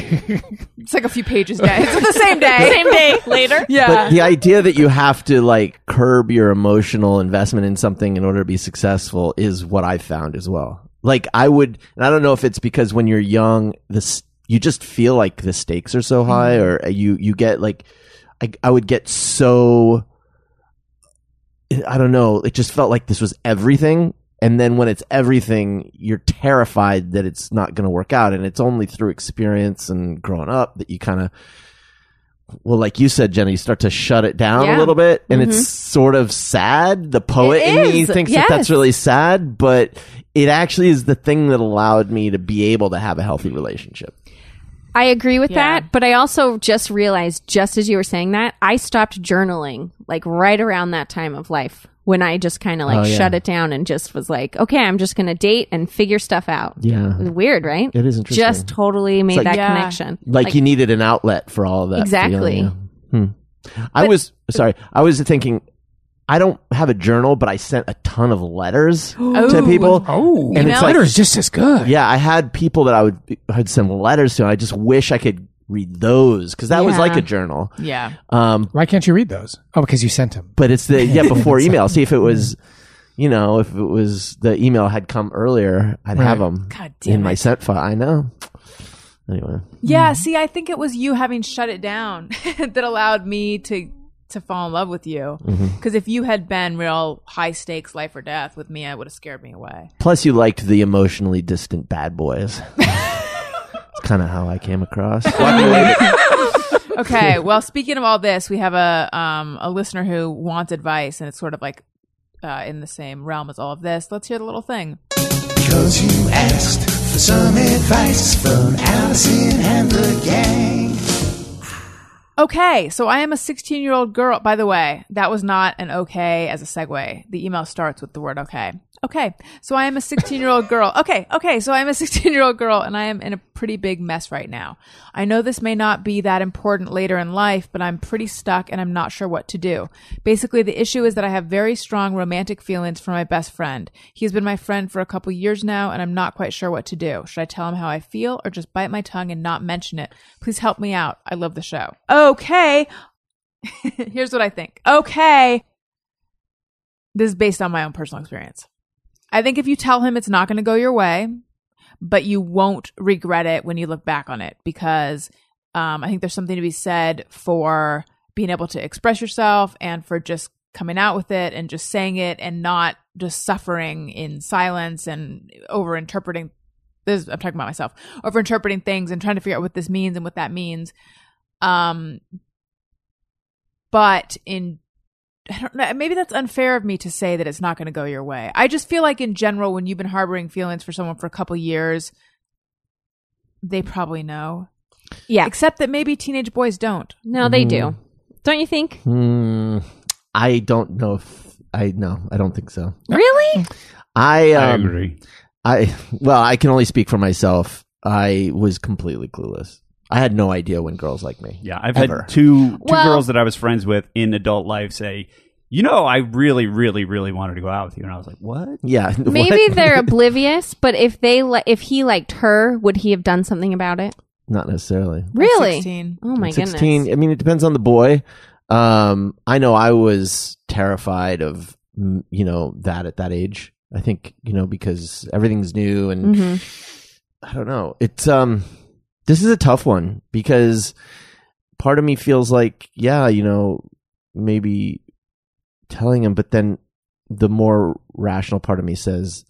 C: It's like a few pages down. It's the same day.
E: Same day later.
C: yeah.
A: But the idea that you have to like curb your emotional investment in something in order to be successful is what I found as well. Like I would, and I don't know if it's because when you're young, this you just feel like the stakes are so high,
E: Mm-hmm.
A: or you you get like, I, I would get so, I don't know, it just felt like this was everything. And then when it's everything, you're terrified that it's not going to work out, and it's only through experience and growing up that you kind of well, like you said, Jenny, you start to shut it down a
E: Yeah. Mm-hmm.
A: little bit, and it's sort of sad. The poet
E: It
A: in me
E: is,
A: thinks that that's
E: yes.
A: really sad, but it actually is the thing that allowed me to be able to have a healthy relationship.
E: I agree with
C: Yeah.
E: that, but I also just realized, just as you were saying that, I stopped journaling like right around that time of life when I just kind of like
A: Oh, yeah.
E: shut it down and just was like, okay, I'm just going to date and figure stuff out.
A: Yeah.
E: Weird, right?
A: It is interesting.
E: Just totally made
A: like-
E: that
C: Yeah.
E: connection.
A: like, you needed an outlet for all of that.
E: Exactly.
A: feeling, yeah. Hmm. I was sorry. I was thinking. I don't have a journal, but I sent a ton of letters to
C: Ooh.
A: people.
D: Oh,
A: And
D: and
A: it's
D: it's
A: like-
D: is just as good.
A: Yeah, I had people that I would I'd send letters to. And I just wish I could read those because that was
E: Yeah.
A: like a journal.
C: Yeah.
A: Um,
D: Why can't you read those? Oh, because you sent them.
A: but it's the yeah before email. See if it was, you know, if it was the email had come earlier, I'd have
D: Right.
A: them
C: God damn
A: in my
C: it.
A: sent file. I know. Anyway,
C: Yeah,
E: Mm-hmm.
C: see, I think it was you having shut it down that allowed me to to fall in love with you.
E: Mm-hmm.
C: Because if you had been real high stakes, life or death with me, I would have scared me away.
A: plus you liked the emotionally distant bad boys. It's kind of how I came across.
C: Okay. well, speaking of all this, we have a um a listener who wants advice, and it's sort of like uh, in the same realm as all of this. Let's hear the little thing.
B: Because you asked for some advice from Allison and the gang.
C: Okay, so I am a 16 year old girl. By the way, that was not an okay as a segue. The email starts with the word okay. Okay, so I am a 16 year old girl. Okay, okay, so I am a 16 year old girl and I am in a pretty big mess right now. I know this may not be that important later in life, but I'm pretty stuck and I'm not sure what to do. Basically, the issue is that I have very strong romantic feelings for my best friend. He has been my friend for a couple years now and I'm not quite sure what to do. Should I tell him how I feel or just bite my tongue and not mention it? Please help me out. I love the show. Okay. Here's what I think. Okay. This is based on my own personal experience. I think if you tell him it's not going to go your way, but you won't regret it when you look back on it because um, I think there's something to be said for being able to express yourself and for just coming out with it and just saying it and not just suffering in silence and over interpreting this I'm talking about myself over interpreting things and trying to figure out what this means and what that means um but in I don't know. Maybe that's unfair of me to say that it's not going to go your way. I just feel like, in general, when you've been harboring feelings for someone for a couple years, they probably know.
E: Yeah.
C: Except that maybe teenage boys don't.
E: No, they
A: Mm-hmm.
E: do. Don't you think?
A: Hmm. I don't know if I no. I don't think so.
E: Really?
A: I
F: I
A: um,
F: agree.
A: I well, I can only speak for myself. I was completely clueless. I had no idea when girls like me.
F: Yeah, I've
A: Ever.
F: had two two
E: Well-
F: girls that I was friends with in adult life say, "You know, I really, really, really wanted to go out with you," and I was like, "What?"
A: Yeah.
E: Maybe
A: what?
E: they're oblivious, but if they li- if he liked her, would he have done something about it?
A: not necessarily.
C: At
E: Really?
C: 16.
E: Oh my
A: At 16,
E: goodness.
A: I mean, it depends on the boy. Um, I know I was terrified of, mm, you know, that at that age. I think, you know, because everything's new and
E: Mhm.
A: I don't know. It's, um, this is a tough one because part of me feels like, yeah, you know, maybe telling him, but then the more rational part of me says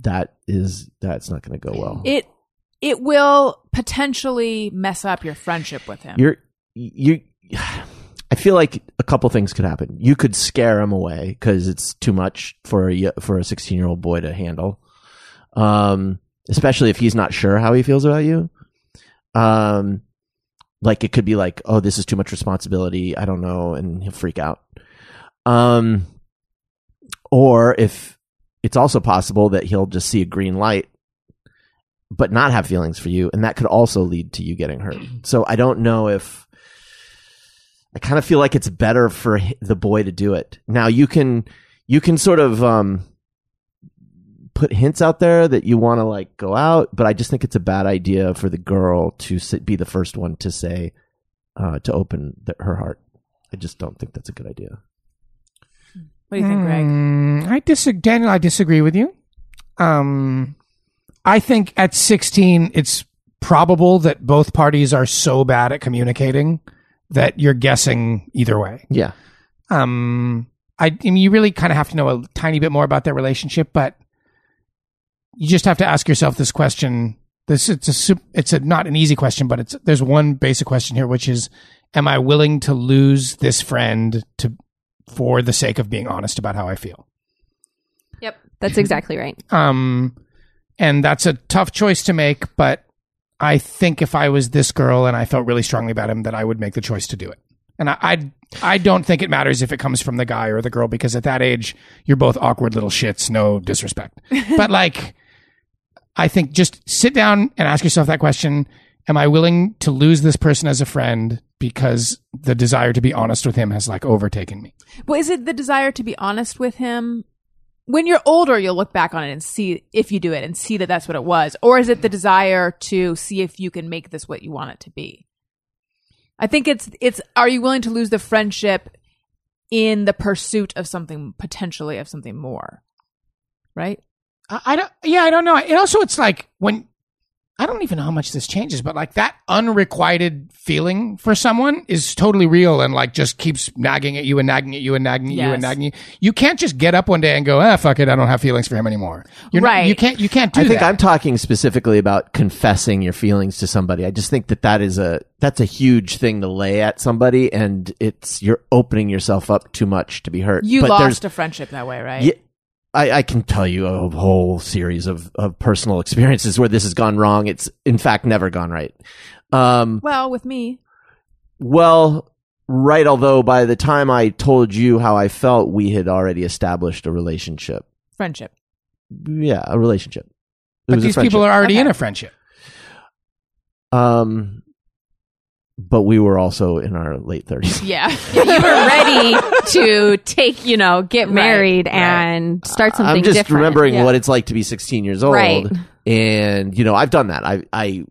A: that is, that's not going to go well.
C: It it will potentially mess up your friendship with him.
A: you're you i feel like a couple things could happen you could scare him away because it's too much for a y- for a 16 year old boy to handle um especially if he's not sure how he feels about you um like it could be like oh this is too much responsibility i don't know and he'll freak out um or if it's also possible that he'll just see a green light but not have feelings for you and that could also lead to you getting hurt so i don't know if i kind of feel like it's better for h- the boy to do it now you can you can sort of um put hints out there that you want to like go out but i just think it's a bad idea for the girl to sit, be the first one to say uh to open the, her heart i just don't think that's a good idea
C: What do you think,
E: Hmm.
C: Greg?
D: Mm, I disagree, Daniel. I disagree with you. Um, I think at 16, it's probable that both parties are so bad at communicating that you're guessing either way.
A: yeah
D: Um, I, I mean, you really kind of have to know a tiny bit more about their relationship, but you just have to ask yourself this question. This it's a sup- it's a not an easy question, but it's there's one basic question here, which is: am I willing to lose this friend to for the sake of being honest about how I feel?
E: Yep. That's exactly right.
D: Um, and that's a tough choice to make, but I think if I was this girl and I felt really strongly about him, that I would make the choice to do it. And I, I, I don't think it matters if it comes from the guy or the girl because at that age, you're both awkward little shits. No disrespect, but like, I think just sit down and ask yourself that question: Am I willing to lose this person as a friend because the desire to be honest with him has like overtaken me?
C: Well, is it the desire to be honest with him? When you're older, you'll look back on it and see if you do it and see that that's what it was. Or is it the desire to see if you can make this what you want it to be? I think it's it's are you willing to lose the friendship in the pursuit of something potentially of something more? Right?
D: I, I don't. Yeah, I don't know. And also, it's like when I don't even know how much this changes, but like that unrequited feeling for someone is totally real and like just keeps nagging at you and nagging at you and nagging at you
C: Yes.
D: and nagging at you. You can't just get up one day and go, ah, fuck it, I don't have feelings for him anymore. You're not-
C: Right.
D: you can't. You can't do
A: I think
D: that.
A: I'm talking specifically about confessing your feelings to somebody. I just think that that is a that's a huge thing to lay at somebody, and it's you're opening yourself up too much to be hurt.
C: You
A: but
C: lost
A: there's-
C: a friendship that way, right?
A: Yeah, I, I can tell you a whole series of, of personal experiences where this has gone wrong. It's in fact never gone right. Um,
C: Well, with me,
A: well, right. Although by the time I told you how I felt, we had already established a relationship.
C: friendship.
A: Yeah, a relationship. It
D: but
A: was a
D: these people
A: friendship.
D: are already
C: Okay.
D: in a friendship.
A: Um, but we were also in our late thirties.
C: Yeah.
E: You were ready to take, you know, get married and start something
A: I'm just
E: different.
A: remembering
E: Yeah.
A: what it's like to be 16 years old.
E: Right.
A: And you know, I've done that. I, I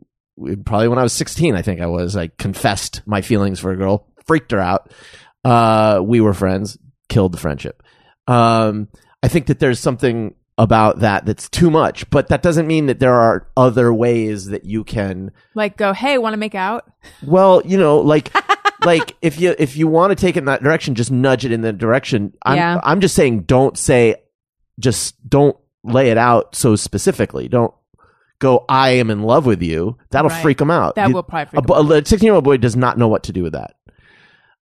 A: probably when I was 16, I think I was. I confessed my feelings for a girl, freaked her out. Uh, we were friends, killed the friendship. Um, I think that there's something about that that's too much, but that doesn't mean that there are other ways that you can
C: like go, "Hey, want to make out?"
A: Well, you know, like like if you if you want to take it in that direction, just nudge it in that direction. I'm
E: Yeah.
A: I'm just saying don't say just don't lay it out so specifically. Don't go I am in love with you. That'll
C: Right.
A: freak them out.
C: That
A: You-
C: will probably
E: Uh,
C: freak
A: a,
C: them out.
A: bo- a 16-year-old boy does not know what to do with that.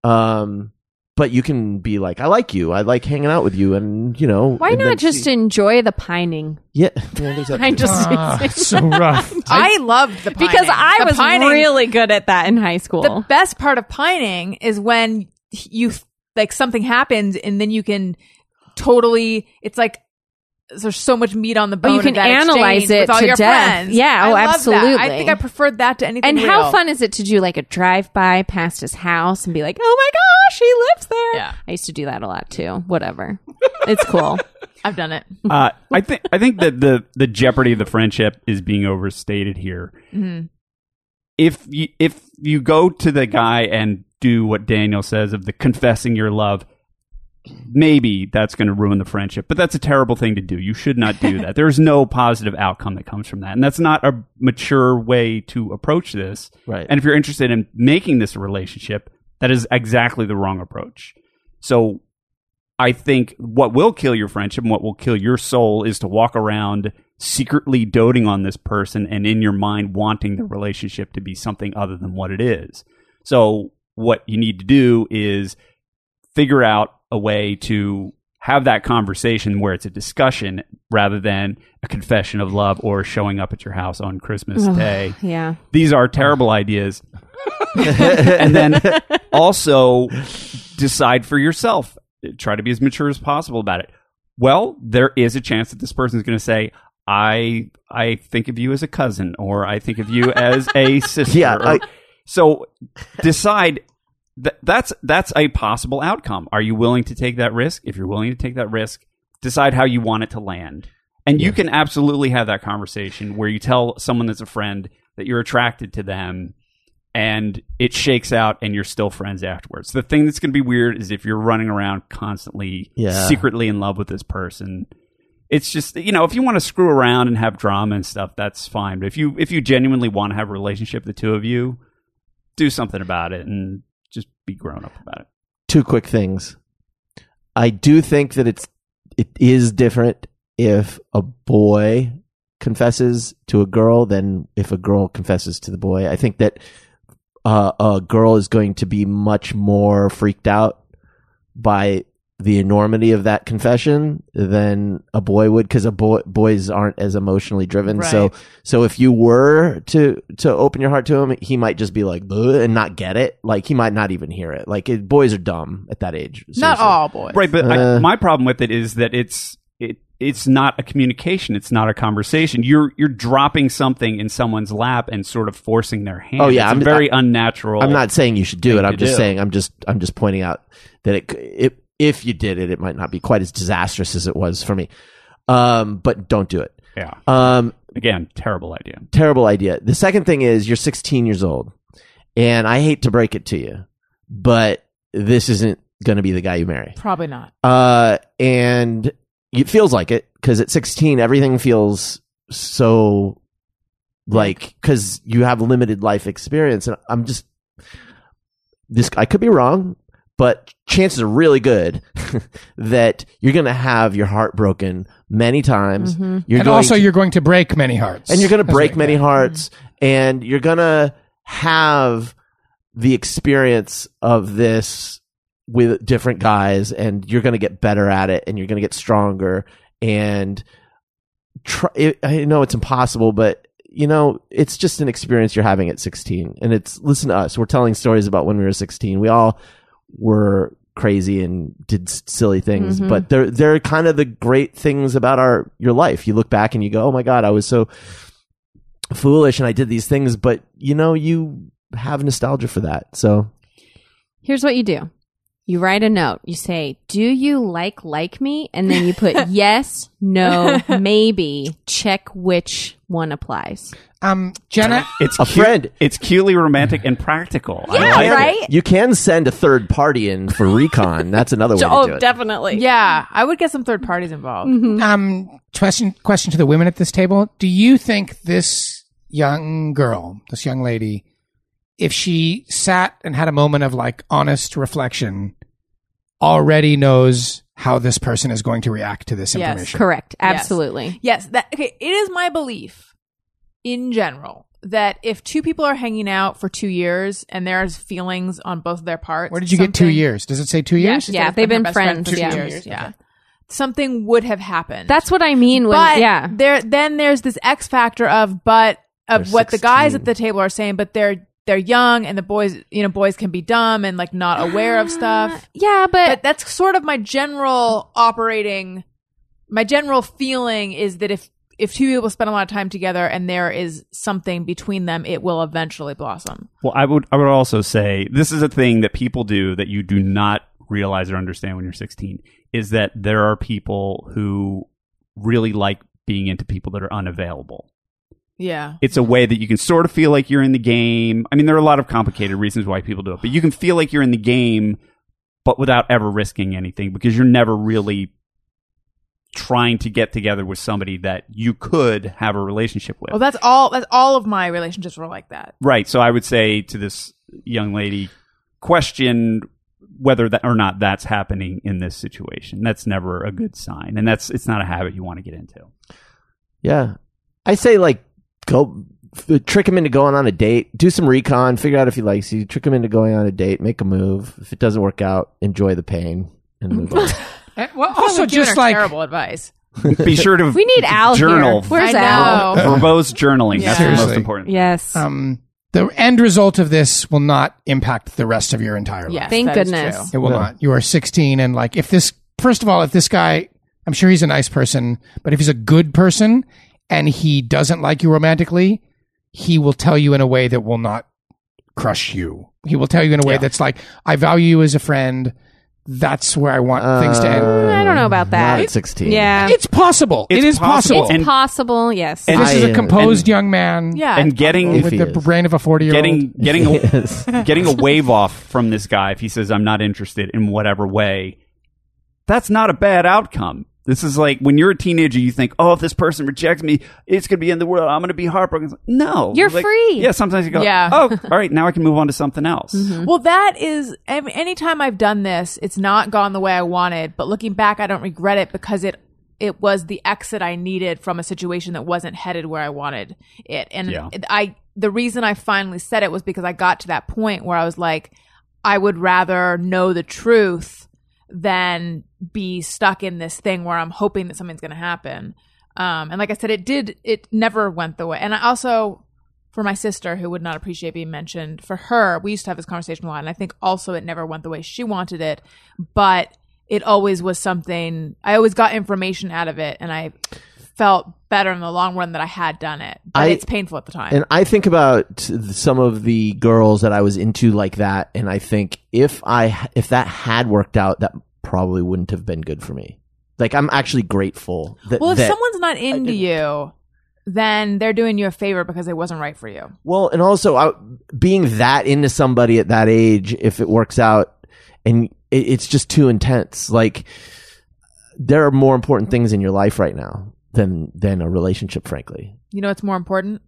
A: Um but you can be like I like you. I like hanging out with you and you know
E: Why
A: and then
E: not just
A: see-
E: enjoy the pining?
A: Yeah. yeah, there's that
E: I
A: too.
E: just
D: Ah, it's so rough.
E: uh,
C: I, loved the pining.
E: because I
C: The
E: was
C: pining-
E: really good at that in high school.
C: the best part of pining is when you like something happens and then you can totally. It's like there's so much meat on the bone.
E: Oh, you
C: of
E: can
C: that exchange
E: analyze it
C: with all
E: to
C: your
E: death.
C: friends.
E: Yeah,
C: I
E: oh,
C: love that. I
E: absolutely.
C: think I preferred that to anything.
E: and how
C: real.
E: fun is it to do like a drive by past his house and be like, oh my gosh, he lives there?
C: Yeah.
E: I used to do that a lot too. Whatever. It's cool.
C: I've done it.
F: Uh, I think I think that the the jeopardy of the friendship is being overstated here. If you if you go to the guy and do what Daniel says of the confessing your love, maybe that's going to ruin the friendship. But that's a terrible thing to do. You should not do that. There's no positive outcome that comes from that, and that's not a mature way to approach this.
A: Right.
F: And if you're interested in making this a relationship, that is exactly the wrong approach. So I think what will kill your friendship and what will kill your soul is to walk around secretly doting on this person and in your mind wanting the relationship to be something other than what it is. So what you need to do is figure out a way to have that conversation where it's a discussion rather than a confession of love or showing up at your house on Christmas Day
E: yeah.
F: these are terrible ideas. and then also decide for yourself. Try to be as mature as possible about it. Well, there is a chance that this person is going to say, "I I think of you as a cousin," or "I think of you as a sister."
A: Yeah,
F: or-
A: I-
F: so decide. That, that's that's a possible outcome. Are you willing to take that risk? If you're willing to take that risk, decide how you want it to land. And you can absolutely have that conversation where you tell someone that's a friend that you're attracted to them and it shakes out and you're still friends afterwards. The thing that's going to be weird is if you're running around constantly
A: Yeah.
F: secretly in love with this person. It's just, you know, if you want to screw around and have drama and stuff, that's fine. But if you if you genuinely want to have a relationship the two of you, do something about it and just be grown up about it.
A: two quick things. I do think that it's it is different if a boy confesses to a girl than if a girl confesses to the boy. I think that uh, a girl is going to be much more freaked out by the enormity of that confession than a boy would because a boy boys aren't as emotionally driven so
C: Right.
A: so if you were to to open your heart to him he might just be like "Ugh," and not get it like he might not even hear it like it, boys are dumb at that age
C: Not
A: seriously.
C: all boys.
F: Right, but I,
A: Uh,
F: my problem with it is that it's it it's not a communication. It's not a conversation. You're you're dropping something in someone's lap and sort of forcing their hand.
A: Oh, yeah, I'm-
F: it's a very unnatural.
A: I'm not saying you should do it. I'm
F: to
A: just
F: do.
A: saying I'm just I'm just pointing out that it, c- it if you did it, it might not be quite as disastrous as it was for me. Um, but don't do it.
F: Yeah,
A: Um,
F: again, terrible idea.
A: terrible idea. The second thing is you're 16 years old, and I hate to break it to you, but this isn't going to be the guy you marry.
C: Probably not.
A: Uh, and it feels like it because at 16, everything feels so like because you have limited life experience. And I'm just this, I could be wrong, but chances are really good that you're going to have your heart broken many times.
E: Mm-hmm.
A: You're
D: Mm-hmm. and
A: going
D: also,
A: to-
D: you're going to break many hearts.
A: and you're going to
D: That's
A: break
D: right,
A: many
D: yeah. Mm-hmm.
A: hearts and you're going to have the experience of this with different guys and you're going to get better at it and you're going to get stronger and try it, I know it's impossible but you know it's just an experience you're having at 16 and it's listen to us we're telling stories about when we were 16 we all were crazy and did s- silly things
E: Mm-hmm.
A: but they're they're kind of the great things about our your life you look back and you go oh my god i was so foolish and i did these things but you know you have nostalgia for that so
E: Here's what you do. You write a note. You say, "Do you like like me?" and then you put yes, no, maybe. Check which one applies.
D: Um, Jenna,
F: It's
A: A
F: cute-
A: friend.
F: It's cutely romantic and practical. I
E: Yeah,
F: like it.
E: right?
A: you can send a third party in for recon that's another way
E: oh,
A: to do it
E: definitely.
C: Yeah, I would get some third parties involved.
D: um, question question to the women at this table: Do you think this young girl, this young lady, if she sat and had a moment of like honest reflection, already knows how this person is going to react to this
C: Yes,
D: information?
E: Correct.
C: Yes.
E: Absolutely.
C: Yes, that okay, it is my belief in general that if two people are hanging out for 2 years and there's feelings on both of their parts
D: Where did you get two
C: something-
D: years? Does it say two
C: Yeah,
D: years?
C: she
E: Yeah,
C: said it's
E: they've
C: her
E: been
C: best friend
E: friends,
C: for
E: yeah.
C: two years. Yeah. Something would have happened.
E: That's what I mean when
C: but
E: yeah.
C: there then there's this X factor of but of
A: They're
C: what the guys
A: 16.
C: at the table are saying, but they're they're young and the boys you know, boys can be dumb and like not aware of stuff.
E: Yeah,
C: But
E: but,
C: that's sort of my general operating my general feeling is that if if two people spend a lot of time together and there is something between them, it will eventually blossom.
F: Well, I would I would also say this is a thing that people do that you do not realize or understand when you're 16 is that there are people who really like being into people that are unavailable.
C: Yeah.
F: It's a way that you can sort of feel like you're in the game. I mean, there are a lot of complicated reasons why people do it, but you can feel like you're in the game but without ever risking anything because you're never really trying to get together with somebody that you could have a relationship with.
C: Well, that's all. That's all of my relationships were like that.
F: Right. So I would say to this young lady, question whether that or not that's happening in this situation. That's never a good sign, and that's it's not a habit you want to get into.
A: Yeah. I say like go f- trick him into going on a date, do some recon, figure out if he likes you, trick him into going on a date, make a move. If it doesn't work out, enjoy the pain and move on.
D: Uh, Well, also
C: Women
D: just
C: are
D: like
C: terrible advice.
F: Be sure to
E: we need Al
F: journal.
E: here. Where's
C: I
E: Al?
D: Oh.
C: know.
F: verbose journaling. That's the most
D: Seriously.
F: important.
E: Yes.
D: um, the end result of this will not impact the rest of your entire life.
C: Yes,
E: Thank
C: that is
E: goodness.
C: true.
D: It will not. You are 16, and like, if this, first of all, if this guy, I'm sure he's a nice person, but if he's a good person and he doesn't like you romantically, he will tell you in a way that will not crush you. He will tell you in a way that's like, I value you as a friend. That's where I want
C: Uh,
D: things to end.
E: I don't know about that.
A: Uh, Not at 16.
E: Yeah.
D: It's possible. It's
F: It's
D: possible.
F: possible.
E: It's
F: And-
E: possible. Yes.
F: and-
D: this is
A: I,
D: a
A: uh,
D: composed
F: and-
D: young man
C: Yeah,
F: And getting
A: If
D: with
A: he
D: the
A: is.
D: brain of a 40 year
F: getting
D: old.
F: getting a,
A: Yes.
F: getting a wave off from this guy if he says I'm not interested in whatever way. That's not a bad outcome. This is like when you're a teenager, you think, "Oh, if this person rejects me, it's gonna be in the world. I'm gonna be heartbroken." It's like, no,
E: You're
F: Like,
E: free.
F: Yeah, sometimes you go,
C: Yeah.
F: "Oh, all right, now I can move on to something else."
E: Mm-hmm.
C: Well, that is. I mean, anytime I've done this, it's not gone the way I wanted. But looking back, I don't regret it because it it was the exit I needed from a situation that wasn't headed where I wanted it. And
F: Yeah.
C: I the reason I finally said it was because I got to that point where I was like, I would rather know the truth than be stuck in this thing where I'm hoping that something's going to happen. Um, and like I said, it did. It never went the way. And I also, for my sister who would not appreciate being mentioned, for her, we used to have this conversation a lot, and I think also it never went the way she wanted it, but it always was something. I always got information out of it, and I felt better in the long run that I had done it. But
A: I-
C: it's painful at the time.
A: And I think about some of the girls that I was into like that, and I think if I if that had worked out, that probably wouldn't have been good for me. Like I'm actually grateful that.
C: well, if
A: that-
C: someone's not into you, then they're doing you a favor because it wasn't right for you.
A: well, and also I, being that into somebody at that age, if it works out, and it, it's just too intense. Like there are more important things in your life right now than than a relationship, frankly.
C: You know what's more important?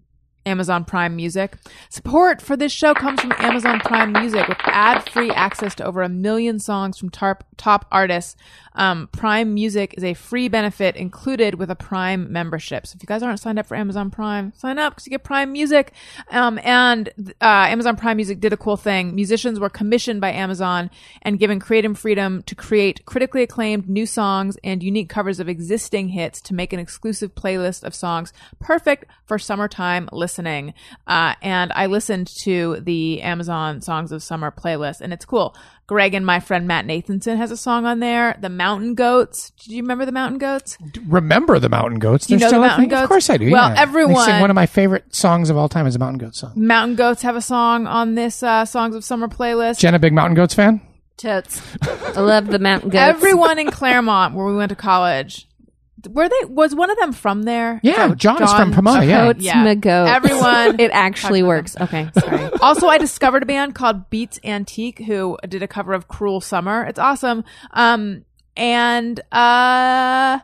C: Amazon Prime Music. Support for this show comes from Amazon Prime Music with ad free access to over a million songs from tarp, top artists. Um, Prime Music is a free benefit included with a Prime membership. So if you guys aren't signed up for Amazon Prime, sign up because you get Prime Music. Um, and uh, Amazon Prime Music did a cool thing. Musicians were commissioned by Amazon and given creative freedom to create critically acclaimed new songs and unique covers of existing hits to make an exclusive playlist of songs perfect for summertime listening. Uh, and I listened to the Amazon Songs of Summer playlist, and it's cool. Greg and my friend Matt Nathanson has a song on there, The Mountain Goats. Do you remember The Mountain Goats?
D: Remember the Mountain Goats?
C: You know
D: They're
C: the
D: still a
C: Mountain
D: thing?
C: Goats?
D: Of course I do.
C: Well,
D: yeah. They sing
C: everyone-
D: one of my favorite songs of all time is a Mountain Goats song.
C: Mountain Goats have a song on this uh, Songs of Summer playlist.
D: Jen, a big Mountain Goats fan?
E: Totes. I love the mountain goats.
C: Everyone in Claremont where we went to college. Were they was one of them from there?
D: Yeah,
C: Oh,
D: John is from Pomona, yeah.
E: Totes
C: Yeah.
E: my goats.
C: Everyone-
E: It actually works. Okay, sorry.
C: also, I discovered a band called Beats Antique who did a cover of "Cruel Summer." It's awesome. Um, and uh,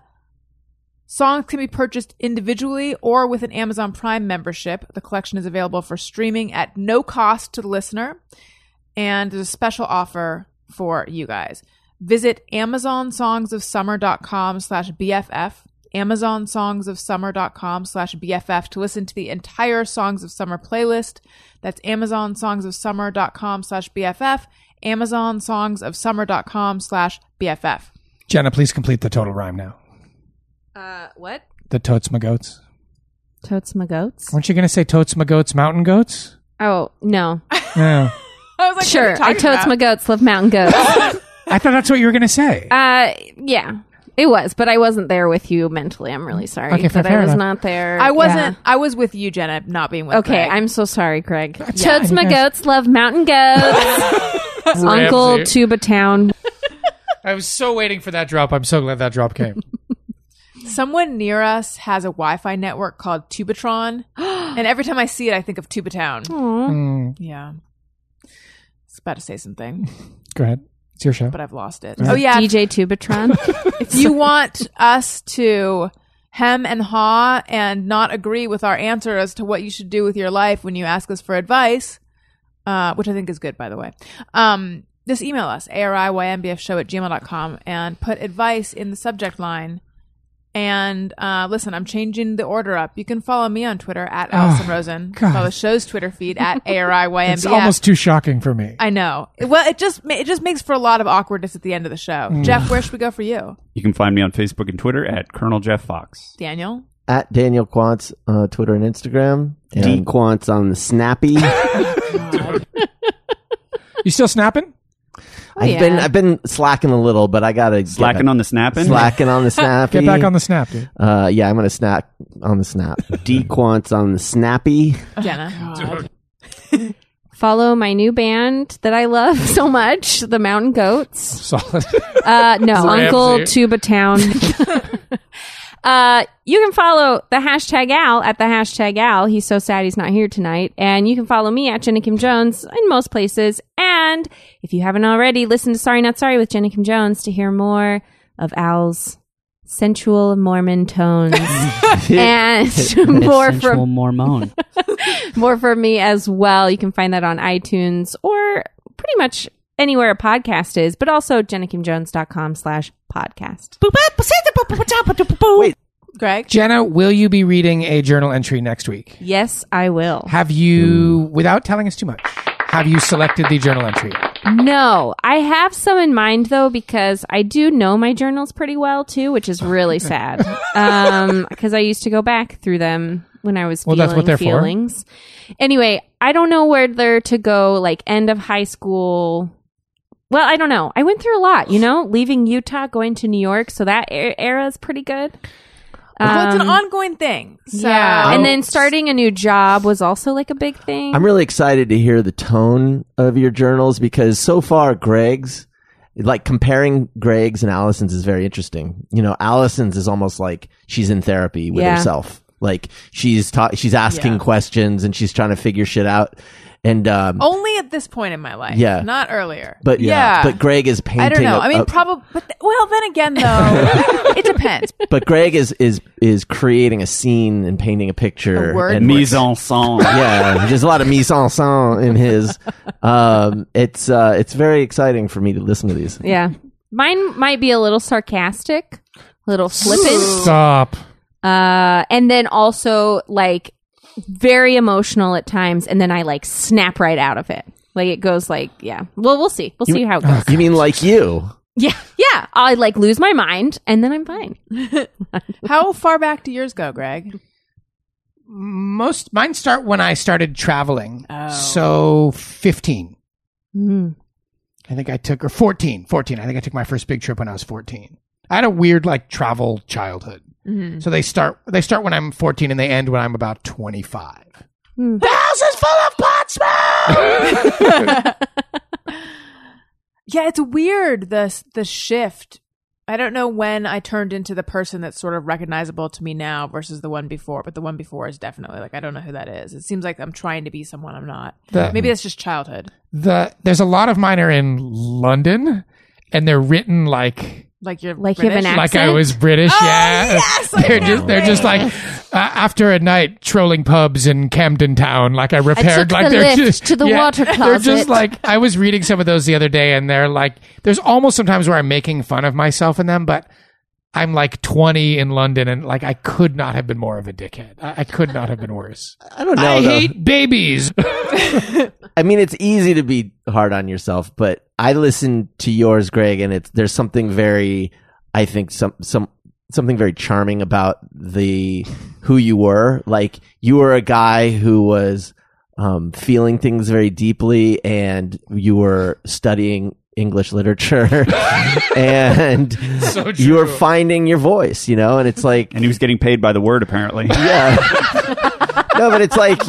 C: songs can be purchased individually or with an Amazon Prime membership. The collection is available for streaming at no cost to the listener, and there's a special offer for you guys. Visit AmazonSongsOfSummer.com slash BFF, AmazonSongsOfSummer.com slash BFF to listen to the entire Songs of Summer playlist. That's AmazonSongsOfSummer.com slash BFF, AmazonSongsOfSummer.com slash BFF.
D: Jenna, please complete the total rhyme now.
E: Uh, what?
D: The Totes My Goats.
E: Totes my goats.
D: Weren't you going to say Totes My Goats, Mountain Goats?
E: Oh no.
D: No.
C: I was like, what are
E: sure.
C: you
E: I
C: talking
E: totes
C: about?
E: my goats. Love mountain goats.
D: I thought that's what you were going to say.
E: uh, yeah. It was, but I wasn't there with you mentally. I'm really sorry
D: Okay, fair-
E: that
D: fair
E: I was
D: enough.
E: not there.
C: I wasn't.
E: Yeah.
C: I was with you, Jenna, not being with.
E: Okay,
C: Greg.
E: I'm so sorry, Craig.
D: Yeah.
E: Totes my goats love mountain goats. Uncle
D: Ramsey.
E: Tuba Town.
D: I was so waiting for that drop. I'm so glad that drop came.
C: Someone near us has a Wi-Fi network called Tubatron, and every time I see it, I think of Tubatown.
D: Mm,
C: Yeah, I was about to say something,
D: go ahead. It's your show.
C: but I've lost
D: Uh-huh.
C: it. Oh yeah,
E: DJ Tubatron.
C: if you want us to hem and haw and not agree with our answer as to what you should do with your life when you ask us for advice, uh, which I think is good, by the way, um, just email us, ariynbfshow at gmail.com, and put advice in the subject line. And uh, listen, I'm changing the order up. You can follow me on Twitter at Allison Rosen. Follow the show's Twitter feed at ARIYMBF.
D: Ah, it's almost too shocking for me.
C: I know. Well, it just ma- it just makes for a lot of awkwardness at the end of the show.
A: Mm.
C: Jeff, where should we go for you?
F: You can find me on Facebook and Twitter at Colonel Jeff Fox.
C: Daniel?
A: At Daniel Quantz, uh, Twitter and Instagram.
F: Yeah.
A: D Quantz on the Snappy.
D: You still snapping?
A: I've
E: yeah.
A: been I've been slacking a little, but I gotta get
F: Slacking
A: back-
F: on the snapping.
A: slacking on the snappy.
D: Get back on the snap, dude.
A: Uh, yeah, I'm gonna snap on the snap. Dequants on the snappy.
E: Oh,
C: Jenna.
E: Follow my new band that I love so much, the Mountain Goats.
D: Solid.
E: Uh, no,
D: Ramsey.
E: Uncle Tuba Town. uh, you can follow the hashtag Al at the hashtag Al. He's so sad he's not here tonight. And you can follow me at Jenna Kim Jones in most places. And if you haven't already, listen to Sorry Not Sorry with Jenna Kim Jones to hear more of Al's sensual Mormon tones and more
G: Sensual
E: from
G: Mormon.
E: more from me as well. You can find that on iTunes or pretty much anywhere a podcast is, but also jennakimjones.com slash podcast.
A: Wait,
C: Greg?
D: Jenna, will you be reading a journal entry next week?
E: Yes, I will.
D: Have you, without telling us too much, have you selected the journal entry?
E: No, I have some in mind though because I do know my journals pretty well too, which is really sad. Um, because I used to go back through them when I was
D: Well,
E: feeling
D: that's what they're for.
E: feelings. Anyway, I don't know whether to go like end of high school. Well, I don't know. I went through a lot, you know, leaving Utah, going to New York, so that e- era is pretty good.
C: well, it's an
E: Um,
C: ongoing thing. So.
E: yeah, and then starting a new job was also like a big thing.
A: I'm really excited to hear the tone of your journals because so far, Greg's, like comparing Greg's and Allison's is very interesting. You know, Allison's is almost like she's in therapy with
E: Yeah.
A: herself. Like she's ta- she's asking
C: Yeah.
A: questions and she's trying to figure shit out. And um,
C: only at this point in my life.
A: Yeah.
C: Not earlier.
A: but yeah, but Greg is painting.
C: I don't know.
A: a-
C: I mean,
A: a-
C: probably. But th- well, then again, though, it depends.
A: but Greg is is is creating a scene and painting a picture.
C: A word
A: and
F: Mise en scène.
A: yeah, there's a lot of mise en scène in his. Um, it's uh, it's very exciting for me to listen to these.
E: yeah, mine might be a little sarcastic, a little flippant.
D: Stop.
E: uh, and then also like very emotional at times, and then I like snap right out of it. Like it goes like yeah. Well, we'll see. We'll see how it goes.
A: You mean like you?
E: Yeah, yeah. I like lose my mind, and then I'm fine.
C: How far back do yours go, Greg?
D: Most mine start when I started traveling.
C: Oh.
D: So 15.
E: Mm.
D: I think I took, or 14, 14. I think I took my first big trip when I was 14. I had a weird like travel childhood.
C: Mm-hmm.
D: So they start, they start when I'm 14 and they end when I'm about 25. The house is full of pot smoke!
C: Yeah, it's weird the s- the shift. I don't know when I turned into the person that's sort of recognizable to me now versus the one before, but the one before is definitely like I don't know who that is. It seems like I'm trying to be someone I'm not.
D: The-
C: Maybe that's just childhood,
D: the, there's a lot of mine are in London and they're written like,
C: like you're
E: Like Oh, you have an
C: British? Oh,
E: act-
D: like I was British, yeah.
C: yes, I
D: they're
C: can't
D: just they're just like uh, after a night trolling pubs in Camden Town. Like I repaired,
E: took
D: like
E: the
D: they're
E: lift
D: just
E: to the water
D: They're just
E: closet.
D: like I was reading some of those the other day, and they're like, there's almost sometimes where I'm making fun of myself in them, but I'm like 20 in London, and like I could not have been more of a dickhead. I, I could not have been worse.
A: I don't know.
D: I
A: though.
D: hate babies.
A: I mean, it's easy to be hard on yourself, but I listened to yours, Greg, and it's there's something very, I think some some something very charming about the who you were. Like you were a guy who was um, feeling things very deeply, and you were studying English literature, and
D: So
A: you were
D: true.
A: finding your voice, you know. And it's like
F: And he was getting paid by the word, apparently.
A: yeah. no, but it's like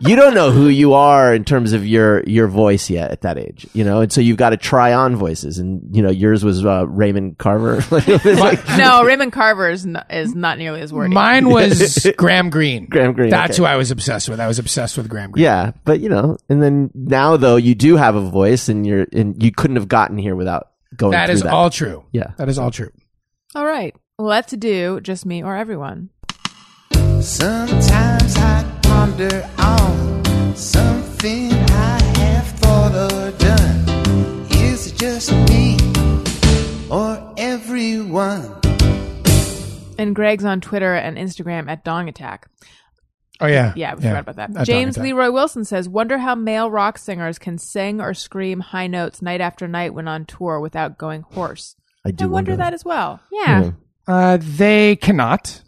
A: you don't know who you are in terms of your your voice yet at that age, you know, and so you've got to try on voices, and you know, yours was uh, Raymond Carver. Like, it was like-
C: no, Raymond Carver is not, is not nearly as wordy.
D: Mine was Graham Greene.
A: Graham Greene,
D: That's
A: okay.
D: who I was obsessed with. I was obsessed with Graham Greene.
A: yeah, but you know, and then now though you do have a voice, and you're and you couldn't have gotten here without going.
D: that
A: through
D: is
A: that.
D: all true.
A: Yeah.
D: that is all true.
C: All right, let's do just me or everyone.
B: Sometimes I ponder on something I have thought or done. Is it just me or everyone?
C: And Greg's on Twitter and Instagram at Dong Attack.
D: Oh yeah,
C: Yeah, we forgot about
D: I
C: that. James
D: don't-
C: Leroy Wilson says, "Wonder how male rock singers can sing or scream high notes night after night when on tour without going hoarse."
A: I do
C: I wonder that as well.
E: Yeah,
D: Uh, they cannot.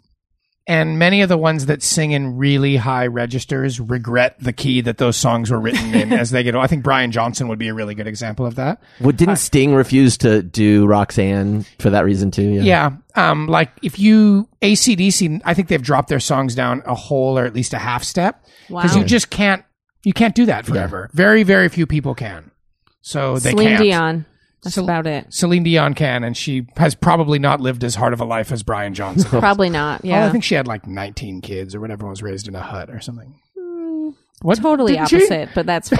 D: And many of the ones that sing in really high registers regret the key that those songs were written in as they get older. I think Brian Johnson would be a really good example of that.
A: Well, didn't Sting refuse to do Roxanne for that reason too? Yeah.
D: Yeah. Um, like if you ACDC, I think they've dropped their songs down a whole or at least a half step because
E: Wow.
D: you just can't, you can't do that forever. Very, very few people can. So they
E: Celine
D: can't.
E: Dion. That's
D: Cel-
E: about it.
D: Celine Dion can, and she has probably not lived as hard of a life as Brian Johnson.
E: Probably not.
D: Oh, I
E: Yeah,
D: think she had like 19 kids or whatever was raised in a hut or something. What?
E: Hmm. totally
D: Didn't she-
E: opposite. But that's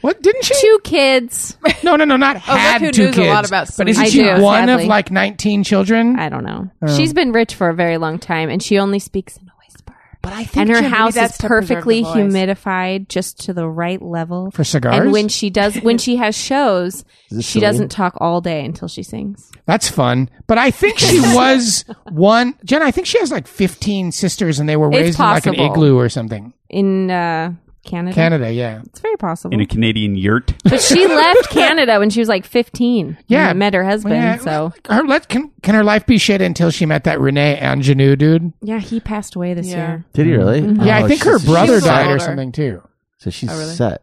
D: What? Didn't she?
E: two kids.
D: No, no, no, not had
C: who
D: two
C: knows a
D: kids.
C: lot about
D: but
C: Celine
D: isn't
E: Dion.
D: she
E: I do,
D: one
E: sadly.
D: of like 19 children?
E: I don't know. She's been rich for a very long time, and she only speaks in a whisper.
C: But I think
E: and her
C: Jim Reed,
E: house is
C: that's to preserve the
E: perfectly
C: voice.
E: humidified just to the right level
D: for cigars.
E: And when she does, when she has shows,
A: Is this
E: she
A: Celine?
E: doesn't talk all day until she sings.
D: That's fun. But I think she was one. Jen, I think she has like 15 sisters and they were
E: It's
D: raised in like an
E: possible.
D: igloo or something.
E: In uh, Canada.
D: Canada, yeah.
E: It's very possible.
F: in a Canadian yurt.
E: but she left Canada when she was like 15.
D: Yeah.
E: And met her husband.
D: Yeah,
E: so,
D: Her, let, can, can her life be shit until she met that Renee Angenou dude?
E: yeah, he passed away this
C: Yeah.
E: year.
A: Did
C: Mm-hmm.
A: he really?
D: Yeah,
A: Oh,
D: I think
A: she's-
D: her
A: she's
D: brother
A: set.
D: died or
C: older.
D: something too.
A: So she's
C: Oh, really?
A: set.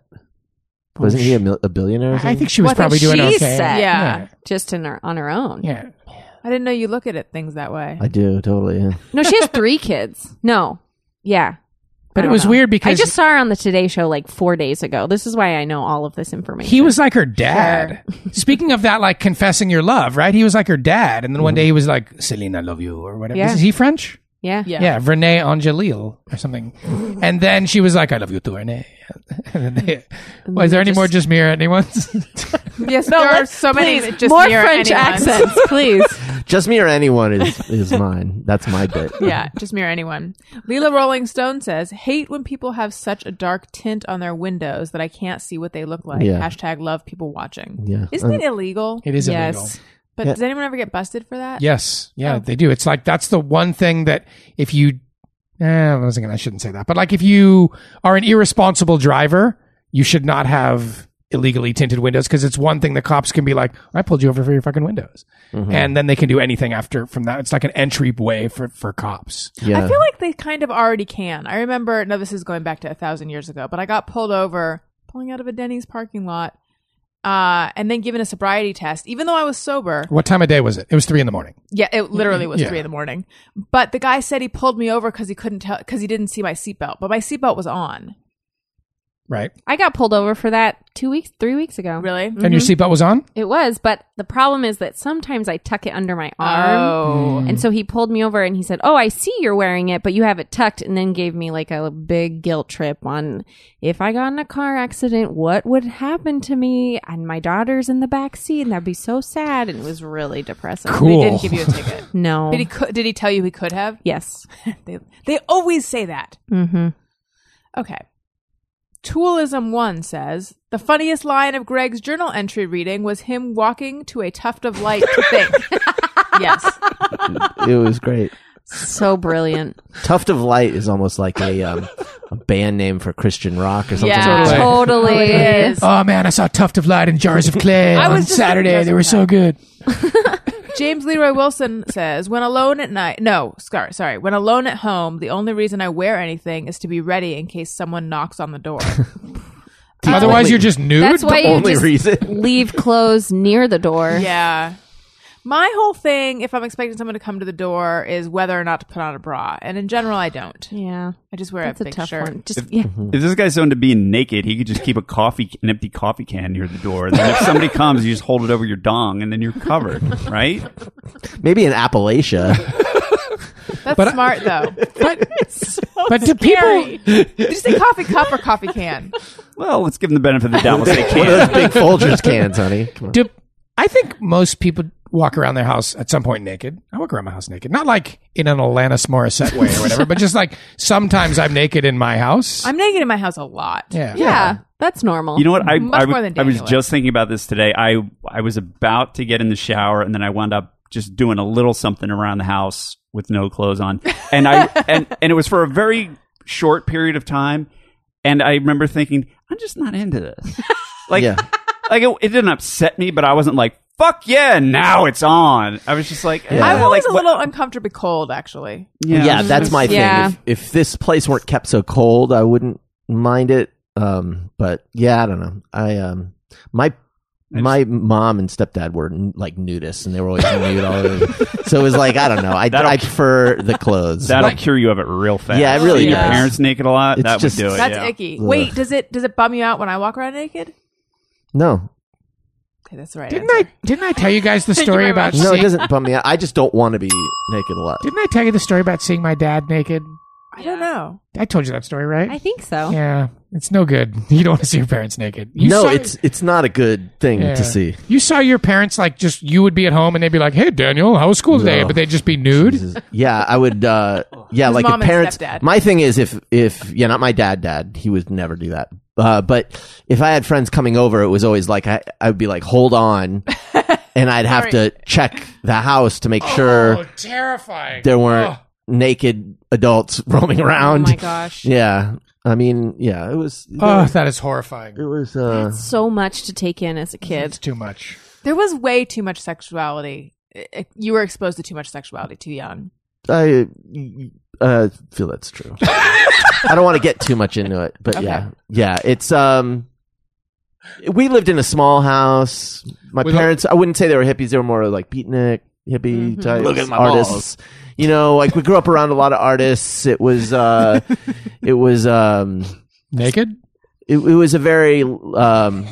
A: Wasn't he a, mil- a billionaire? or
D: I
A: something?
D: think she was
E: Well, I
D: probably
E: think
D: doing
E: she's
D: okay.
E: set.
D: Yeah.
C: Yeah.
E: Just in her, on her own.
D: Yeah.
C: I didn't know you look at it things that way.
A: I do totally. Yeah.
E: No, she has three kids. No. Yeah.
D: But it
E: I don't
D: was
E: know.
D: weird because
E: I just saw her on the Today Show like four days ago. This is why I know all of this information.
D: he was like her dad. Speaking of that, like confessing your love, right? He was like her dad. And then one day he was like, Celine, I love you, or whatever.
E: Yeah.
D: Is he French?
E: yeah.
C: Yeah.
D: Yeah, Renee Angelil or something. and then she was like, I love you too, Renee. and then they, was there any more just me or anyone's?
C: Yes, there are so many.
E: Please,
C: that Just
E: more
C: mirror
E: French
C: anyone's.
E: accents, please.
A: Just me or anyone is is mine. That's my bit.
C: yeah, just mirror anyone. Leela Rolling Stone says, "Hate when people have such a dark tint on their windows that I can't see what they look like."
A: Yeah.
C: Hashtag love people watching.
A: Yeah. Um,
C: Isn't it illegal?
D: it is
E: yes.
D: illegal.
C: But
A: Yeah.
C: does anyone ever get busted for that?
D: Yes. Yeah, they do. It's like that's the one thing that if you eh, I wasn't gonna I shouldn't say that. But like if you are an irresponsible driver, you should not have illegally tinted windows because it's one thing the cops can be like, I pulled you over for your fucking windows.
A: mm-hmm.
E: Hmm.
D: And then they can do anything after from that. It's like an entry way for, for cops.
A: Yeah.
C: I feel like they kind of already can. I remember, no, this is going back to a thousand years ago, but I got pulled over pulling out of a Denny's parking lot uh, and then given a sobriety test, even though I was sober.
D: What time of day was it? It was three in the morning.
C: Yeah, it literally was
D: Yeah.
C: three in the morning. But the guy said he pulled me over because he couldn't tell, because he didn't see my seatbelt, but my seatbelt was on.
D: Right.
E: I got pulled over for that two weeks, three weeks ago.
C: Really?
D: And your seatbelt was on?
E: It was, but the problem is that sometimes I tuck it under my
D: Mm.
E: arm.
C: Oh.
E: And so he pulled me over and he said, Oh, I see you're wearing it, but you have it tucked. And then gave me like a big guilt trip on if I got in a car accident, what would happen to me? And my daughter's in the back seat, and that'd be so sad. And it was really depressing.
D: Cool.
C: They didn't give you a ticket.
E: No.
C: Did he, co- did he tell you he could have?
E: Yes.
C: They, they always say that.
E: Mm-hmm.
C: Okay. Toolism One says the funniest line of Greg's journal entry reading was him walking to a tuft of light to think. yes.
A: it was great.
E: So brilliant.
A: Tuft of Light is almost like a um, a band name for Christian rock or something.
C: Yeah.
A: like that.
E: totally.
C: It is.
D: Oh man, I saw Tuft of Light and Jars of Clay
C: I was
D: on
C: just
D: Saturday.
C: thinking
D: They were so
C: about
D: good.
C: James Leroy Wilson says, "When alone at night, no, sorry, sorry. When alone at home, the only reason I wear anything is to be ready in case someone knocks on the door."
D: Otherwise, you're just nude.
E: That's why you
A: only
E: just
A: reason.
E: leave clothes near the door.
C: yeah. My whole thing, if I'm expecting someone to come to the door, is whether or not to put on a bra, and in general, I don't.
E: Yeah.
C: I just wear
E: That's
C: a
E: a
C: big
E: tough
C: shirt.
E: one. Just yeah.
F: If Mhm. this guy's owned to being naked, he could just keep a coffee, an empty coffee can near the door. And then if somebody comes, you just hold it over your dong, and then you're covered, right?
A: Maybe in Appalachia.
C: That's
D: But I-
C: smart though.
D: But, but do people?
C: Did you say coffee cup or coffee can?
F: Well, let's give them the benefit of the doubt. Let's say
A: One
F: can.
A: of those big Folgers cans, honey. Come on.
D: Do I think most people walk around their house at some point naked? I walk around my house naked, not like in an Alanis Morissette way or whatever, but just like sometimes I'm naked in my house.
C: I'm naked in my house a lot.
D: yeah.
E: Yeah. That's normal.
F: You know what? I,
C: Much
F: I,
C: more
F: was-
C: than
F: I was
C: Daniel is.
F: just thinking about this today. I I was about to get in the shower, and then I wound up just doing a little something around the house with no clothes on, and I and and it was for a very short period of time, and I remember thinking, I'm just not into this. Like,
A: Yeah.
F: like it, it didn't upset me, but I wasn't like, fuck yeah, now it's on. I was just like, eh,
C: I'm always
F: like,
C: a
F: what-
C: little uncomfortably cold, actually.
A: Yeah, that's my thing.
E: Yeah.
A: If, if this place weren't kept so cold, I wouldn't mind it. Um, but yeah, I don't know. I um, my my mom and stepdad were n- like nudists, and they were always nude all over. So it was like I don't know. I,
F: That'll-
A: I prefer the clothes.
F: That'll
A: Like,
F: cure you of it real fast.
A: Yeah, it really
F: Seeing
C: does.
F: your parents naked a lot.
A: It's
F: that
A: just-
F: would do it.
C: That's
F: Oh, yeah.
C: icky.
A: Ugh.
C: Wait, does it does it bum you out when I walk around naked?
A: no,
C: Okay, that's the right.
D: Didn't
C: answer.
D: I didn't I tell you guys the story
C: very
D: about
A: no, it
D: seeing,
A: doesn't bum me out. I just don't want to be naked a lot.
D: didn't I tell you the story about seeing my dad naked?
C: I don't know.
D: I told you that story, right?
E: I think so.
D: yeah, it's no good. You don't want to see your parents naked. You
A: no,
D: saw-
A: it's it's not a good thing
D: Yeah.
A: to see.
D: You saw your parents like just you would be at home and they'd be like, "Hey, Daniel, how was school today?"
A: No.
D: But they'd just be nude.
A: Yeah, I would. uh Yeah,
C: His
A: like if
C: mom and
A: parents.
C: stepdad.
A: My thing is if if yeah, not my dad. Dad, he would never do that. Uh, but if I had friends coming over, it was always like I I would be like, hold on, and I'd have to check the house to make sure
D: Oh, terrifying!
A: there weren't
D: Oh.
A: naked adults roaming around.
E: Oh my gosh.
A: Yeah, I mean, yeah, it was.
D: Oh, that is horrifying.
A: It was. uh
E: So much to take in as a
D: It's
E: kid.
D: too much.
C: There was way too much sexuality. I- I- You were exposed to too much sexuality too young.
A: I uh, feel that's true. I don't want to get too much into it, but yeah, yeah, it's um. We lived in a small house. My
D: With a-
A: parents, I wouldn't say they were hippies. They were more like beatnik hippie
E: Mhm.
A: types, artists. You know, like we grew up around a lot of artists. It was, uh, it was, um,
D: Naked?
A: it, it was a very, um,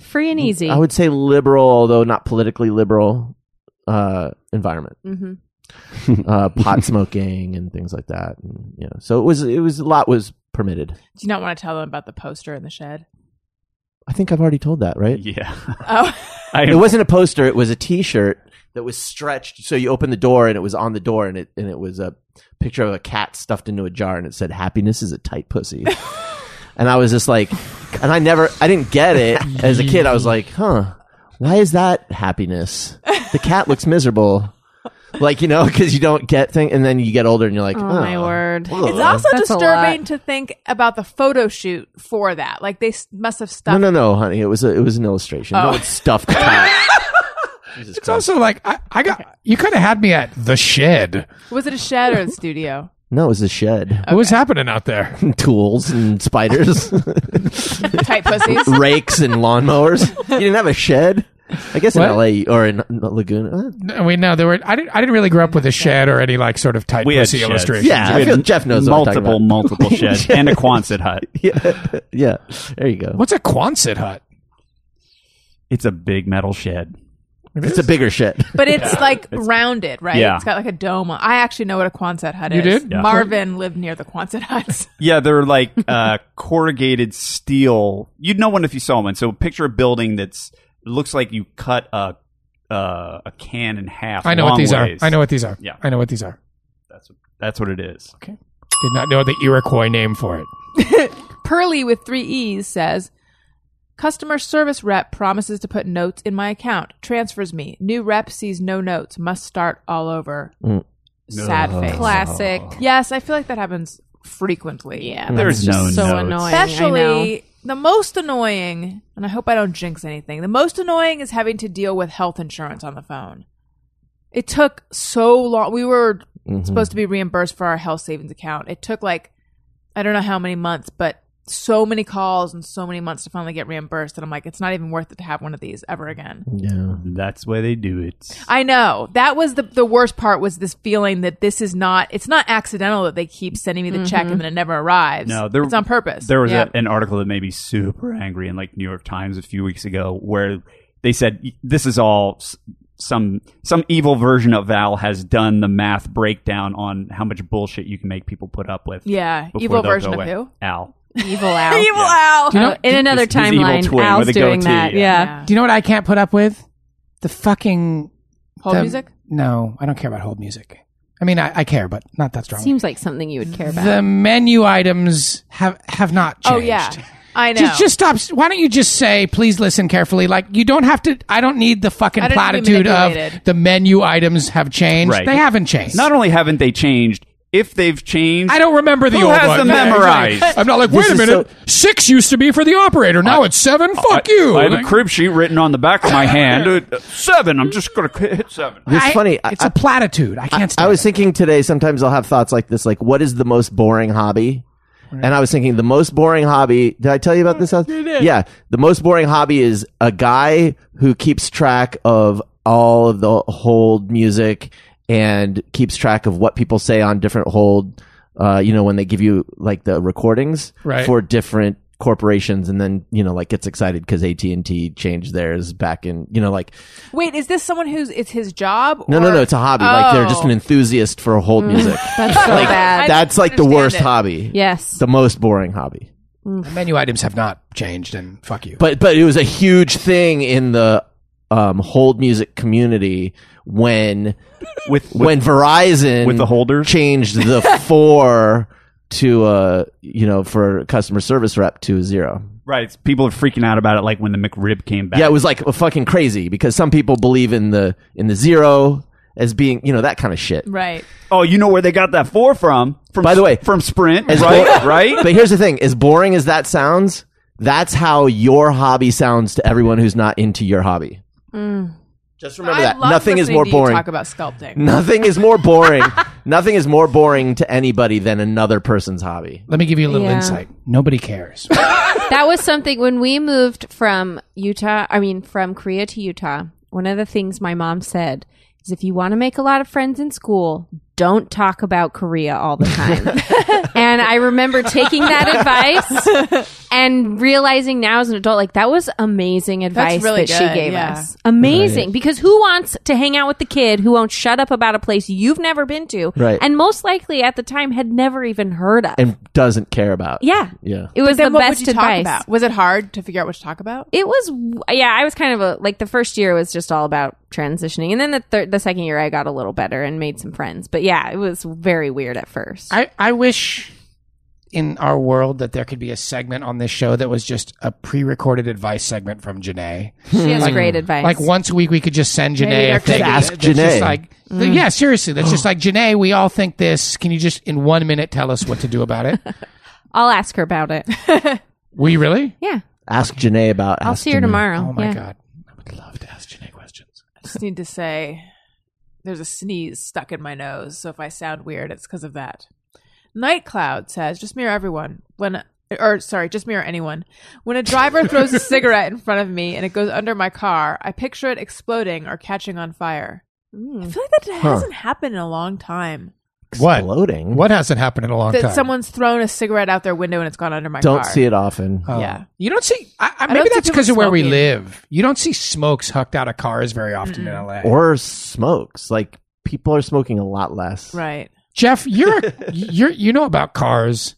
E: Free and easy.
A: I would say liberal, although not politically liberal, uh, environment.
C: Mm-hmm.
E: Mhm.
A: uh, pot smoking and things like that. And, you know, so it was it was a lot was permitted.
C: Do you not want to tell them about the poster in the shed?
A: I think I've already told that, right?
F: Yeah.
C: Oh,
F: I
A: It wasn't a poster; it was a T-shirt that was stretched. So you opened the door, and it was on the door, and it and it was a picture of a cat stuffed into a jar, and it said "Happiness is a tight pussy." and I was just like, and I never, I didn't get it as a kid. I was like, huh, why is that happiness? The cat looks miserable. Like you know, because you don't get things, and then you get older, and you're like,
E: Oh, my word.
C: it's also
E: That's a
C: disturbing
E: lot.
C: to think about the photo shoot for that. Like they s- must have
A: No,
C: stuffed.
A: no, no, honey. It was a, it was an illustration. No
C: Oh.
A: one stuffed cat. Jesus Christ.
D: It's also like I, I got you could have had me at the shed.
C: Was it a shed or the studio?
A: no, it was a shed.
D: What was happening out there?
A: Tools and spiders,
C: Tight pussies.
A: rakes and lawnmowers. You didn't have a shed. I guess
D: What?
A: in L.A. or in Laguna. Uh,
D: No, we know there were. I didn't. I didn't really grow up with a shed or any like sort of tight
F: We had
D: pussy
F: sheds.
D: illustration.
A: Yeah, I
F: We had
A: feel Jeff knows what I'm talking
F: multiple,
A: about.
F: multiple sheds and a Quonset hut.
A: Yeah, yeah. There you go.
D: What's a Quonset hut?
F: It's a big metal shed.
D: It
A: It's a
D: is?
A: bigger shed.
C: But it's like rounded, right?
F: Yeah.
C: It's got like a dome. on- I actually know what a Quonset hut
D: You
C: is.
D: did? Yeah.
C: Marvin lived near the Quonset huts.
F: Yeah, they're like uh, corrugated steel. You'd know one if you saw one. So picture a building that's looks like you cut a uh, a can in half.
D: I know what
F: long
D: these
F: ways.
D: are. I know what these are.
F: Yeah.
D: I know what these are.
F: That's that's what it is.
D: Did not know the Iroquois name for it.
C: Pearly with three E's says, Customer service rep promises to put notes in my account, transfers me. New rep sees no notes, must start all over. Sad face.
E: Classic.
C: Yes, I feel like that happens frequently.
E: Yeah. but
F: There's
E: it's
F: no
E: so
F: notes.
E: annoying. I know.
C: Especially the most annoying, and I hope I don't jinx anything. The most annoying is having to deal with health insurance on the phone. It took so long. We were supposed to be reimbursed for our health savings account. It took like I don't know how many months, but so many calls and so many months to finally get reimbursed. And I'm like, it's not even worth it to have one of these ever again.
A: Yeah.
F: That's why they do it.
C: I know that was the the worst part was this feeling that this is not. It's not accidental that they keep sending me the check and then it never arrives.
F: No, there-
C: it's on purpose.
F: There was
C: Yeah.
F: a, an article that made me super angry in like New York Times a few weeks ago where they said this is all s- some some evil version of Val has done the math breakdown on how much bullshit you can make people put up with.
C: yeah
F: before
C: evil
F: they'll
C: version
F: go
C: of
F: away.
C: who?
F: Al.
E: Evil Al.
C: Evil Al.
D: Do you know?
E: In another
F: His- his evil
E: timeline,
F: twin
E: Al's
F: with a
E: doing
F: goatee,
E: that.
F: yeah.
E: Yeah.
D: Do you know what I can't put up with? The fucking
C: Hold
D: the-
C: music.
D: No, I don't care about hold music. I mean, I, I care, but not that strongly.
E: Seems like something you would care about.
D: the menu items have have not changed.
C: Oh yeah, I know.
D: Just, just stop. Why don't you just say, please listen carefully? Like, you don't have to. I don't need the fucking
C: I don't need to be
D: platitude of
C: manipulated.
D: the menu items have changed.
F: Right.
D: They haven't changed.
F: Not only haven't they changed, if they've changed,
D: I don't remember the
F: Who
D: old
F: has
D: one.
F: them
D: Yeah,
F: memorized?
D: exactly. I'm not like, wait a
A: is
D: minute. Six used to be for the operator. Now it's seven. Fuck you.
F: I have a
D: Like,
F: crib sheet written on the back of my hand. Uh, seven. I'm just gonna hit seven.
A: It's
D: I-
A: funny. I-
D: It's a platitude. I can't.
A: I
D: stand
A: was
D: it.
A: thinking today, sometimes I'll have thoughts like this, like, what is the most boring hobby? And I was thinking, the most boring hobby, did I tell you about this? Yeah. The most boring hobby is a guy who keeps track of all of the hold music and keeps track of what people say on different hold, uh, you know, when they give you like the recordings
D: Right.
A: for different corporations and then you know like gets excited because AT&T changed theirs back in you know like
C: Wait, is this someone who's it's his job?
A: no no
C: or-
A: no it's a hobby like they're just an
C: Oh.
A: enthusiast for old music
E: That's so bad.
C: I
A: that's
C: don't
A: like the worst
C: understand it.
A: hobby
E: yes.
A: the most boring hobby
D: The menu items have not changed, and fuck you.
A: but but it was a huge thing in the um hold music community when
F: with, with
A: when Verizon
F: with the holders?
A: changed the four to uh you know for customer service rep to zero.
F: right. People are freaking out about it, like when the McRib came back.
A: Yeah, it was like fucking crazy because some people believe in the in the zero as being you know that kind of shit.
C: Right.
F: oh, you know where they got that four from? From
A: By the way,
F: from Sprint,
A: As
F: right?
A: bo-
F: right.
A: But here's the thing: as boring as that sounds, that's how your hobby sounds to everyone who's not into your hobby. Just remember
C: I
A: that
C: love
A: nothing is
C: listening
A: more
C: to you
A: boring.
C: Talk about sculpting.
A: Nothing is more boring. Nothing is more boring to anybody than another person's hobby.
D: Let me give you a little
E: Yeah.
D: insight. Nobody cares.
E: that was something when we moved from Utah, I mean, from Korea to Utah. One of the things my mom said is if you want to make a lot of friends in school, don't talk about Korea all the time. and I remember taking that advice and realizing now as an adult, like that was amazing advice
C: really
E: that
C: good,
E: she gave
C: yeah.
E: us. Amazing. Because who wants to hang out with the kid who won't shut up about a place you've never been to?
A: Right.
E: And most likely at the time had never even heard of.
A: and doesn't care about.
E: yeah.
A: Yeah.
E: It was
C: Then
E: the
C: what
E: best
C: would you
E: advice.
C: talk about? Was it hard to figure out what to talk about?
E: It was, yeah. I was kind of a like the first year was just all about transitioning, and then the third, the second year I got a little better and made some friends. But yeah, it was very weird at first.
D: I, I wish in our world that there could be a segment on this show that was just a pre-recorded advice segment from Janae.
E: she has great advice.
D: Like once a week, we could just send
C: Maybe Mm.
D: Janae
C: there
D: a thing.
C: could be.
A: Ask
D: That's just
A: Janae. Oh.
D: like, yeah, seriously, that's just like Janae. We all think this. Can you just in one minute tell us what to do about it?
E: I'll ask her about it.
D: we really?
E: Yeah,
A: Ask Janae about.
E: I'll
A: ask
E: see her
A: Janae.
E: tomorrow.
D: Oh my
E: Yeah.
D: god, I would love to ask Janae questions.
C: just need to say there's a sneeze stuck in my nose, so if I sound weird, it's because of that. Night Cloud says, just mirror everyone when or sorry, just mirror anyone. When a driver throws a cigarette in front of me and it goes under my car, I picture it exploding or catching on fire.
A: Hmm.
C: I feel like that hasn't happened in a long time.
D: What?
A: Exploding.
D: What hasn't happened in a long
C: That
D: time?
C: someone's thrown a cigarette out their window and it's gone under my
A: Don't
C: car.
A: see it often.
D: Oh.
C: Yeah.
D: you don't see. I, I,
C: don't
D: maybe
C: see
D: that's
C: people
D: because of where we
C: smoking.
D: live. You don't see smokes hucked out of cars very often in LA.
A: Or smokes. Like people are smoking a lot less.
C: Right.
D: Jeff, you're you're you know about cars.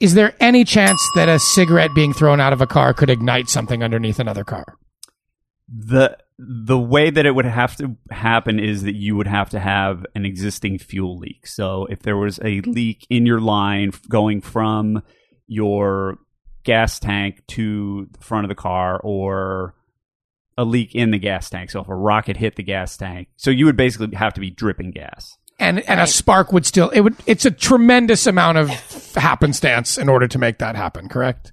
D: Is there any chance that a cigarette being thrown out of a car could ignite something underneath another car?
F: the the way that it would have to happen is that you would have to have an existing fuel leak. So if there was a leak in your line f- going from your gas tank to the front of the car or a leak in the gas tank. So if a rocket hit the gas tank, so you would basically have to be dripping gas.
D: And and a spark would still it would it's a tremendous amount of happenstance in order to make that happen, correct?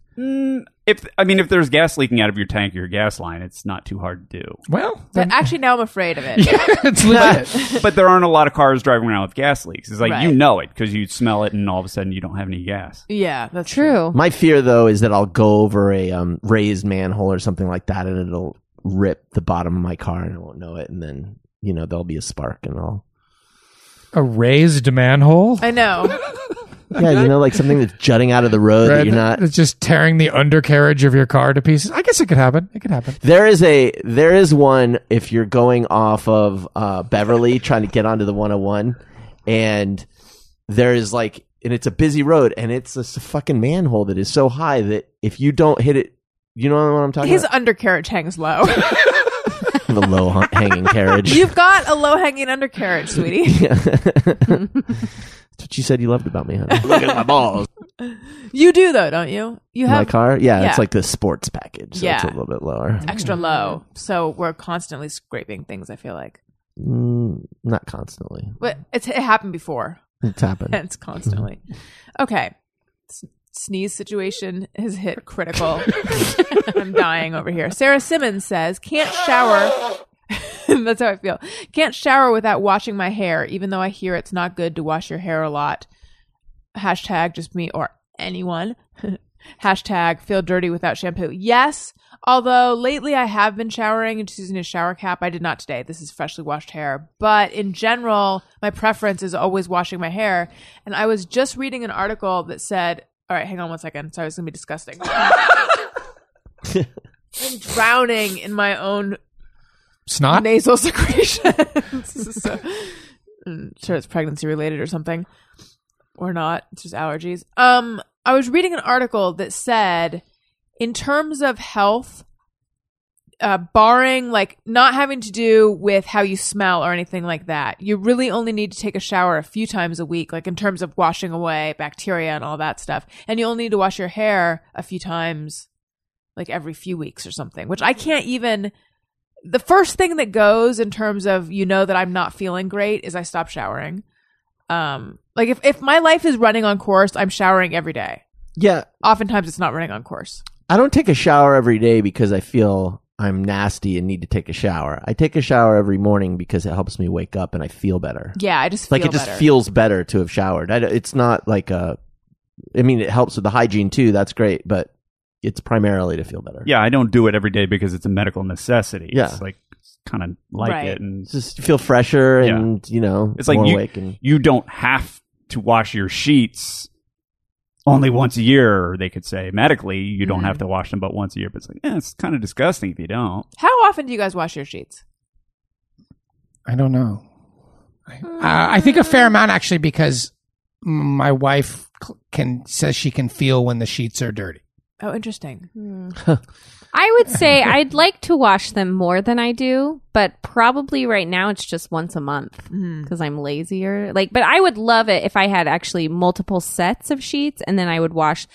F: If I mean if there's gas leaking out of your tank or your gas line, it's not too hard to do.
D: Well,
C: But actually now I'm afraid of it.
D: it's legit.
F: but there aren't a lot of cars driving around with gas leaks. It's like you
C: Right.
F: know it because you smell it and all of a sudden you don't have any gas.
C: Yeah, that's
E: True.
A: My fear though is that I'll go over a um, raised manhole or something like that, and it'll rip the bottom of my car, and I won't know it, and then you know there'll be a spark and all.
H: A raised manhole?
C: I know.
A: Yeah, you know, like something that's jutting out of the road that you're not
D: It's just tearing the undercarriage of your car to pieces. I guess it could happen. It could happen.
A: There is a there is one if you're going off of uh, Beverly trying to get onto the 101, and there is like and it's a busy road and it's this fucking manhole that is so high that if you don't hit it, you know what I'm talking
C: His
A: about?
C: undercarriage hangs low.
A: the low hung- hanging carriage.
C: You've got a low hanging undercarriage, sweetie.
A: That's what you said you loved about me, honey. Look at my balls.
C: You do though, don't you? You
A: My
C: have
A: car, yeah,
C: yeah.
A: it's like the sports package, so it's a
C: Yeah.
A: little bit lower.
C: extra low, so we're constantly scraping things. I feel like,
A: Mm, not constantly.
C: but it's it happened before.
A: It's happened.
C: It's constantly. Okay, S- sneeze situation has hit critical. I'm dying over here. Sarah Simmons says, "Can't shower." That's how I feel. Can't shower without washing my hair, even though I hear it's not good to wash your hair a lot. Hashtag just me or anyone. Hashtag feel dirty without shampoo. Yes, although lately I have been showering and just using a shower cap. I did not today. This is freshly washed hair. But in general, my preference is always washing my hair. And I was just reading an article that said All right, hang on one second. Sorry, it's gonna be disgusting. I'm drowning in my own
H: Snot?
C: nasal secretions. so, I'm sure it's pregnancy related or something, or not. It's just allergies. Um, I was reading an article that said, in terms of health, uh, barring like not having to do with how you smell or anything like that, you really only need to take a shower a few times a week, like in terms of washing away bacteria and all that stuff. And you only need to wash your hair a few times, like every few weeks or something, which I can't even. The first thing that goes in terms of you know that I'm not feeling great is I stop showering. Um, like if, if my life is running on course, I'm showering every day.
A: Yeah,
C: Oftentimes it's not running on course.
A: I don't take a shower every day because I feel I'm nasty and need to take a shower. I take a shower every morning because it helps me wake up and I feel better.
C: Yeah, I just feel
A: like it just
C: better.
A: feels better to have showered. I, don't- it's not like a. I mean, it helps with the hygiene too. That's great, but it's primarily to feel better.
F: Yeah, I don't do it every day because it's a medical necessity.
A: Yeah.
F: It's like kind of like
C: Right.
F: it, and
A: It's just feel fresher and you know
F: it's like
A: more
F: you,
A: awake and
F: you don't have to wash your sheets only once a year. They could say medically you don't
C: Mhm.
F: have to wash them but once a year. But it's like eh, it's kind of disgusting if you don't.
C: How often do you guys wash your sheets?
D: I don't know. I, uh, I think a fair amount actually because my wife c- can says she can feel when the sheets are dirty.
C: Oh, interesting.
E: I would say I'd like to wash them more than I do, but probably right now it's just once a month
C: Hmm.
E: because I'm lazier. Like, but I would love it if I had actually multiple sets of sheets and then I would wash.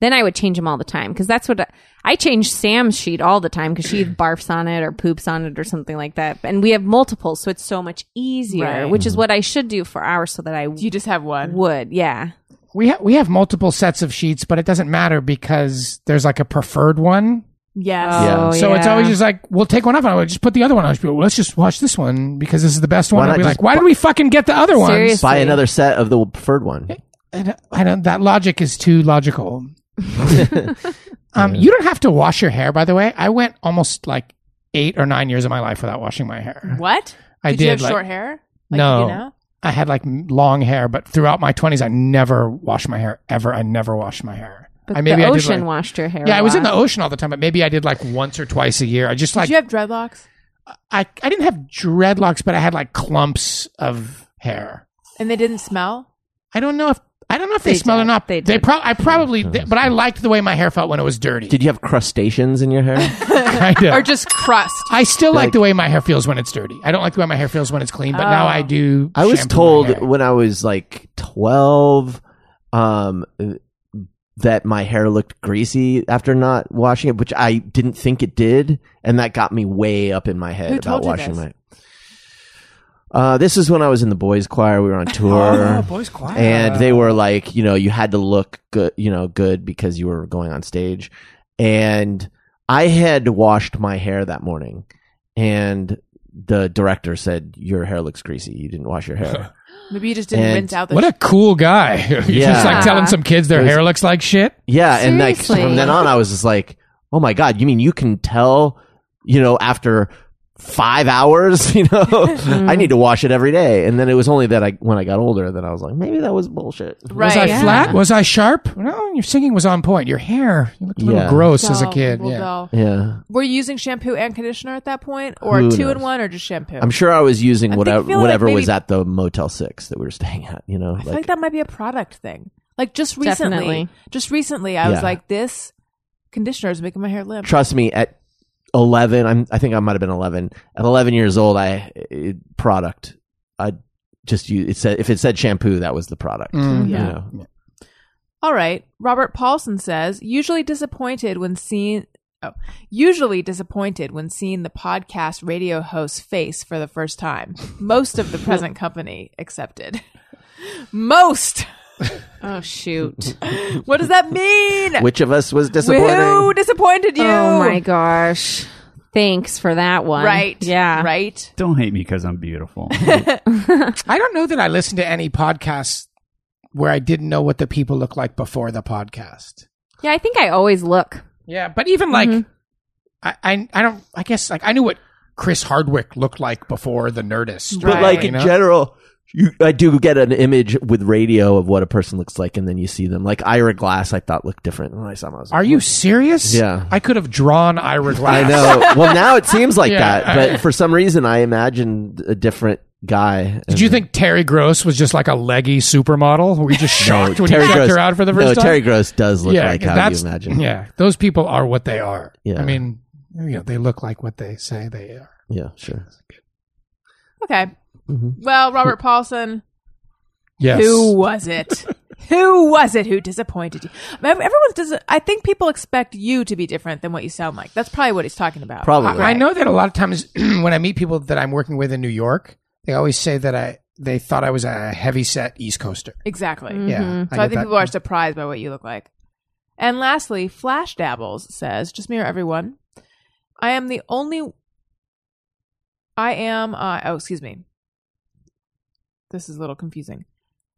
E: Then I would change them all the time because that's what I, I change Sam's sheet all the time because she barfs on it or poops on it or something like that. And we have multiple, so it's so much easier,
C: Right.
E: which is what I should do for ours so that I
C: Do you just have one?
E: would. Yeah.
D: We have we have multiple sets of sheets, but it doesn't matter because there's like a preferred one.
C: Yes.
A: Yeah.
E: Oh,
D: so it's
E: yeah.
D: always just like we'll take one off and I'll just put the other one on. Just be like, Let's just watch this one because this is the best
A: Why
D: one.
A: not
D: I'll be
A: just
D: like, why did we fucking get the other one?
E: Seriously.
A: buy another set of the preferred one.
D: I don't, I don't- that logic is too logical. um, you don't have to wash your hair, by the way. I went almost like eight or nine years of my life without washing my hair.
C: What?
D: I
C: did,
D: did
C: you have
D: like-
C: short hair? Like,
D: No.
C: You know?
D: I had like m- long hair, but throughout my twenties, I never washed my hair ever. I never washed my hair.
E: But
D: I, maybe
E: the
D: I
E: ocean
D: did like,
E: washed your hair.
D: yeah,
E: a
D: I was in the
E: lot.
D: ocean all the time, but maybe I did like once or twice a year. I just
C: Did
D: like
C: you have dreadlocks?
D: I I didn't have dreadlocks, but I had like clumps of hair.
C: And they didn't smell?
D: I don't know if I don't know if they,
E: They
D: smelled
E: did.
D: or not.
E: They
D: They,
E: did.
D: pro- I probably, they- but I liked the way my hair felt when it was dirty.
A: Hmm. Did you have crustaceans in your hair?
D: kind of.
C: Or just crust?
D: I still like,
A: Like-
D: the way my hair feels when it's dirty. I don't like the way my hair feels when it's clean, but now
C: Oh.
D: I do.
A: I was
D: shampoo my
A: told
D: hair.
A: when I was like 12 um that my hair looked greasy after not washing it, which I didn't think it did, and that got me way up in my head
C: Who
A: about
C: told you
A: washing
C: this?
A: my uh, this is when I was in the boys' choir. We were on
C: Oh,
A: tour, and they were like, you know, you had to look good, you know, good because you were going on stage. And I had washed my hair that morning, and the director said, "Your hair looks greasy. You didn't wash your hair."
C: Maybe you just didn't
A: And-
C: rinse out the
D: What a cool guy! you
A: Yeah.
D: just like telling some kids their
A: It was-
D: hair looks like shit.
A: Yeah, and like
E: Seriously.
A: from then on, I was just like, "Oh my god!" You mean you can tell? You know, after five hours, you know, I need to wash it every day. And then it was only that I, when I got older, that I was like, maybe that was bullshit.
C: right.
D: Was I
E: yeah.
D: flat? Was I sharp? No, your singing was on point. Your hair, you looked a little
A: Yeah.
D: gross as a
C: Dull,
D: kid.
C: little
D: Yeah.
C: dull.
A: Yeah,
C: Were you using shampoo and conditioner at that point, or
A: Who
C: two in
A: knows?
C: one, or just shampoo?
A: I'm sure I was using
C: I think-
A: whatever
C: feel like
A: whatever was
C: maybe-
A: at the Motel Six that we were staying at. You know,
C: I feel like that might be a product thing. Like just recently,
E: Definitely.
C: just recently, I was
A: Yeah.
C: like, this conditioner is making my hair limp.
A: trust me at 11 I'm, i think i might have been 11 at 11 years old i it, product i just you it said if it said shampoo that was the product
D: Mm.
A: you
C: Yeah.
A: know.
C: All right. Robert Paulson says, usually disappointed when seeing oh, usually disappointed when seeing the podcast radio host's face for the first time. Most of the present company accepted. Most.
E: Oh, shoot.
C: What does that mean?
A: which of us was
C: Who
A: disappointing
C: disappointed you?
E: Oh my gosh. Thanks for that one.
C: Right.
E: Yeah.
C: Right.
F: Don't hate me because I'm beautiful.
D: I don't know that I listened to any podcasts where I didn't know what the people looked like before the podcast.
E: Yeah, I think I always look.
D: Yeah, but even like, I, I, I don't. I guess like I knew what Chris Hardwick looked like before the Nerdist,
A: but
D: right,
A: like
D: you
A: in
D: know?
A: general You, I do get an image with radio of what a person looks like, and then you see them. Like Ira Glass, I thought looked different when I saw him. I was like,
D: Are you serious?
A: Yeah.
D: I could have drawn Ira
A: I
D: Glass.
A: know. well, now it seems like
D: Yeah.
A: that, but for some reason, I imagined a different guy.
D: Did you think Terry Gross was just like a leggy supermodel? Were you just shocked when you checked her out for the first
A: no,
D: time?
A: Terry Gross does look
D: yeah,
A: like how
D: that's,
A: you imagine.
D: Yeah, those people are what they are.
A: Yeah.
D: I mean, you know, they look like what they say they are.
A: yeah, sure.
C: Okay.
E: Mm-hmm.
C: Well, Robert Paulson,
D: Yes.
C: who was it? who was it who disappointed you? I mean, Everyone's dis- I think people expect you to be different than what you sound like. That's probably what he's talking about.
A: Probably.
D: I, I know that a lot of times when I meet people that I'm working with in New York, they always say that I they thought I was a heavy set East Coaster.
C: Exactly.
D: Yeah.
C: Mm-hmm. So I,
D: get
C: think
D: that.
C: people are surprised by what you look like. And lastly, Flash Dabbles says, "Just mirror everyone. I am the only. I am. Uh, oh, excuse me. This is a little confusing.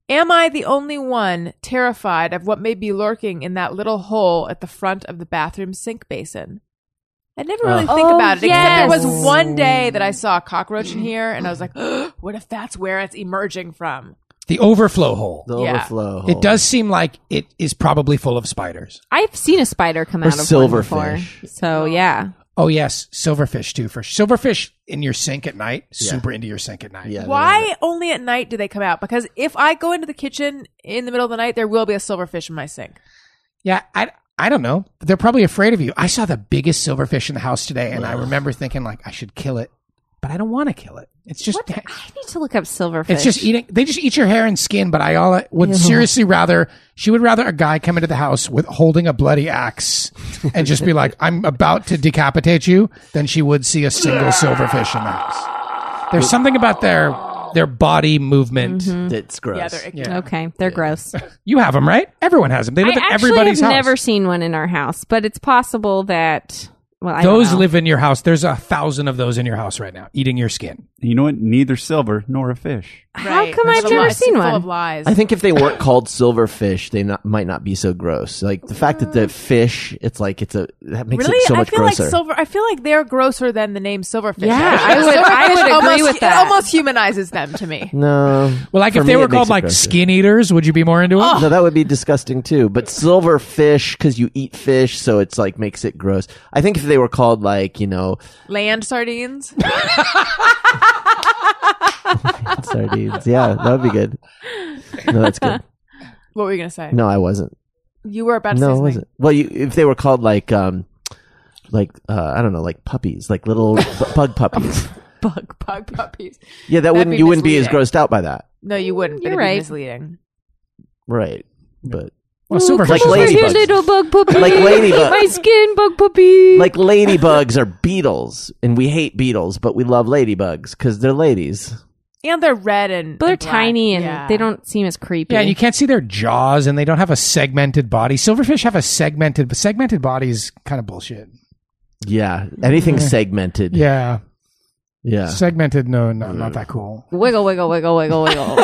C: Am I the only one terrified of what may be lurking in that little hole at the front of the bathroom sink basin? I never really
E: Oh.
C: think
E: Oh,
C: about it. Except there
E: yes.
C: was one day that I saw a cockroach in here, and I was like, "What if that's where it's emerging from?"
D: The overflow hole.
A: The
C: Yeah.
A: overflow. hole.
D: It does seem like it is probably full of spiders.
E: I've seen a spider come
A: Or
E: out of silverfish.
A: silverfish.
E: So yeah,
D: Oh yes, silverfish too. For silverfish in your sink at night, super into your sink at night.
A: Yeah.
C: Why only at night do they come out? Because if I go into the kitchen in the middle of the night, there will be a silverfish in my sink.
D: Yeah, I, I don't know. They're probably afraid of you. I saw the biggest silverfish in the house today, and I remember thinking like I should kill it, but I don't want to kill it. It's just
E: I need to look up silverfish.
D: it's just eating. They just eat your hair and skin. But I all would seriously rather she would rather a guy come into the house with holding a bloody axe and just be like I'm about to decapitate you than she would see a single silverfish in the house. There's something about their their body movement.
E: Mm-hmm.
A: It's gross.
C: Yeah, they're ignorant.
E: okay. They're gross.
D: You have them, right? Everyone has them. They
E: I
D: live in
E: actually
D: everybody's
E: have
D: house.
E: never seen one in our house, but it's possible that well, I don't
D: those
E: know.
D: live in your house. There's a thousand of those in your house right now, eating your skin.
F: You know what? Neither silver nor a fish.
E: How
C: Right.
E: come
C: It's
E: I've
C: a
E: never
C: lie. It's
E: seen
C: full
E: one?
C: Of lies.
A: I think if they weren't called silverfish, they not, might not be so gross. Like the fact that the fish, it's like it's a that makes
C: Mm. really,
A: it so
C: I
A: much
C: feel
A: grosser.
C: like silver. I feel like they're grosser than the name silverfish.
E: Yeah, I
C: Silverfish
E: would- I would agree
C: almost,
E: with that.
C: It almost humanizes them to me.
A: no,
D: Well, like
A: For
D: if
A: me,
D: they
A: it
D: were
A: makes
D: called
A: it
D: like
A: grosser.
D: skin eaters, would you be more into
E: Oh,
D: it?
A: No, that would be disgusting too. But silverfish, because you eat fish, so it's like makes it gross. I think if they were called like you know
C: Land sardines.
A: sardines, yeah, that would be good. No, that's good.
C: what were you gonna say?
A: No, I wasn't.
C: You were about to
A: No, I
C: say something.
A: wasn't. Well, you, if they were called like um, like uh, I don't know, like puppies, like little bu- bug puppies.
C: Bug, bug puppies.
A: Yeah, that
C: That'd
A: wouldn't
C: be
A: you wouldn't be as
C: misleading.
A: grossed out by that,
C: No, you wouldn't. But
E: You're
C: it'd
E: right.
C: be misleading.
A: right? But
D: Well,
E: Ooh,
D: silverfish
E: come
A: Like
D: is like-
E: over
A: ladybugs.
E: here, little bug puppy.
A: Like ladybug.
E: Eat my skin, bug puppy.
A: like ladybugs are beetles, and we hate beetles, but we love ladybugs because they're ladies.
C: And they're red and.
E: but they're
C: and black.
E: tiny and
C: Yeah.
E: they don't seem as creepy.
D: Yeah, and you can't see their jaws, and they don't have a segmented body. Silverfish have a segmented, but segmented body is kind of bullshit.
A: Yeah, anything segmented.
D: Yeah,
A: yeah.
D: segmented. No, no,
A: Mm.
D: not that cool.
E: wiggle, wiggle, wiggle, wiggle, wiggle.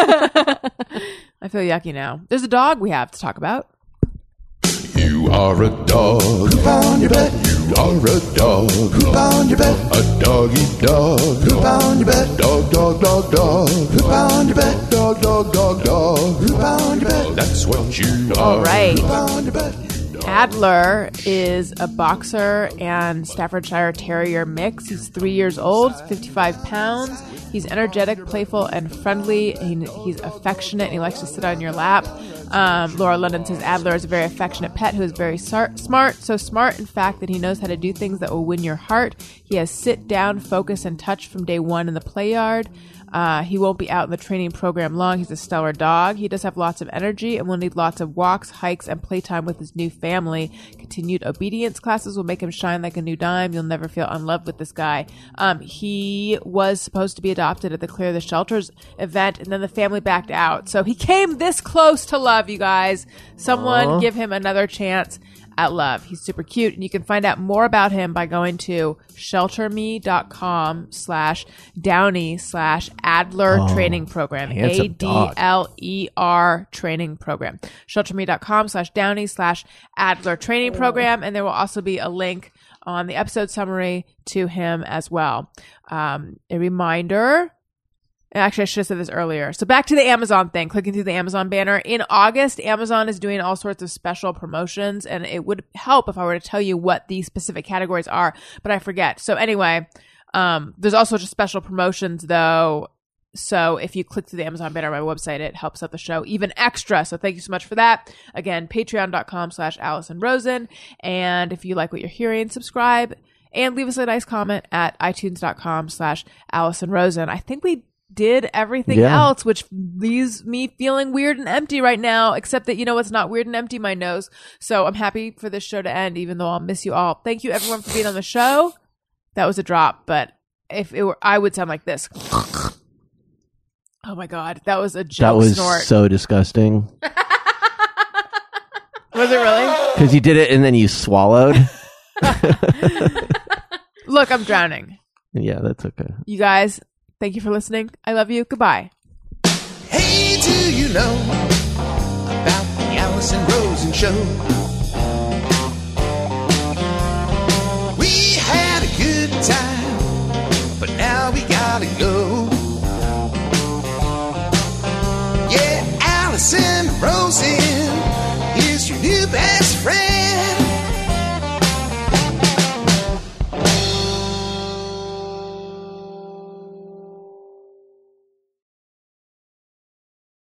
C: I feel yucky now. There's a dog we have to talk about.
I: You are a dog. Poop on your butt. You are a dog. Poop on your butt. A doggy dog. Poop on your butt. Dog, dog, dog, dog. Poop on your butt. Dog, dog, dog, dog. Poop on your butt. That's what you are.
C: All right.
I: Poop on your butt.
C: Adler is a boxer and Staffordshire Terrier mix. He's three years old, he's 55 pounds. He's energetic, playful, and friendly. He, he's affectionate. and He likes to sit on your lap. Um, Laura London says Adler is a very affectionate pet who is very sar- smart. So smart, in fact, that he knows how to do things that will win your heart. He has sit down, focus, and touch from day one in the play yard. Uh, he won't be out in the training program long. He's a stellar dog. He does have lots of energy and will need lots of walks, hikes, and playtime with his new family. Continued obedience classes will make him shine like a new dime. You'll never feel unloved with this guy. Um, he was supposed to be adopted at the Clear the Shelters event, and then the family backed out. So he came this close to love, you guys. Someone give him another chance at love. He's super cute, and you can find out more about him by going to shelterme.com slash Downey slash Adler training program.
A: handsome
C: A D L E R training program. Shelterme.com slash Downey slash Adler training program. And there will also be a link on the episode summary to him as well. Um, a reminder Actually, I should have said this earlier. So back to the Amazon thing, clicking through the Amazon banner. In August, Amazon is doing all sorts of special promotions, and it would help if I were to tell you what the specific categories are, but I forget. So anyway, um, there's all sorts of special promotions though. So if you click through the Amazon banner on my website, it helps out the show even extra. So thank you so much for that. Again, patreon.com slash Allison Rosen. And if you like what you're hearing, subscribe and leave us a nice comment at itunes.com slash Allison Rosen. I think we did everything
A: Yeah.
C: else, which leaves me feeling weird and empty right now, except that you know what's not weird and empty? My nose. So I'm happy for this show to end, even though I'll miss you all. Thank you everyone for being on the show. That was a drop, but if it were, I would sound like this. Oh my god, that was a joke
A: That was
C: snort.
A: so disgusting.
C: was it really?
A: Because you did it and then you swallowed.
C: Look, I'm drowning.
A: yeah, that's okay.
C: You guys, thank you for listening. I love you. Goodbye.
B: Hey, do you know about the Allison Rosen show? We had a good time, but now we gotta go.